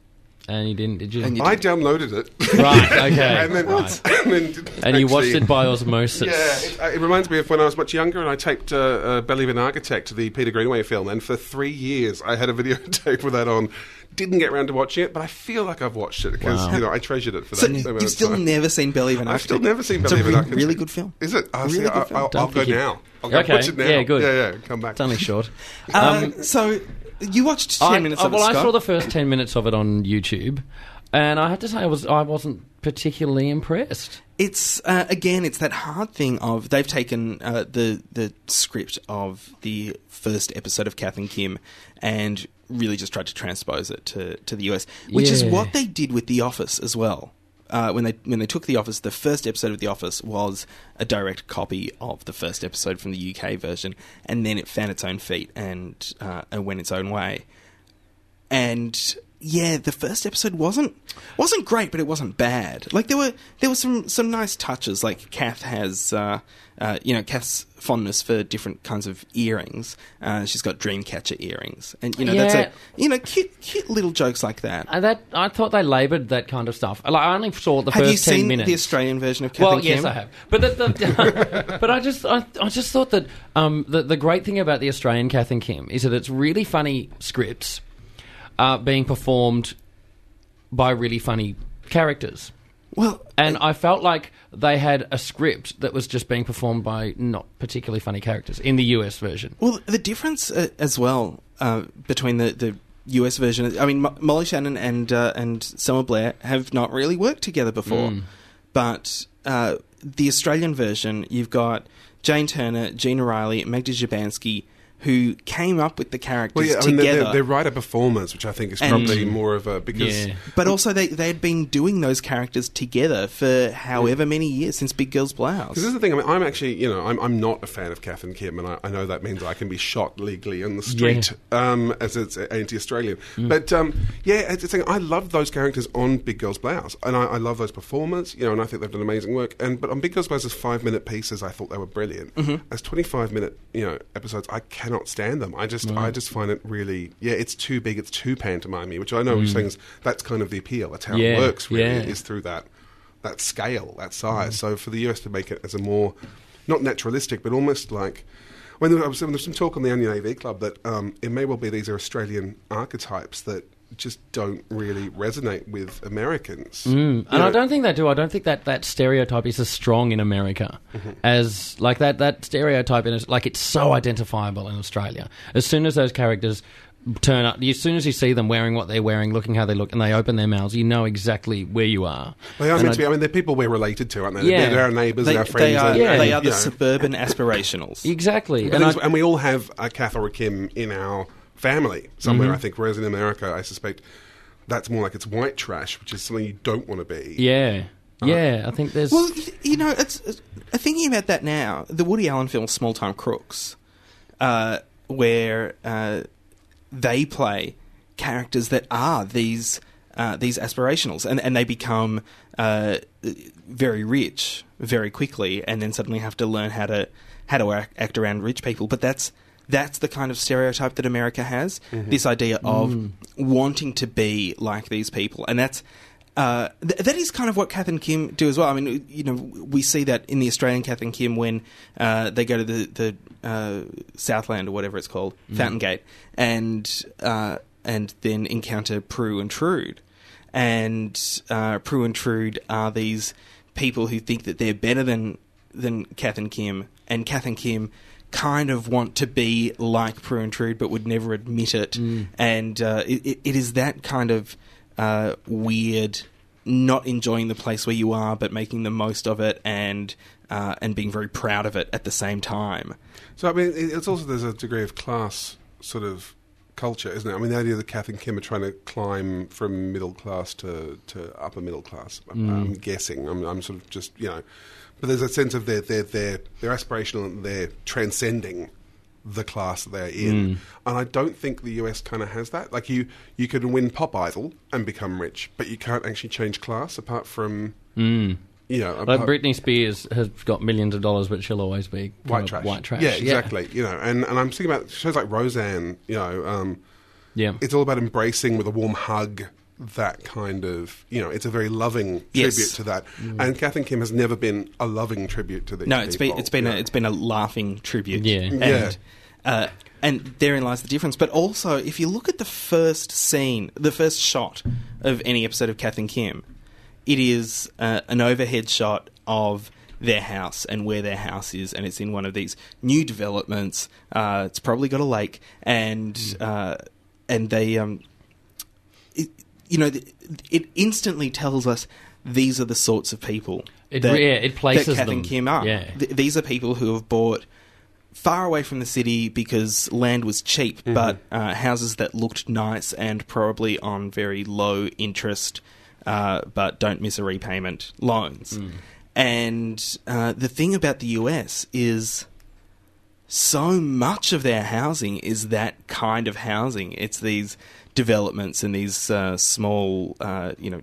Speaker 4: And you didn't, did you?
Speaker 1: And you-
Speaker 2: I downloaded it. <laughs>
Speaker 4: Right, okay.
Speaker 2: and then,
Speaker 4: Right.
Speaker 2: <laughs> and then didn't
Speaker 4: And you watched
Speaker 2: actually-
Speaker 4: it by osmosis.
Speaker 2: Yeah, it, it reminds me of when I was much younger and I taped uh, uh, Belly of an Architect, the Peter Greenaway film, and for three years I had a <laughs> videotape with that on. Didn't get around to watching it, but I feel like I've watched it because you know I treasured it for
Speaker 1: so
Speaker 2: that. amount
Speaker 1: you've
Speaker 2: of
Speaker 1: still
Speaker 2: time.
Speaker 1: never seen Belly of an
Speaker 2: I've
Speaker 1: Architect?
Speaker 2: still never seen
Speaker 1: It's
Speaker 2: Belly
Speaker 1: a
Speaker 2: of an
Speaker 1: re-
Speaker 2: Architect.
Speaker 1: really good film.
Speaker 2: Is it? Oh,
Speaker 1: Really
Speaker 2: see,
Speaker 1: good
Speaker 2: I,
Speaker 1: film.
Speaker 2: I'll,
Speaker 4: Don't
Speaker 2: I'll go
Speaker 4: think you-
Speaker 2: now. I'll go
Speaker 4: Okay,
Speaker 2: watch it now.
Speaker 4: yeah, good.
Speaker 2: Yeah, yeah. Come back.
Speaker 4: It's only short.
Speaker 1: Uh, so you watched ten
Speaker 4: I-
Speaker 1: minutes
Speaker 4: uh,
Speaker 1: of it,
Speaker 4: well, I
Speaker 1: Scott.
Speaker 4: saw the first ten minutes of it on YouTube, and I have to say, I was I wasn't particularly impressed.
Speaker 1: It's uh, again, it's that hard thing of they've taken uh, the the script of the first episode of Kath and Kim and really just tried to transpose it to, to the US, which is
Speaker 4: Yeah.
Speaker 1: what they did with The Office as well. Uh, when they when they took The Office, the first episode of The Office was a direct copy of the first episode from the UK version, and then it found its own feet and uh, and went its own way. And yeah, the first episode wasn't wasn't great, but it wasn't bad. Like there were there were some some nice touches. Like Kath has, uh, uh, you know, Kath's fondness for different kinds of earrings. Uh, she's got dreamcatcher earrings, and you know that's
Speaker 4: Yeah.
Speaker 1: a you know cute cute little jokes like that.
Speaker 4: And Uh, that I thought they laboured that kind of stuff. Like, I only saw the
Speaker 1: Have
Speaker 4: first
Speaker 1: you seen
Speaker 4: ten minutes.
Speaker 1: the Australian version of Kath
Speaker 4: well,
Speaker 1: and
Speaker 4: yes,
Speaker 1: Kim?
Speaker 4: I have, but the, the, <laughs> but I just I, I just thought that um, the the great thing about the Australian Kath and Kim is that it's really funny scripts uh, being performed by really funny characters,
Speaker 1: Well,
Speaker 4: and I felt like they had a script that was just being performed by not particularly funny characters in the US version.
Speaker 1: Well, the difference uh, as well uh, between the, the US version, I mean, Mo- Molly Shannon and uh, and Summer Blair have not really worked together before, but uh, the Australian version, you've got Jane Turner, Gina Riley, Magda Jabansky, who came up with the characters
Speaker 2: Well, yeah, I mean,
Speaker 1: together.
Speaker 2: they're, they're, they're writer performers, which I think is
Speaker 1: And-
Speaker 2: probably more of a because
Speaker 4: Yeah.
Speaker 1: but also, they they had been doing those characters together for however many years since Big Girls Blouse.
Speaker 2: Because this is the thing. I mean, I'm actually, you know, I'm, I'm not a fan of Kath and Kim, and I, I know that means I can be shot legally in the street um, as it's anti-Australian. But um, yeah, it's, it's like, I love those characters on Big Girls Blouse, and I, I love those performers, you know, and I think they've done amazing work. And but on Big Girls Blouse's five-minute pieces, I thought they were brilliant. As 25-minute, you know, episodes, I cannot stand them. I just, I just find it really, yeah, it's too big, it's too pantomimey, which I know, which things that's kind of the appeal. That's how
Speaker 4: Yeah,
Speaker 2: it works, really,
Speaker 4: yeah.
Speaker 2: is is through that that scale, that size. So for the US to make it as a more not naturalistic, but almost like when there was, there was some talk on the Onion AV Club that um, it may well be these are Australian archetypes that just don't really resonate with Americans. You
Speaker 4: And I
Speaker 2: know,
Speaker 4: don't think they do. I don't think that that stereotype is as strong in America
Speaker 2: Mm-hmm.
Speaker 4: as like that that stereotype in like it's so identifiable in Australia. As soon as those characters turn up, as soon as you see them wearing what they're wearing, looking how they look, and they open their mouths, you know exactly where you are.
Speaker 2: They are
Speaker 4: And
Speaker 2: meant
Speaker 4: I-
Speaker 2: to be. I mean, they're people we're related to, aren't they?
Speaker 4: Yeah.
Speaker 2: They're, they're our neighbours
Speaker 1: They,
Speaker 2: and our friends. eh?
Speaker 1: they are,
Speaker 2: and,
Speaker 4: Yeah.
Speaker 1: they
Speaker 2: and,
Speaker 1: are the
Speaker 2: you know,
Speaker 1: suburban aspirationals.
Speaker 4: Exactly.
Speaker 2: But
Speaker 4: And
Speaker 2: things-
Speaker 4: I-
Speaker 2: and, we all have a Kath or a Kim in our family somewhere, I think. Whereas in America, I suspect that's more like it's white trash, which is something you don't want to be.
Speaker 4: yeah, yeah. I think there's.
Speaker 1: Well, y- you know, it's, it's thinking about that now. The Woody Allen film Small Time Crooks, uh, where uh, they play characters that are these uh, these aspirationals, and and they become uh, very rich very quickly, and then suddenly have to learn how to how to act, act around rich people. But that's that's the kind of stereotype that America has. This idea of wanting to be like these people, and that's uh, th- that is kind of what Kath and Kim do as well. I mean, you know, we see that in the Australian Kath and Kim when uh, they go to the, the uh, Southland or whatever it's called, Fountain Gate, and uh, and then encounter Prue and Trude, and uh, Prue and Trude are these people who think that they're better than than Kath and Kim, and Kath and Kim kind of want to be like Prue and Trude, but would never admit it. And uh, it, it- it is that kind of uh, weird, not enjoying the place where you are, but making the most of it and uh, and being very proud of it at the same time.
Speaker 2: So I mean, it- it's also there's a degree of class sort of culture, isn't it? I mean, the idea that Kath and Kim are trying to climb from middle class to, to upper middle class. I'm, I'm guessing. I'm, I'm sort of just you know, but there's a sense of they're they're they're, they're aspirational and they're transcending the class that they're in, and I don't think the US kind of has that. Like you, you could win Pop Idol and become rich, but you can't actually change class apart from. You know,
Speaker 4: like
Speaker 2: apart-
Speaker 4: Britney Spears has got millions of dollars, but she'll always be kind
Speaker 2: white
Speaker 4: of
Speaker 2: trash.
Speaker 4: White trash.
Speaker 2: Yeah, exactly. You know, and, and I'm thinking about shows like Roseanne. You know, um,
Speaker 4: Yeah.
Speaker 2: it's all about embracing with a warm hug that kind of you know. It's a very loving
Speaker 1: Yes.
Speaker 2: tribute to that. And Kath and Kim has never been a loving tribute to these.
Speaker 1: No, it's been
Speaker 2: people,
Speaker 1: it's been
Speaker 2: you
Speaker 1: a,
Speaker 2: know.
Speaker 1: it's been a laughing tribute.
Speaker 4: Yeah.
Speaker 1: and
Speaker 2: Yeah.
Speaker 1: Uh, and therein lies the difference. But also, if you look at the first scene, the first shot of any episode of Kath and Kim, it is uh, an overhead shot of their house and where their house is, and it's in one of these new developments. Uh, it's probably got a lake, and
Speaker 2: Hmm.
Speaker 1: uh, and they um, it, you know, th- it instantly tells us these are the sorts of people.
Speaker 4: It re- yeah, it places
Speaker 1: that Kath
Speaker 4: them.
Speaker 1: and Kim are.
Speaker 4: Yeah.
Speaker 1: Th- these are people who have bought far away from the city because land was cheap, but uh, houses that looked nice and probably on very low interest, uh, but don't miss a repayment
Speaker 4: Mm.
Speaker 1: loans. And uh, the thing about the US is so much of their housing is that kind of housing. It's these developments and these uh, small, uh, you know,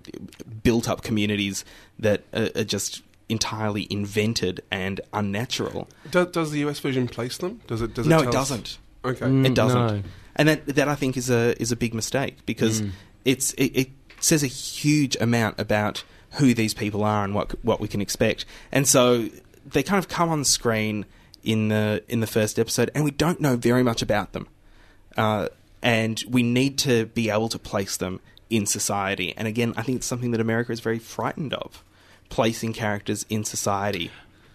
Speaker 1: built-up communities that are, are just entirely invented and unnatural.
Speaker 2: Do, does the US version place them? Does it? Does it
Speaker 1: No, it
Speaker 2: tell us-
Speaker 1: doesn't.
Speaker 2: Okay.
Speaker 4: Mm,
Speaker 1: It doesn't,
Speaker 4: no. Mm.
Speaker 1: and that that I think is a is a big mistake because it's it, it says a huge amount about who these people are and what c- what we can expect, and so they kind of come on screen in the in the first episode, and we don't know very much about them, uh, and we need to be able to place them in society, and again, I think it's something that America is very frightened of, placing characters in society.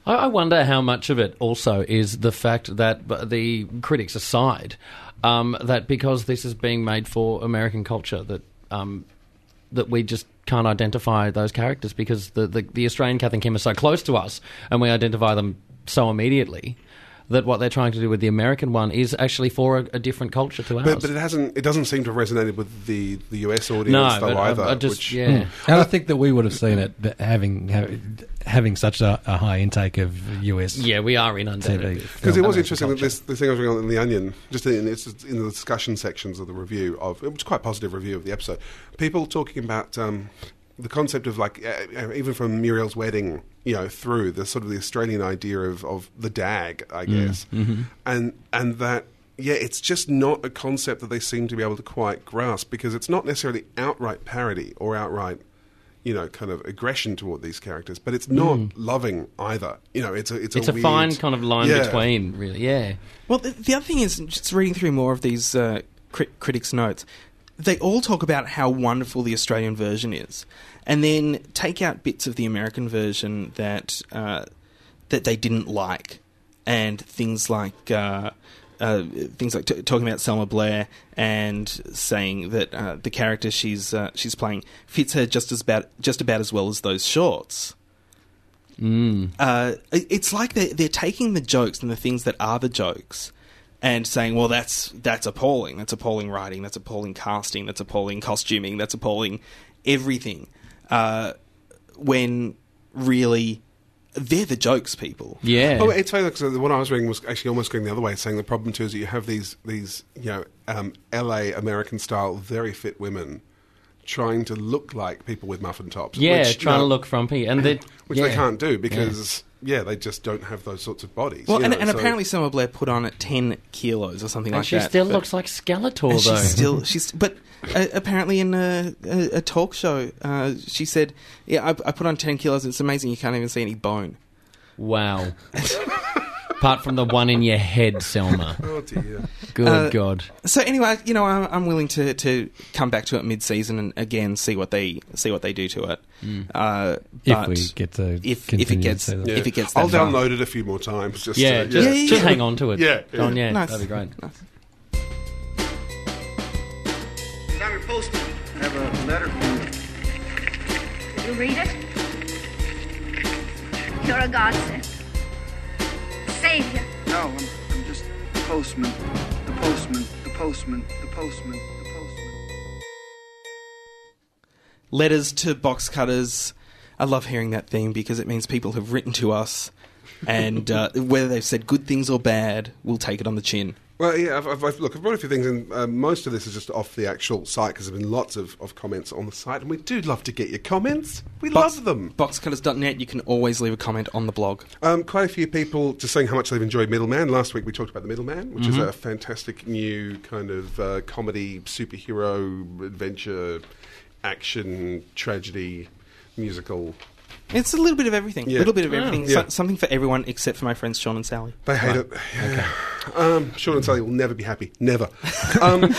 Speaker 4: I, I wonder how much of it also is the fact that b- the critics aside, um, that because this is being made for American culture, that um, that we just can't identify those characters because the, the, the Australian Kath and Kim are so close to us and we identify them so immediately that what they're trying to do with the American one is actually for a, a different culture to ours.
Speaker 2: But, but it hasn't. It doesn't seem to have resonated with the, the US audience
Speaker 4: no,
Speaker 2: though
Speaker 4: but I-
Speaker 2: either.
Speaker 4: I, just
Speaker 2: which, Hmm.
Speaker 4: yeah.
Speaker 3: And I think that we would have seen it that having ha- having such a, a high intake of US
Speaker 4: Yeah, we are inundated.
Speaker 3: TV.
Speaker 4: with-
Speaker 2: Because it was
Speaker 3: American
Speaker 2: interesting that
Speaker 3: culture.
Speaker 2: this, this thing I was reading on in the Onion, just in, it's just in the discussion sections of the review of it was quite a positive review of the episode. People talking about um, the concept of like uh, uh, even from Muriel's wedding, you know, through the sort of the Australian idea of, of the dag,
Speaker 4: Mm,
Speaker 2: I guess,
Speaker 4: mm-hmm.
Speaker 2: and and that yeah, it's just not a concept that they seem to be able to quite grasp because it's not necessarily outright parody or outright you know kind of aggression toward these characters, but it's not loving either. You know, it's a it's,
Speaker 4: Mm. It's a
Speaker 2: weird-
Speaker 4: fine kind of line
Speaker 2: Yeah.
Speaker 4: between, really. Yeah.
Speaker 1: Well, the, the other thing is just reading through more of these uh, crit- critics' notes. They all talk about how wonderful the Australian version is, and then take out bits of the American version that uh, that they didn't like, and things like uh, uh, things like t- talking about Selma Blair and saying that uh, the character she's uh, she's playing fits her just as about just about as well as those shorts uh, it- it's like they're, they're taking the jokes and the things that are the jokes and saying, well, that's that's appalling. That's appalling writing. That's appalling casting. That's appalling costuming. That's appalling everything. Uh, when really, they're the jokes, people.
Speaker 4: Yeah.
Speaker 2: Oh, it's funny because what I was reading was actually almost going the other way, saying the problem too is that you have these these you know um, L.A. American style very fit women trying to look like people with muffin tops.
Speaker 4: yeah,
Speaker 2: which, you
Speaker 4: trying
Speaker 2: know,
Speaker 4: to look frumpy. And they,
Speaker 2: <clears throat> which
Speaker 4: yeah.
Speaker 2: they can't do because yeah. they just don't have those sorts of bodies.
Speaker 1: Well,
Speaker 2: you
Speaker 1: and,
Speaker 2: know,
Speaker 1: and
Speaker 2: so-
Speaker 1: apparently, Summer Blair put on at ten kilos or something
Speaker 4: And
Speaker 1: like
Speaker 4: she
Speaker 1: that.
Speaker 4: still
Speaker 1: but-
Speaker 4: looks like Skeletor,
Speaker 1: And
Speaker 4: though.
Speaker 1: she's still she's but uh, apparently in a, a, a talk show uh, she said yeah I, I put on 10 kilos it's amazing you can't even see any bone
Speaker 2: <laughs>
Speaker 4: Wow. Apart from the one in your head, Selma.
Speaker 2: Oh dear.
Speaker 4: Good
Speaker 1: Uh,
Speaker 4: God.
Speaker 1: So anyway, you know, I'm, I'm willing to, to come back to it mid-season and again see what they see what they do to it.
Speaker 4: Mm.
Speaker 1: Uh,
Speaker 3: if
Speaker 1: but
Speaker 3: we get to
Speaker 1: if, if
Speaker 3: continue
Speaker 1: it
Speaker 3: to
Speaker 1: gets
Speaker 3: say that.
Speaker 2: Yeah.
Speaker 1: if it gets, that
Speaker 2: I'll
Speaker 1: far.
Speaker 2: download it a few more times. Just
Speaker 4: Yeah,
Speaker 2: to,
Speaker 4: just,
Speaker 1: yeah,
Speaker 4: just
Speaker 1: yeah.
Speaker 4: hang on to it.
Speaker 2: Yeah,
Speaker 4: Go on,
Speaker 2: yeah.
Speaker 4: yeah,
Speaker 1: Nice.
Speaker 4: that'd be great.
Speaker 1: Nice.
Speaker 7: Larry Poston, I have a letter from
Speaker 8: Did you read it? You're a godsend. Savior.
Speaker 7: No, I'm, I'm just the postman. The postman, the postman, the postman, the postman.
Speaker 1: letters to box cutters. I love hearing that theme because it means people have written to us, and uh, <laughs> whether they've said good things or bad, we'll take it on the chin.
Speaker 2: Well, yeah, I've, I've, I've- look, I've brought a few things in. Uh, most of this is just off the actual site because there's been lots of, of comments on the site, and we do love to get your comments. We love them.
Speaker 1: Boxcutters.net. You can always leave a comment on the blog.
Speaker 2: Um, quite a few people just saying how much they've enjoyed Middleman. Last week we talked about The Middleman, which is a fantastic new kind of uh, comedy, superhero, adventure, action, tragedy, musical.
Speaker 1: It's a little bit of everything. A
Speaker 2: Yeah.
Speaker 1: little bit
Speaker 4: Ah.
Speaker 1: of everything. So-
Speaker 2: yeah.
Speaker 1: something for everyone except for my friends Sean and Sally.
Speaker 2: They hate it. Um, Sean and Sally will never be happy. Never. Um, <laughs>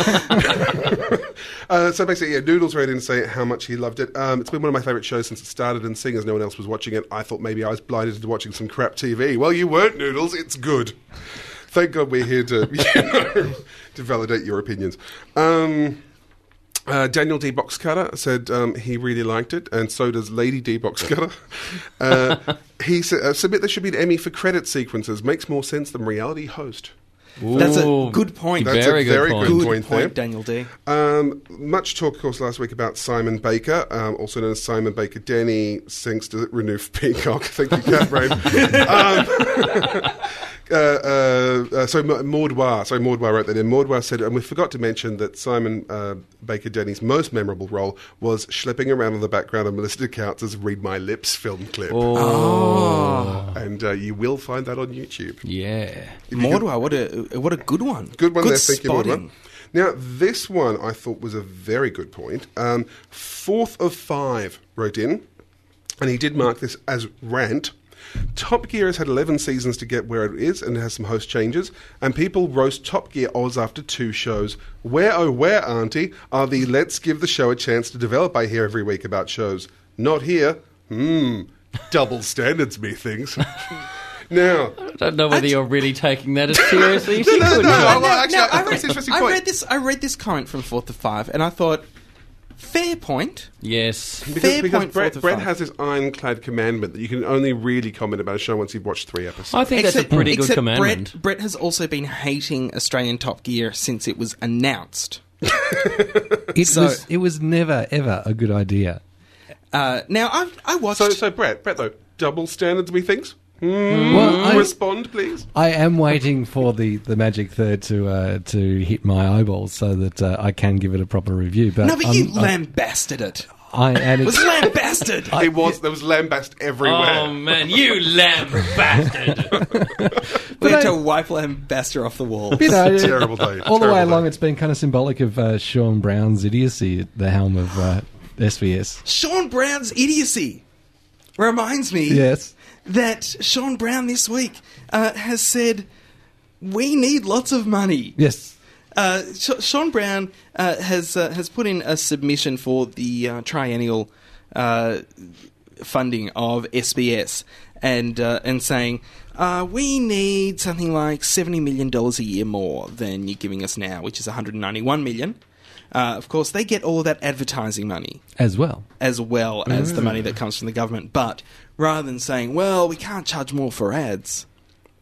Speaker 2: uh, so basically, yeah, Noodles wrote in to say how much he loved it. Um, it's been one of my favourite shows since it started, and seeing as no one else was watching it, I thought maybe I was blinded into watching some crap TV. Well, you weren't, Noodles. It's good. Thank God we're here to, <laughs> you know, to validate your opinions. Um, uh, Daniel D. Boxcutter said um, he really liked it, and so does Lady D. Boxcutter. Uh, he said, uh, submit there should be an Emmy for credit sequences. Makes more sense than reality host.
Speaker 1: That's a
Speaker 4: Ooh.
Speaker 1: good point.
Speaker 2: That's
Speaker 4: Very
Speaker 2: a
Speaker 4: good
Speaker 2: very
Speaker 4: point.
Speaker 2: good
Speaker 1: Good
Speaker 2: point, there.
Speaker 1: point, Daniel D.
Speaker 2: Um, much talk, of course, last week about Simon Baker, um, also known as Simon Baker <laughs> Denny, sings to Renouf Peacock. Thank you, Cat Brave. um, <laughs> uh, uh, uh, so Ma- Maudoir, sorry, Maudoir wrote that in. Maudoir said, and we forgot to mention that Simon uh, Baker Denny's most memorable role was schlepping around in the background of Melissa Coutz's "Read My Lips" film clip, and uh, you will find that on YouTube.
Speaker 4: Yeah.
Speaker 1: Mordwa, what a what a good one.
Speaker 2: Good one there, thank you,
Speaker 1: spotting.
Speaker 2: Mordwa. Now, this one I thought was a very good point. Um, fourth of five wrote in, and he did mark this as rant. Top Gear has had 11 seasons to get where it is, and it has some host changes. And people roast Top Gear odds after two shows. Where, oh, where, Auntie, are the let's give the show a chance to develop I hear every week about shows? Not here. Hmm. Double standards, methinks. <laughs> now,
Speaker 4: I don't know whether you're really taking that as
Speaker 2: <laughs>
Speaker 4: seriously as
Speaker 2: No,
Speaker 4: you
Speaker 2: no, no,
Speaker 4: could. be.
Speaker 2: I
Speaker 1: Now-
Speaker 2: well, actually,
Speaker 1: now,
Speaker 2: I thought it's an interesting
Speaker 1: I
Speaker 2: point.
Speaker 1: read this. I read this comment from Fourth to Five, and I thought, fair point.
Speaker 4: Yes.
Speaker 2: Because,
Speaker 1: fair
Speaker 2: because
Speaker 1: point.
Speaker 2: Brett,
Speaker 1: Fourth of
Speaker 2: Brett
Speaker 1: Five.
Speaker 2: has this ironclad commandment that you can only really comment about a show once you've watched three episodes.
Speaker 4: I think that's a pretty good
Speaker 1: except
Speaker 4: commandment.
Speaker 1: Brett, Brett has also been hating Australian Top Gear since it was announced.
Speaker 3: It
Speaker 1: So-
Speaker 3: was it was never ever a good idea.
Speaker 1: Uh, now I, I watched.
Speaker 2: so, so Brett, Brett though, double standards, methinks. Hmm.
Speaker 3: Well, I-
Speaker 2: Respond, please.
Speaker 3: I am waiting for the, the magic third to uh, to hit my eyeballs so that uh, I can give it a proper review. But
Speaker 1: no, but
Speaker 3: I'm-
Speaker 1: you
Speaker 3: I'm-
Speaker 1: lambasted it.
Speaker 3: I, and
Speaker 1: It was
Speaker 3: it's,
Speaker 1: lambasted.
Speaker 2: it was there was lambast everywhere.
Speaker 1: Um,
Speaker 4: Oh man, you
Speaker 2: <laughs>
Speaker 4: lamb bastard!
Speaker 1: we had
Speaker 3: but
Speaker 1: to
Speaker 3: I-
Speaker 1: wipe lambaster off the wall.
Speaker 2: <laughs>
Speaker 3: you know,
Speaker 2: Terrible day.
Speaker 3: uh, All the
Speaker 2: Terrible
Speaker 3: way
Speaker 2: day.
Speaker 3: along, it's been kind of symbolic of uh, Sean Brown's idiocy at the helm of uh, SVS.
Speaker 1: Sean Brown's idiocy reminds me.
Speaker 3: Yes.
Speaker 1: that Sean Brown this week uh, has said we need lots of money.
Speaker 3: Yes.
Speaker 1: Uh, Sh- Sean Brown uh, has uh, has put in a submission for the uh, triennial uh, funding of SBS and uh, and saying uh, we need something like seventy million dollars a year more than you're giving us now, which is one hundred ninety one million. Uh, of course, they get all of that advertising money
Speaker 3: As well.
Speaker 1: as well as the money that comes from the government. But rather than saying, "Well, we can't charge more for ads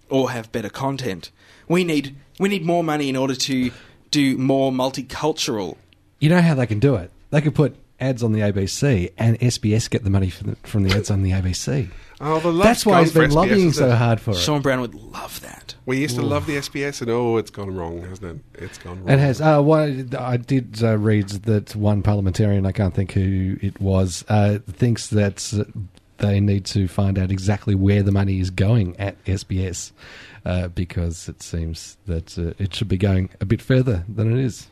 Speaker 1: or have better content," we need we need more money in order to do more multicultural.
Speaker 3: You know how they can do it? They could put ads on the ABC and SBS get the money from the, from the ads on the ABC.
Speaker 2: Oh, the love's
Speaker 3: That's why
Speaker 2: gone
Speaker 3: he's
Speaker 2: for
Speaker 3: been
Speaker 2: SBS,
Speaker 3: lobbying
Speaker 2: isn't
Speaker 3: so
Speaker 2: it?
Speaker 3: hard for it.
Speaker 1: Sean Brown would love that.
Speaker 2: We used to love the SBS, and oh, it's gone wrong, hasn't it? It's gone wrong.
Speaker 3: It has. Uh, one, I did uh, read that one parliamentarian, I can't think who it was, uh, thinks that uh, they need to find out exactly where the money is going at SBS uh, because it seems that uh, it should be going a bit further than it is.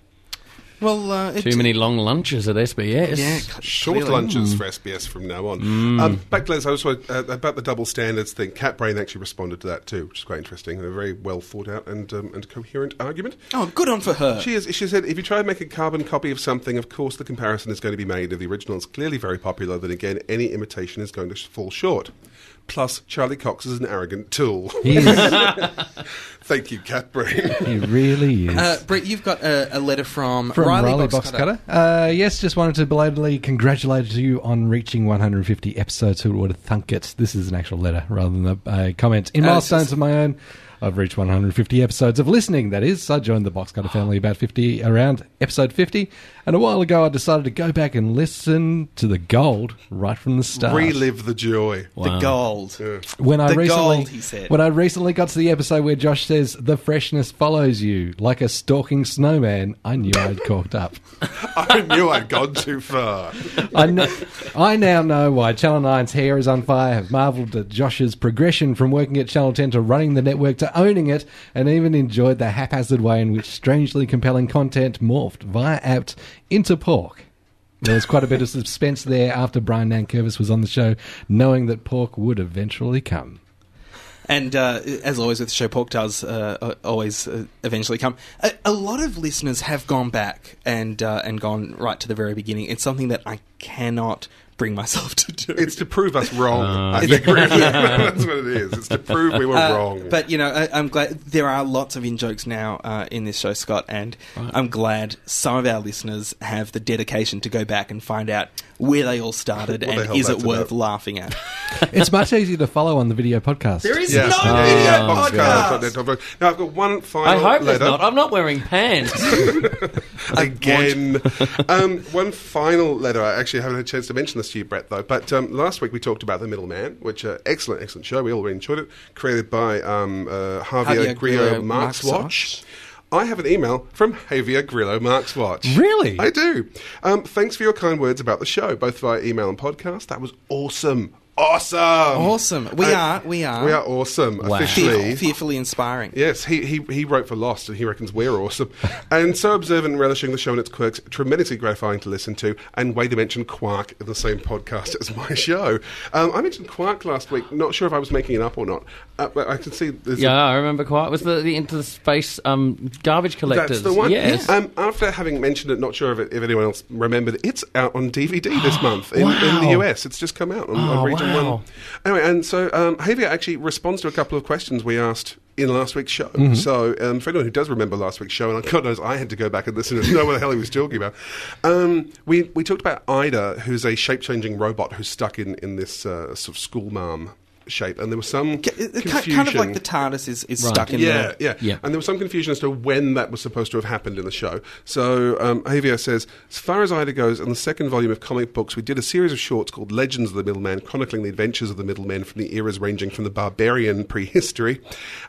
Speaker 1: Well, uh, it,
Speaker 4: Too many long lunches at SBS.
Speaker 1: Yeah, c-
Speaker 2: Short
Speaker 1: clearly.
Speaker 2: lunches
Speaker 3: Hmm.
Speaker 2: for SBS from now on. Um, back to Les, I was uh, about the double standards thing. Cat Brain actually responded to that too, which is quite interesting. A very well thought out and um, and coherent argument.
Speaker 1: Oh, good on for
Speaker 3: Uh,
Speaker 1: her.
Speaker 2: She, is, she said, if you try and make a carbon copy of something, of course the comparison is going to be made. If the original is clearly very popular, then again, any imitation is going to sh- fall short. Plus, Charlie Cox is an arrogant tool.
Speaker 3: He, is,
Speaker 2: <laughs> Thank you, Cat Brain. <laughs>
Speaker 3: he really is.
Speaker 1: uh, Brett, you've got a, a letter from,
Speaker 3: From Riley,
Speaker 1: Boxcutter.
Speaker 3: Boxcutter. Uh, yes, just wanted to belatedly congratulate you on reaching 150 episodes. Who would have thunk it? This is an actual letter rather than a uh, comment. In
Speaker 1: Uh,
Speaker 3: milestones
Speaker 1: it's-
Speaker 3: of my own, I've reached 150 episodes of listening. That is, I joined the Boxcutter family about 50 around episode 50, and a while ago I decided to go back and listen to the gold right from the start.
Speaker 2: Relive the joy.
Speaker 1: The gold.
Speaker 3: When I
Speaker 1: The
Speaker 3: recently,
Speaker 1: gold, he said.
Speaker 3: When I recently got to the episode where Josh says, "The freshness follows you like a stalking snowman," I knew I'd caught up.
Speaker 2: <laughs> I knew I'd gone too far.
Speaker 3: I, kn- I now know why Channel 9's hair is on fire. Have marvelled at Josh's progression from working at Channel 10 to running the network to owning it, and even enjoyed the haphazard way in which strangely compelling content morphed via apt into pork. There was quite a bit of suspense there after Brian Nankervis was on the show, knowing that pork would eventually come.
Speaker 1: And uh, as always with the show, Pork does uh, uh, always uh, eventually come. A, a lot of listeners have gone back and uh, and gone right to the very beginning. It's something that I cannot bring myself <laughs> to do.
Speaker 2: It's to prove us
Speaker 3: Uh,
Speaker 2: wrong. I think really, <laughs> that's what it is. It's to prove we were
Speaker 1: Uh,
Speaker 2: wrong.
Speaker 1: But you know, I, I'm glad there are lots of in jokes now uh, in this show, Scott, and I'm glad some of our listeners have the dedication to go back and find out where they all started
Speaker 2: <laughs> What the
Speaker 1: and
Speaker 2: hell
Speaker 1: is it
Speaker 2: that's
Speaker 1: worth
Speaker 2: about.
Speaker 1: laughing at.
Speaker 3: It's much easier to follow on the video podcast.
Speaker 1: There is
Speaker 2: Yes.
Speaker 1: no
Speaker 2: Yeah,
Speaker 1: video
Speaker 2: yeah, Boxcar,
Speaker 1: podcast.
Speaker 2: that's not- Now I've got one final.
Speaker 4: I hope there's
Speaker 2: letter.
Speaker 4: not. I'm not wearing pants.
Speaker 2: again. um, one final letter. I actually haven't had a chance to mention this to you, Brett, though. But um, last week we talked about The Middleman, which uh, excellent, excellent show. We all really enjoyed it. Created by um, uh, Javier,
Speaker 1: Javier
Speaker 2: Grillo,
Speaker 1: Grillo
Speaker 2: Marx
Speaker 1: Marxwatch.
Speaker 2: Watch. I have an email from Javier Grillo Marx Watch.
Speaker 3: Really?
Speaker 2: I do. Um, thanks for your kind words about the show, both via email and podcast. That was awesome. Awesome.
Speaker 1: Awesome. We
Speaker 2: Uh,
Speaker 1: are- we are.
Speaker 2: We are awesome. <laughs> Officially.
Speaker 1: Fear, fearfully inspiring.
Speaker 2: Yes, he, he, he wrote for Lost and he reckons we're awesome. and so observant and relishing the show and its quirks, tremendously gratifying to listen to, and way to mention Quark in the same podcast as my <laughs> show. Um, I mentioned Quark last week, not sure if I was making it up or not. Uh, but I can see there's a-
Speaker 4: <laughs> Yeah, I remember quite. Was the, the into the space um, garbage collectors?
Speaker 2: that's the one.
Speaker 4: Yes.
Speaker 2: Um, after having mentioned it, not sure if, it, if anyone else remembered, it's out
Speaker 1: <gasps>
Speaker 2: on DVD this month in, in the
Speaker 4: Wow.
Speaker 2: US. It's just come out on,
Speaker 4: Oh,
Speaker 2: on Region
Speaker 4: wow.
Speaker 2: 1. Anyway, and so um, Javier actually responds to a couple of questions we asked in last week's show.
Speaker 1: Mm-hmm.
Speaker 2: So um, for anyone who does remember last week's show, and God knows I had to go back and listen to <laughs> know what the hell he was talking about, um, we, we talked about Ida, who's a shape-changing robot who's stuck in, in this uh, sort of school mom shape. And there was some
Speaker 1: K- it- it ki-
Speaker 2: confusion.
Speaker 1: Kind of like the TARDIS is, is stuck in
Speaker 2: yeah,
Speaker 1: there.
Speaker 2: Yeah,
Speaker 4: Yeah.
Speaker 2: And there was some confusion as to when that was supposed to have happened in the show. So um, Javier says, as far as Ida goes, in the second volume of comic books, we did a series of shorts called Legends of the Middleman, chronicling the adventures of the middlemen from the eras ranging from the barbarian prehistory.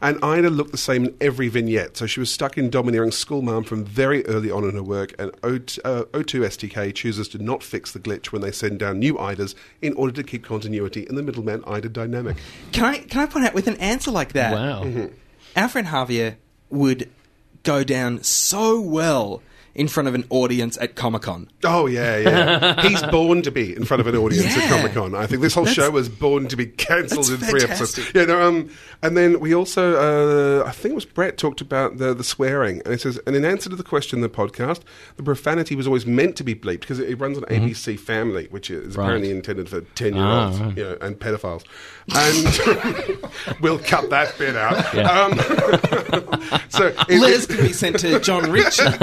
Speaker 2: And Ida looked the same in every vignette. So she was stuck in domineering schoolmarm from very early on in her work, and O2, uh, O2 STK chooses to not fix the glitch when they send down new Idas in order to keep continuity in the middleman Ida dynamic.
Speaker 1: Can I can I point out with an answer like that?
Speaker 4: wow.
Speaker 2: Mm-hmm.
Speaker 1: Our friend Javier would go down so well in front of an audience at Comic Con.
Speaker 2: Oh yeah,
Speaker 1: <laughs>
Speaker 2: yeah. He's born to be in front of an audience at
Speaker 1: Yeah.
Speaker 2: Comic Con. I think this whole
Speaker 1: That's-
Speaker 2: show was born to be cancelled in
Speaker 1: that's
Speaker 2: three episodes.
Speaker 1: fantastic.
Speaker 2: Yeah, no, um, and then we also, uh, I think it was Brett talked about the the swearing, and it says, and in answer to the question in the podcast, the profanity was always meant to be bleeped because it, it runs on
Speaker 1: Mm-hmm.
Speaker 2: ABC Family, which is apparently intended for ten year olds,
Speaker 4: Ah, right.
Speaker 2: you know, and pedophiles. And <laughs> we'll cut that bit out. Um, <laughs> so it-
Speaker 1: Letters could be sent to
Speaker 2: <laughs>
Speaker 1: John Richards.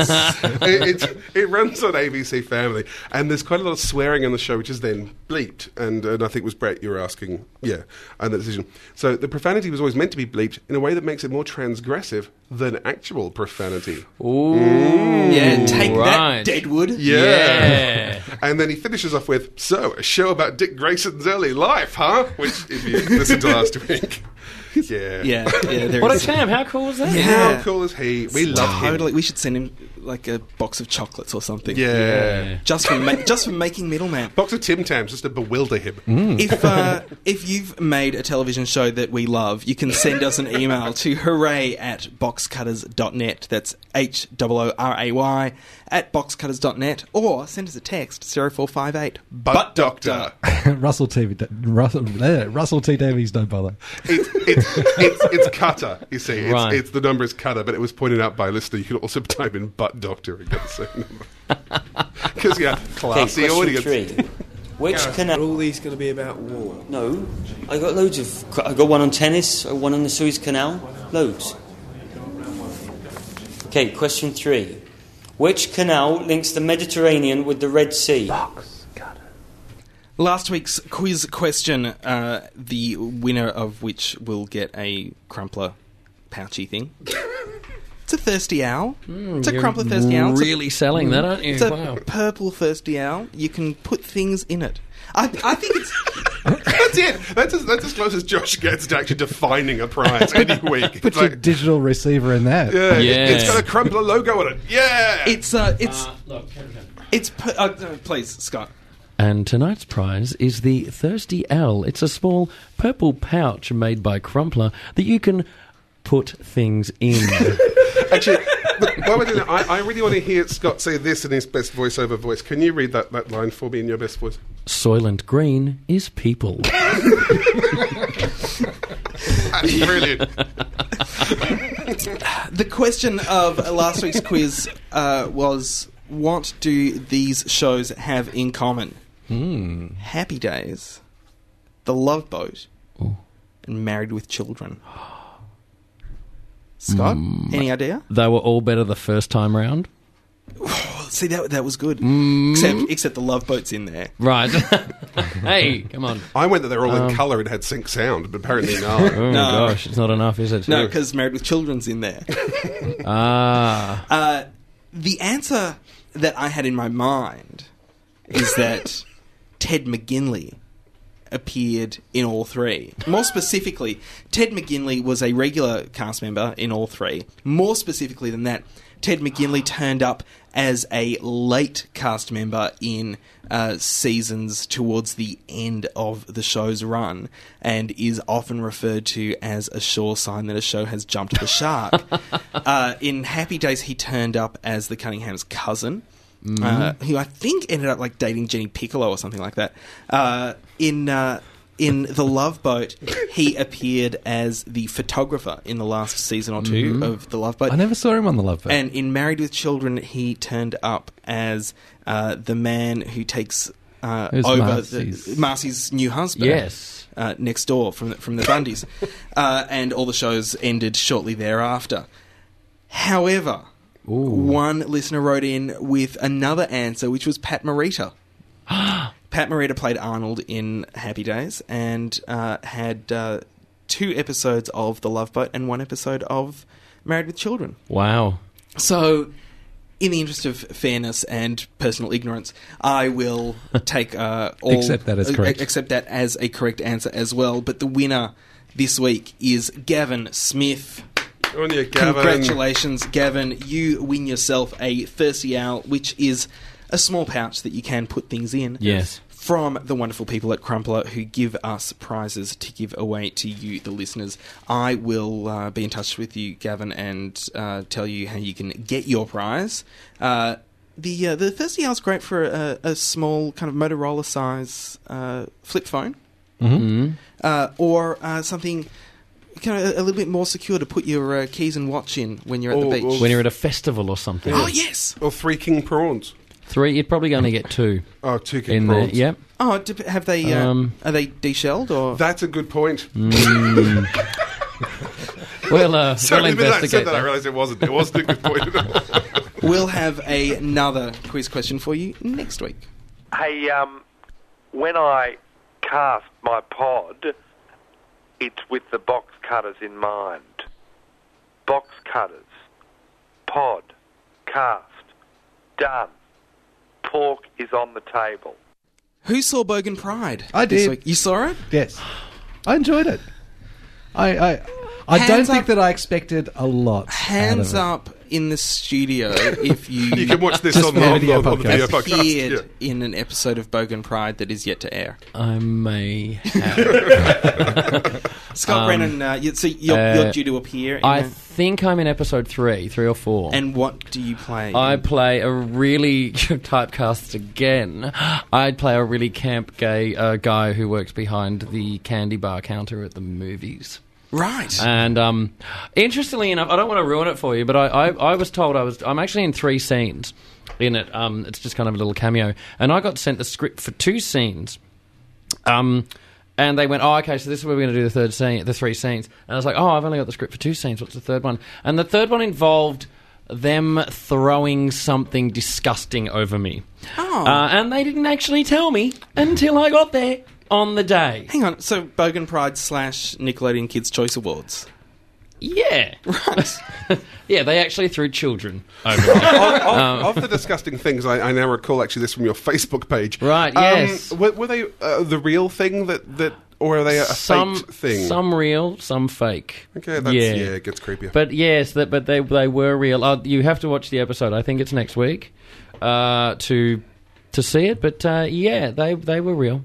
Speaker 2: it, it, it runs on ABC Family, and there's quite a lot of swearing on the show, which is then bleeped. And, and I think it was Brett you were asking, yeah, and the decision. So the profanity was always meant to be bleeped in a way that makes it more transgressive than actual profanity.
Speaker 1: Mm. yeah, take
Speaker 4: right.
Speaker 1: that, Deadwood.
Speaker 4: Yeah.
Speaker 2: <laughs> And then he finishes off with, "So a show about Dick Grayson's early life, huh?" Which, if you listen to last week,
Speaker 1: yeah,
Speaker 2: yeah,
Speaker 1: yeah. There
Speaker 4: What a
Speaker 1: is-
Speaker 4: champ! How cool was that?
Speaker 1: Yeah.
Speaker 2: How cool is he? We love him.
Speaker 1: Totally, we should send him like a box of chocolates or something.
Speaker 2: Yeah.
Speaker 1: just for ma- just for making middleman.
Speaker 2: Box of Tim Tams just to bewilder him.
Speaker 1: If uh, if you've made a television show that we love, you can send us an email to <laughs> hooray at boxcutters.net. That's H O O R A Y at boxcutters.net or send us a text 0458
Speaker 2: Butt doctor.
Speaker 3: <laughs> Russell T. Da- Russell, bleh, Russell T. Davies, don't bother.
Speaker 2: it's, it's, it's, it's cutter, you see. It's,
Speaker 4: Right.
Speaker 2: it's the number is cutter, but it was pointed out by a listener. You could also type in butt doctor and get the same number. Because, yeah, classy
Speaker 9: question
Speaker 2: audience.
Speaker 9: three. Which canal?
Speaker 10: All these going to be about war.
Speaker 9: No, I got loads of. I got one on tennis, one on the Suez Canal, loads. Okay, question three. Which canal links the Mediterranean with the Red Sea?
Speaker 1: Last week's quiz question, uh, the winner of which will get a crumpler pouchy
Speaker 2: <laughs>
Speaker 1: thing. It's a thirsty owl.
Speaker 2: Hmm,
Speaker 1: it's a crumpler thirsty owl. It's a-
Speaker 4: Really selling that, aren't you?
Speaker 1: It's a
Speaker 4: wow.
Speaker 1: purple thirsty owl. You can put things in it. I, I think it's. <laughs>
Speaker 2: That's it. That's as, that's as close as Josh gets to actually defining a prize any week.
Speaker 3: Put
Speaker 2: It's
Speaker 3: your
Speaker 2: like,
Speaker 3: digital receiver in that.
Speaker 2: yeah,
Speaker 4: Yeah.
Speaker 2: It's got a crumpler logo on it. Yeah.
Speaker 1: It's uh, it's
Speaker 4: Uh, look, here we go.
Speaker 1: it's. Pu- uh, uh, please, Scott.
Speaker 4: And tonight's prize is the Thirsty Owl. It's a small purple pouch made by Crumpler that you can put things in.
Speaker 2: <laughs>
Speaker 1: <laughs>
Speaker 2: actually, look, while we're doing that, I, I really want to hear Scott say this in his best voiceover voice. Can you read that, that line for me in your best voice?
Speaker 4: Soylent Green is people.
Speaker 2: That's brilliant.
Speaker 1: The question of last week's quiz uh, was: What do these shows have in common? Happy Days, The Love Boat, and Married with Children. <gasps> Scott, any idea?
Speaker 4: They were all better the first time round.
Speaker 1: See that that was good. Except except the Love Boat's in there.
Speaker 2: <laughs>
Speaker 4: Right. hey, come on.
Speaker 2: <laughs> I went that they were all in colour and had sync sound, but apparently
Speaker 4: Oh, <laughs>
Speaker 2: not.
Speaker 1: No.
Speaker 4: gosh, it's not enough, is it?
Speaker 1: No, because Married with Children's in there.
Speaker 4: Ah.
Speaker 1: Uh, the answer that I had in my mind is that Ted McGinley appeared in all three. More specifically, Ted McGinley was a regular cast member in all three. More specifically than that, Ted McGinley turned up as a late cast member in uh, seasons towards the end of the show's run and is often referred to as a sure sign that a show has jumped the shark. uh, in Happy Days, he turned up as the Cunningham's cousin uh, who I think ended up like dating Jenny Piccolo or something like that. Uh, in uh, in the Love Boat, he appeared as the photographer in the last season or 2 of the Love Boat.
Speaker 3: I never saw him on the Love Boat.
Speaker 1: and in Married with Children, he turned up as uh, the man who takes uh,
Speaker 3: Who's
Speaker 1: over
Speaker 3: Marcy's-
Speaker 1: the, Marcy's new husband.
Speaker 4: Yes.
Speaker 1: uh, next door from the, from the Bundys, uh, and all the shows ended shortly thereafter. However, one listener wrote in with another answer, which was Pat Morita. Pat Morita played Arnold in Happy Days and uh, had uh, two episodes of The Love Boat and one episode of Married with Children.
Speaker 4: Wow.
Speaker 1: So, in the interest of fairness and personal ignorance, I will
Speaker 3: <laughs>
Speaker 1: take uh, all
Speaker 3: Accept that as correct.
Speaker 1: uh, accept that as a correct answer as well. But the winner this week is Gavin Smith.
Speaker 2: On you, Gavin.
Speaker 1: Congratulations, Gavin! You win yourself a thirsty owl, which is a small pouch that you can put things in.
Speaker 4: Yes.
Speaker 1: From the wonderful people at Crumpler who give us prizes to give away to you, the listeners. I will uh, be in touch with you, Gavin, and uh, tell you how you can get your prize. Uh, the uh, the thirsty owl's great for a, a small kind of Motorola size uh, flip phone
Speaker 4: Mm-hmm.
Speaker 1: uh, or uh, something kind of a, a little bit more secure to put your uh, keys and watch in when you're at
Speaker 2: Or-
Speaker 1: the beach.
Speaker 2: or-
Speaker 4: When you're at a festival or something.
Speaker 1: oh yes.
Speaker 2: Or three king prawns.
Speaker 4: Three, you're probably going to get two
Speaker 2: Oh, two king
Speaker 4: in there.
Speaker 2: prawns.
Speaker 4: Yep.
Speaker 1: Oh, dep- have they? Uh,
Speaker 4: Um,
Speaker 1: are they deshelled or?
Speaker 2: That's a good point.
Speaker 4: Mm.
Speaker 2: <laughs>
Speaker 4: We'll, uh,
Speaker 2: Sorry,
Speaker 4: we'll
Speaker 2: the minute I said
Speaker 4: investigate
Speaker 2: that, I
Speaker 4: that.
Speaker 2: realised it wasn't. It wasn't a good point at
Speaker 4: <laughs>
Speaker 2: all.
Speaker 1: we'll have a, another quiz question for you next week.
Speaker 10: Hey, um, when I cast my pod, it's with the box cutters in mind. Box cutters, pod, cast, done. Pork is on the table.
Speaker 1: Who saw Bogan Pride?
Speaker 3: I
Speaker 1: this
Speaker 3: did.
Speaker 1: week? You saw it?
Speaker 3: yes, I enjoyed it. I I, I don't
Speaker 1: Hands
Speaker 3: think
Speaker 1: up.
Speaker 3: that I expected a lot. out
Speaker 1: Hands
Speaker 3: of it.
Speaker 1: up in the studio if you,
Speaker 2: <laughs> You can watch
Speaker 1: <laughs>
Speaker 2: this
Speaker 3: Just
Speaker 2: on
Speaker 3: for
Speaker 2: the,
Speaker 3: the
Speaker 2: on,
Speaker 3: video
Speaker 2: on, on the
Speaker 3: podcast.
Speaker 2: video podcast.
Speaker 1: appeared
Speaker 2: Yeah.
Speaker 1: in an episode of Bogan Pride that is yet to air.
Speaker 4: I may have.
Speaker 1: Scott Brennan, uh, you, so you're, you're
Speaker 4: Um, uh,
Speaker 1: due to appear. In
Speaker 4: I
Speaker 1: a-
Speaker 4: think I'm in episode three, three or four.
Speaker 1: and what do you play?
Speaker 4: I play a really <laughs> typecast again. I play a really camp gay uh, guy who works behind the candy bar counter at the movies.
Speaker 1: right.
Speaker 4: And um, interestingly enough, I don't want to ruin it for you, but I, I, I was told I was I'm actually in three scenes in it. Um, it's just kind of a little cameo, and I got sent the script for two scenes. Um, and they went, oh, okay, so this is where we're going to do the third scene, the three scenes. And I was like, oh, I've only got the script for two scenes. What's the third one? And the third one involved them throwing something disgusting over me.
Speaker 1: Oh.
Speaker 4: Uh, and they didn't actually tell me until I got there on the day.
Speaker 1: Hang on, so Bogan Pride slash Nickelodeon Kids Choice Awards.
Speaker 4: Yeah. <laughs> yeah, they actually threw children.
Speaker 2: <laughs>
Speaker 4: <laughs> Um,
Speaker 2: of the disgusting things, I, I now recall actually this from your Facebook page.
Speaker 4: Right,
Speaker 2: Um,
Speaker 4: yes.
Speaker 2: were, were they uh, the real thing that, that, or are they a
Speaker 4: some
Speaker 2: faked thing?
Speaker 4: some real, some fake.
Speaker 2: okay, that's, yeah. it gets creepier.
Speaker 4: But yes, that, but they they were real. Uh, you have to watch the episode. I think it's next week uh, to to see it. But uh, yeah, they they were real.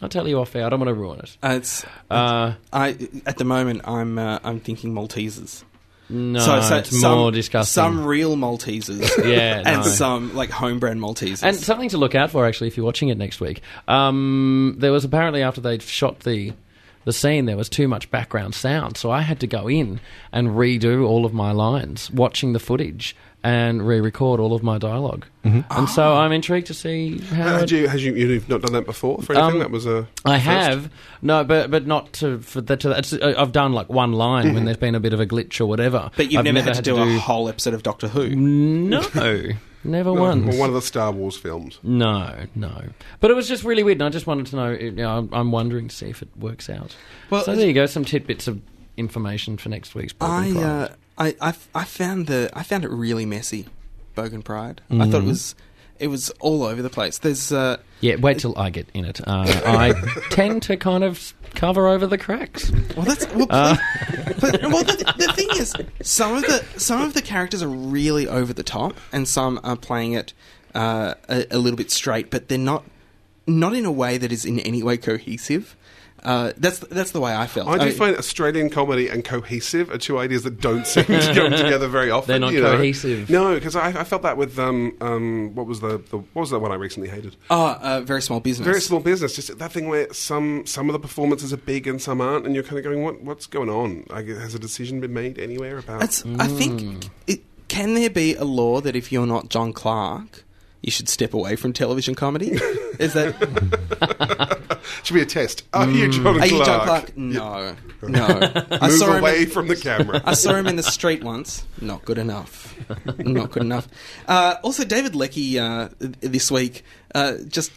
Speaker 4: I'll tell you off air. I don't want to ruin it.
Speaker 1: Uh, it's
Speaker 4: Uh,
Speaker 1: I at the moment I'm uh, I'm thinking Maltesers.
Speaker 4: no, it's
Speaker 1: some,
Speaker 4: more disgusting.
Speaker 1: Some real Maltesers,
Speaker 4: <laughs> Yeah,
Speaker 1: <laughs> and
Speaker 4: no.
Speaker 1: some like home brand Maltesers.
Speaker 4: And something to look out for, actually, if you're watching it next week. Um, there was apparently after they'd shot the the scene, there was too much background sound, so I had to go in and redo all of my lines, watching the footage and re-record all of my dialog
Speaker 1: Mm-hmm.
Speaker 4: And so
Speaker 1: Ah.
Speaker 4: I'm intrigued to see how.
Speaker 2: had
Speaker 4: it-
Speaker 2: you, had you, you've not done that before for anything?
Speaker 4: uh, Um,
Speaker 2: that was a.
Speaker 4: I
Speaker 2: first?
Speaker 4: have no, but but not to for that. To that. It's, uh, I've done like one line when there's been a bit of a glitch or whatever.
Speaker 1: Mm-hmm. but you've
Speaker 4: I've
Speaker 1: never, had, to do, a whole episode of Doctor Who.
Speaker 4: no,
Speaker 1: <laughs>
Speaker 4: never once.
Speaker 2: Well, one of the Star Wars films.
Speaker 4: No, no. But it was just really weird, and I just wanted to know. You know I'm, I'm wondering to see if it works out.
Speaker 1: Well,
Speaker 4: so there you go, some tidbits of information for next week's
Speaker 1: I,
Speaker 4: program.
Speaker 1: uh,
Speaker 4: Mm.
Speaker 1: I I I found the I found it really messy. Bogan Pride. I thought it was. It was all over the place. There's uh,
Speaker 4: Yeah, wait till I get in it.
Speaker 1: <laughs>
Speaker 4: Uh, I tend to kind of cover over the cracks.
Speaker 1: Well, that's well, please- but, well the, the thing is, some of the some of the characters are really over the top, and some are playing it uh, a, a little bit straight, but they're not not in a way that is in any way cohesive. Uh, that's that's the way I felt.
Speaker 2: I do
Speaker 4: Oh,
Speaker 1: I-
Speaker 2: find Australian comedy and cohesive are two ideas that don't <laughs> seem to
Speaker 4: <laughs>
Speaker 2: come together very often.
Speaker 4: They're not
Speaker 2: you know.
Speaker 4: cohesive.
Speaker 2: No, because I, I felt that with um, um, what was the, the what was that one I recently hated?
Speaker 1: Oh, uh, very small business.
Speaker 2: Very small business. Just that thing where some some of the performances are big and some aren't, and you're kind of going, what what's going on? Like, has a decision been made anywhere about?
Speaker 1: It's, I think it, can there be a law that if you're not John Clark, you should step away from television comedy? Is
Speaker 2: <laughs>
Speaker 1: that
Speaker 2: Should be a test. Are you
Speaker 4: Mm.
Speaker 2: John Clark?
Speaker 1: are you John Clark? No, no. I
Speaker 2: <laughs> Move
Speaker 1: saw him
Speaker 2: away
Speaker 1: in-
Speaker 2: from
Speaker 1: <laughs>
Speaker 2: the camera.
Speaker 1: I saw him in the street once. Not good enough. Not good enough. Uh, also, David Leckie uh, th- this week uh, just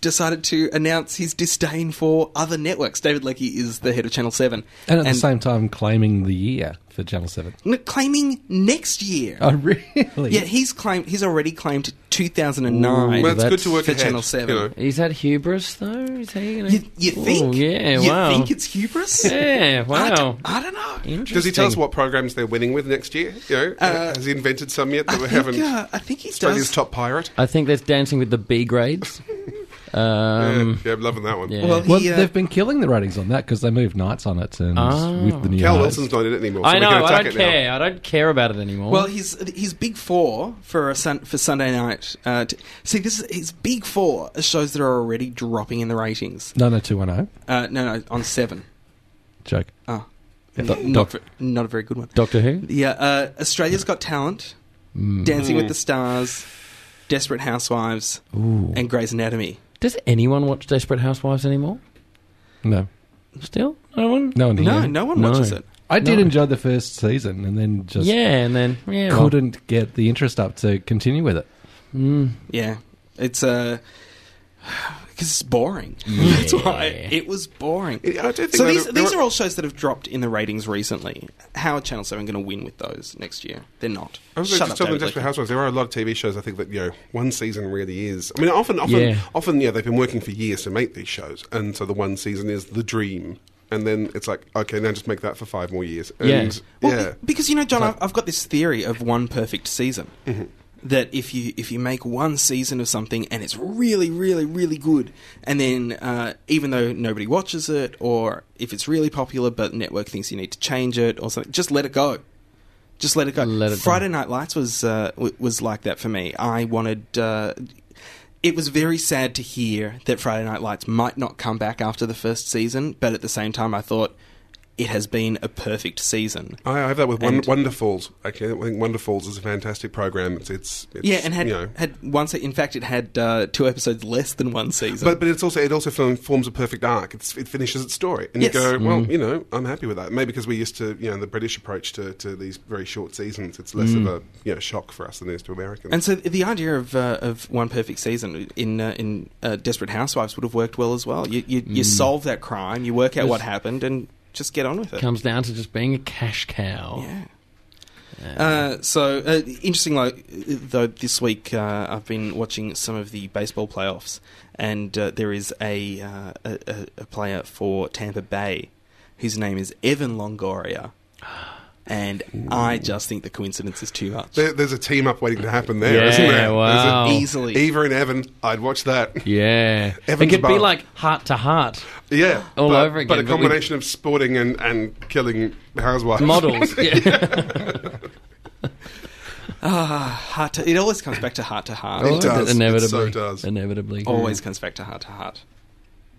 Speaker 1: decided to announce his disdain for other networks. David Leckie is the head of Channel 7.
Speaker 3: And at the same time, claiming the year for Channel 7.
Speaker 1: n- claiming next year.
Speaker 3: Oh, really?
Speaker 1: Yeah, he's claimed. He's already claimed 2009
Speaker 2: Well, it's good to work
Speaker 1: for
Speaker 2: ahead,
Speaker 1: Channel Seven.
Speaker 2: you know.
Speaker 4: Is that hubris, though? Is that gonna...
Speaker 1: You, you
Speaker 4: Ooh,
Speaker 1: think?
Speaker 4: yeah,
Speaker 1: you
Speaker 4: wow.
Speaker 1: think it's hubris?
Speaker 4: Yeah,
Speaker 1: <laughs> I
Speaker 4: wow.
Speaker 1: d- I don't know.
Speaker 4: Interesting.
Speaker 2: Does he tell us what programs they're winning with next year? You know,
Speaker 1: Uh,
Speaker 2: has he invented some yet that we
Speaker 1: I
Speaker 2: haven't?
Speaker 1: think, uh, I think he
Speaker 2: Australia's
Speaker 1: does.
Speaker 2: top pirate.
Speaker 4: I think that's dancing with the
Speaker 2: <laughs>
Speaker 4: B grades. Um,
Speaker 2: yeah, yeah, I'm loving that one.
Speaker 4: yeah.
Speaker 1: Well,
Speaker 3: Well,
Speaker 1: he, uh,
Speaker 3: they've been killing the ratings on that because they moved nights on it and
Speaker 1: Ah.
Speaker 4: Oh.
Speaker 3: with the new
Speaker 2: Cal
Speaker 3: nights.
Speaker 2: Wilson's not in it anymore. So
Speaker 4: I
Speaker 2: we
Speaker 4: know.
Speaker 2: can
Speaker 4: I
Speaker 2: attack
Speaker 4: don't
Speaker 2: it now.
Speaker 4: care. I don't care about it anymore.
Speaker 1: Well, his his big four for a sun, for Sunday night. Uh, t- see, this is his big four shows that are already dropping in the ratings.
Speaker 3: No, no, 210.
Speaker 1: Uh, no, no, on seven.
Speaker 3: Joke.
Speaker 1: Oh,
Speaker 3: Doc-
Speaker 1: not, ve- not a very good one.
Speaker 4: Doctor Who.
Speaker 1: Yeah, uh, Australia's Got Talent, Dancing with the Stars, Desperate Housewives, and Grey's Anatomy.
Speaker 4: Does anyone watch Desperate Housewives anymore?
Speaker 3: No.
Speaker 4: Still, no one.
Speaker 3: No one here.
Speaker 1: No, no one
Speaker 4: No.
Speaker 1: watches it.
Speaker 3: I did
Speaker 4: No.
Speaker 3: enjoy the first season and then just
Speaker 4: Yeah, and then yeah, well,
Speaker 3: couldn't get the interest up to continue with it.
Speaker 1: Yeah, it's uh <sighs> 'cause it's boring. <laughs> That's why it was boring.
Speaker 2: It- I do think
Speaker 1: so
Speaker 2: that
Speaker 1: these
Speaker 2: there-
Speaker 1: these
Speaker 2: there
Speaker 1: are all shows that have dropped in the ratings recently. How are Channel Seven going to win with those next year? They're not.
Speaker 2: I was
Speaker 1: Shut
Speaker 2: just
Speaker 1: up,
Speaker 2: telling
Speaker 1: David
Speaker 2: Desperate
Speaker 1: Leckie.
Speaker 2: Housewives. There are a lot of TV shows. I think that you know one season really is. I mean, often, often,
Speaker 4: Yeah.
Speaker 2: often, yeah, they've been working for years to make these shows, and so the one season is the dream, and then it's like, okay, now just make that for five more years. And,
Speaker 4: Yeah.
Speaker 1: Well,
Speaker 2: yeah.
Speaker 1: be- because you know, John, I've, I've got this theory of one perfect season. That if you if you make one season of something and it's really really really good, and then uh, even though nobody watches it, or if it's really popular but network thinks you need to change it or something, just let it go. Just let it go.
Speaker 4: Let it go.
Speaker 1: Friday Night Lights was uh, w- was like that for me. I wanted. Uh, it was very sad to hear that Friday Night Lights might not come back after the first season, but at the same time, I thought it has been a perfect season.
Speaker 2: I I have that with Won-
Speaker 1: And-
Speaker 2: Wonderfalls. Okay, I think Wonderfalls is a fantastic program. It's, it's, it's
Speaker 1: Yeah, and had
Speaker 2: you know,
Speaker 1: had one. Se- in fact, it had uh, two episodes less than one season.
Speaker 2: But, but it's also it also form- forms a perfect arc. It's, it finishes its story, and
Speaker 1: Yes.
Speaker 2: you go, well, you know, I'm happy with that. Maybe because we're used to you know the British approach to, to these very short seasons, it's less of a you know shock for us than it is to Americans.
Speaker 1: and so the idea of uh, of one perfect season in uh, in uh, Desperate Housewives would have worked well as well. You you,
Speaker 2: Mm.
Speaker 1: you solve that crime, you work out what happened, and just get on with it.
Speaker 4: comes down to just being a cash cow.
Speaker 1: Yeah. Uh, so uh, interesting, like though this week uh, I've been watching some of the baseball playoffs, and uh, there is a, uh, a a- a player for Tampa Bay whose name is Evan
Speaker 3: <gasps>
Speaker 1: Longoria, and I just think the coincidence is too much.
Speaker 2: There, there's a team up waiting to happen there,
Speaker 4: Yeah,
Speaker 2: not there?
Speaker 4: wow.
Speaker 2: There's a-
Speaker 1: Easily.
Speaker 2: Eva and Evan, I'd watch that.
Speaker 4: Yeah,
Speaker 2: Evan's
Speaker 4: it could be
Speaker 2: above.
Speaker 4: like heart to heart
Speaker 2: <laughs> Yeah,
Speaker 4: All
Speaker 2: but,
Speaker 4: over again,
Speaker 2: But a
Speaker 4: but we-
Speaker 2: combination of sporting and, and killing
Speaker 1: <laughs>
Speaker 2: housewives. <laughs>
Speaker 4: models. Yeah.
Speaker 1: Heart to, it always comes back to heart to heart.
Speaker 2: It does.
Speaker 4: inevitably,
Speaker 2: It so does.
Speaker 4: inevitably.
Speaker 1: Always comes back to heart to heart.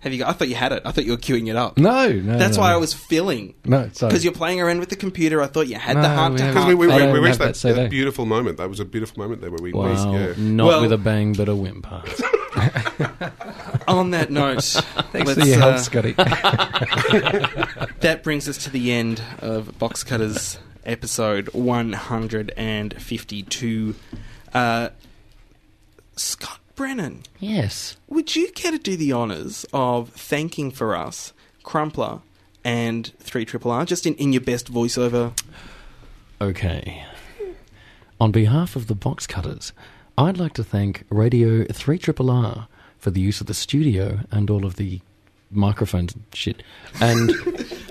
Speaker 1: Have you? Got, I thought you had it. I thought you were queuing it up.
Speaker 3: No, no.
Speaker 1: That's
Speaker 3: no,
Speaker 1: why
Speaker 3: no.
Speaker 1: I was filling.
Speaker 3: No, sorry.
Speaker 1: Because you're playing around with the computer. I thought you had
Speaker 3: No,
Speaker 1: the heart
Speaker 3: we
Speaker 1: to
Speaker 3: haven't.
Speaker 1: heart.
Speaker 2: We, we,
Speaker 3: I
Speaker 2: we,
Speaker 3: don't
Speaker 2: we
Speaker 3: have
Speaker 2: reached
Speaker 3: that
Speaker 2: that,
Speaker 3: so there.
Speaker 2: that beautiful moment. That was a beautiful moment there where we. we-
Speaker 4: Wow, Mm.
Speaker 2: yeah.
Speaker 4: not
Speaker 1: Well-
Speaker 4: with a bang, but
Speaker 1: <laughs>
Speaker 4: a whimper.
Speaker 1: On that note,
Speaker 3: <laughs> Thanks for
Speaker 4: <laughs>
Speaker 1: let's,
Speaker 3: your
Speaker 1: uh,
Speaker 3: help, Scotty.
Speaker 1: that brings us to the end of Box Cutters episode 152. Uh, Scott Brennan,
Speaker 4: yes.
Speaker 1: would you care to do the honours of thanking for us Crumpler and 3 Triple R just in, in your best voiceover?
Speaker 4: Okay. On behalf of the box cutters, I'd like to thank Radio 3 R for the use of the studio and all of the microphones and shit. <laughs> And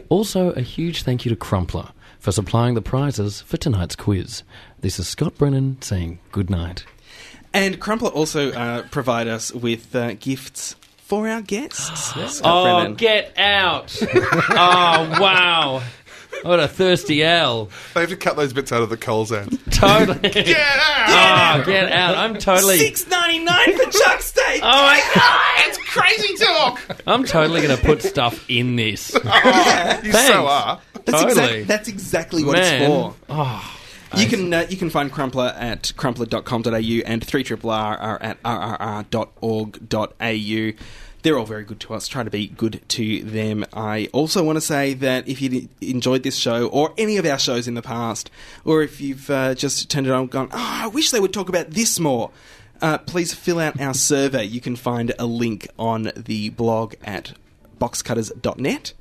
Speaker 4: also a huge thank you to Crumpler for supplying the prizes for tonight's quiz. This is Scott Brennan saying good night.
Speaker 1: And Crumpler also uh, provide us with uh, gifts for our
Speaker 3: <gasps>
Speaker 1: guests. Scott
Speaker 4: oh,
Speaker 1: Brennan.
Speaker 4: get <laughs> out! oh, wow. What a thirsty L.
Speaker 2: They have to cut those bits out of the Coles ad.
Speaker 4: Totally. <laughs> Get out! Oh, get out. I'm totally.
Speaker 1: Six ninety nine for chuck
Speaker 3: <laughs>
Speaker 1: steak.
Speaker 4: Oh, my God!
Speaker 2: It's crazy talk!
Speaker 4: I'm totally going to put stuff
Speaker 2: <laughs>
Speaker 4: in this.
Speaker 2: Oh, you
Speaker 4: Thanks.
Speaker 2: so are.
Speaker 1: that's, exact-
Speaker 4: totally.
Speaker 1: that's exactly what
Speaker 4: Man. Ah.
Speaker 1: it's for. you can uh, you can find Crumpler at crumpler.com.au and 3RRR are at rrr.org.au. They're all very good to us. Try to be good to them. I also want to say that if you d- enjoyed this show or any of our shows in the past, or if you've uh, just turned it on and gone, oh, I wish they would talk about this more, uh, please fill out our survey. You can find a link on the blog at boxcutters.net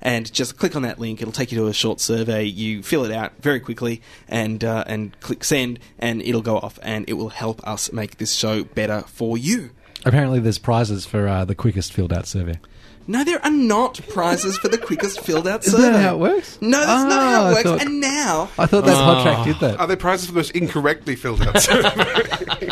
Speaker 1: and just click on that link. It'll take you to a short survey. You fill it out very quickly and uh, and click send, and it'll go off, and it will help us make this show better for you.
Speaker 3: Apparently, there's prizes for uh, the quickest filled out survey.
Speaker 1: No, there are not prizes for the quickest filled out
Speaker 3: Isn't
Speaker 1: survey.
Speaker 3: that how it works?
Speaker 1: No, that's not how
Speaker 3: Ah,
Speaker 1: it
Speaker 3: I
Speaker 1: works.
Speaker 3: thought-
Speaker 1: and now
Speaker 3: I thought that hot track did that.
Speaker 2: Are there prizes for the most incorrectly filled out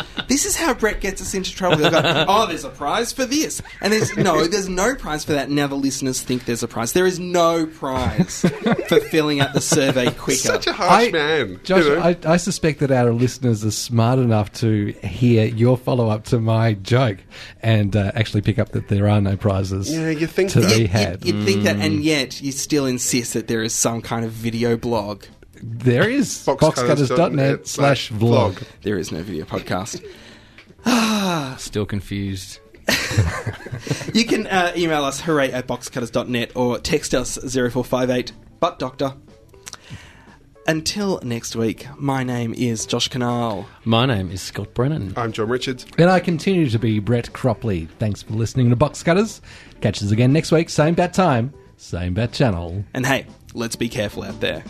Speaker 2: <laughs>
Speaker 1: this is how Brett gets us into trouble. He'll go, oh, there's a prize for this, and there's no, there's no prize for that. Now the listeners think there's a prize. There is no
Speaker 3: <laughs>
Speaker 1: prize for filling out the survey quicker.
Speaker 2: Such a harsh
Speaker 3: I-
Speaker 2: man.
Speaker 3: Josh,
Speaker 2: you know?
Speaker 3: I, I suspect that our listeners are smart enough to hear your follow up to my joke and uh, actually pick up that there are no prizes
Speaker 2: Yeah, you think
Speaker 3: to
Speaker 2: that.
Speaker 3: be
Speaker 1: You'd-
Speaker 3: had.
Speaker 1: You'd, you'd think that, and yet you still insist that there is some kind of video blog.
Speaker 3: there is boxcutters.net slash vlog.
Speaker 1: There is no video podcast.
Speaker 4: Still confused.
Speaker 1: You can uh, email us hooray at boxcutters.net or text us 0458 butt doctor. Until next week, my name is Josh Canal.
Speaker 4: My name is Scott Brennan.
Speaker 2: I'm John Richards.
Speaker 3: And I continue to be Brett Cropley. Thanks for listening to Box Cutters. Catch us again next week, same bat time, same bat channel.
Speaker 1: And hey, let's be careful out there.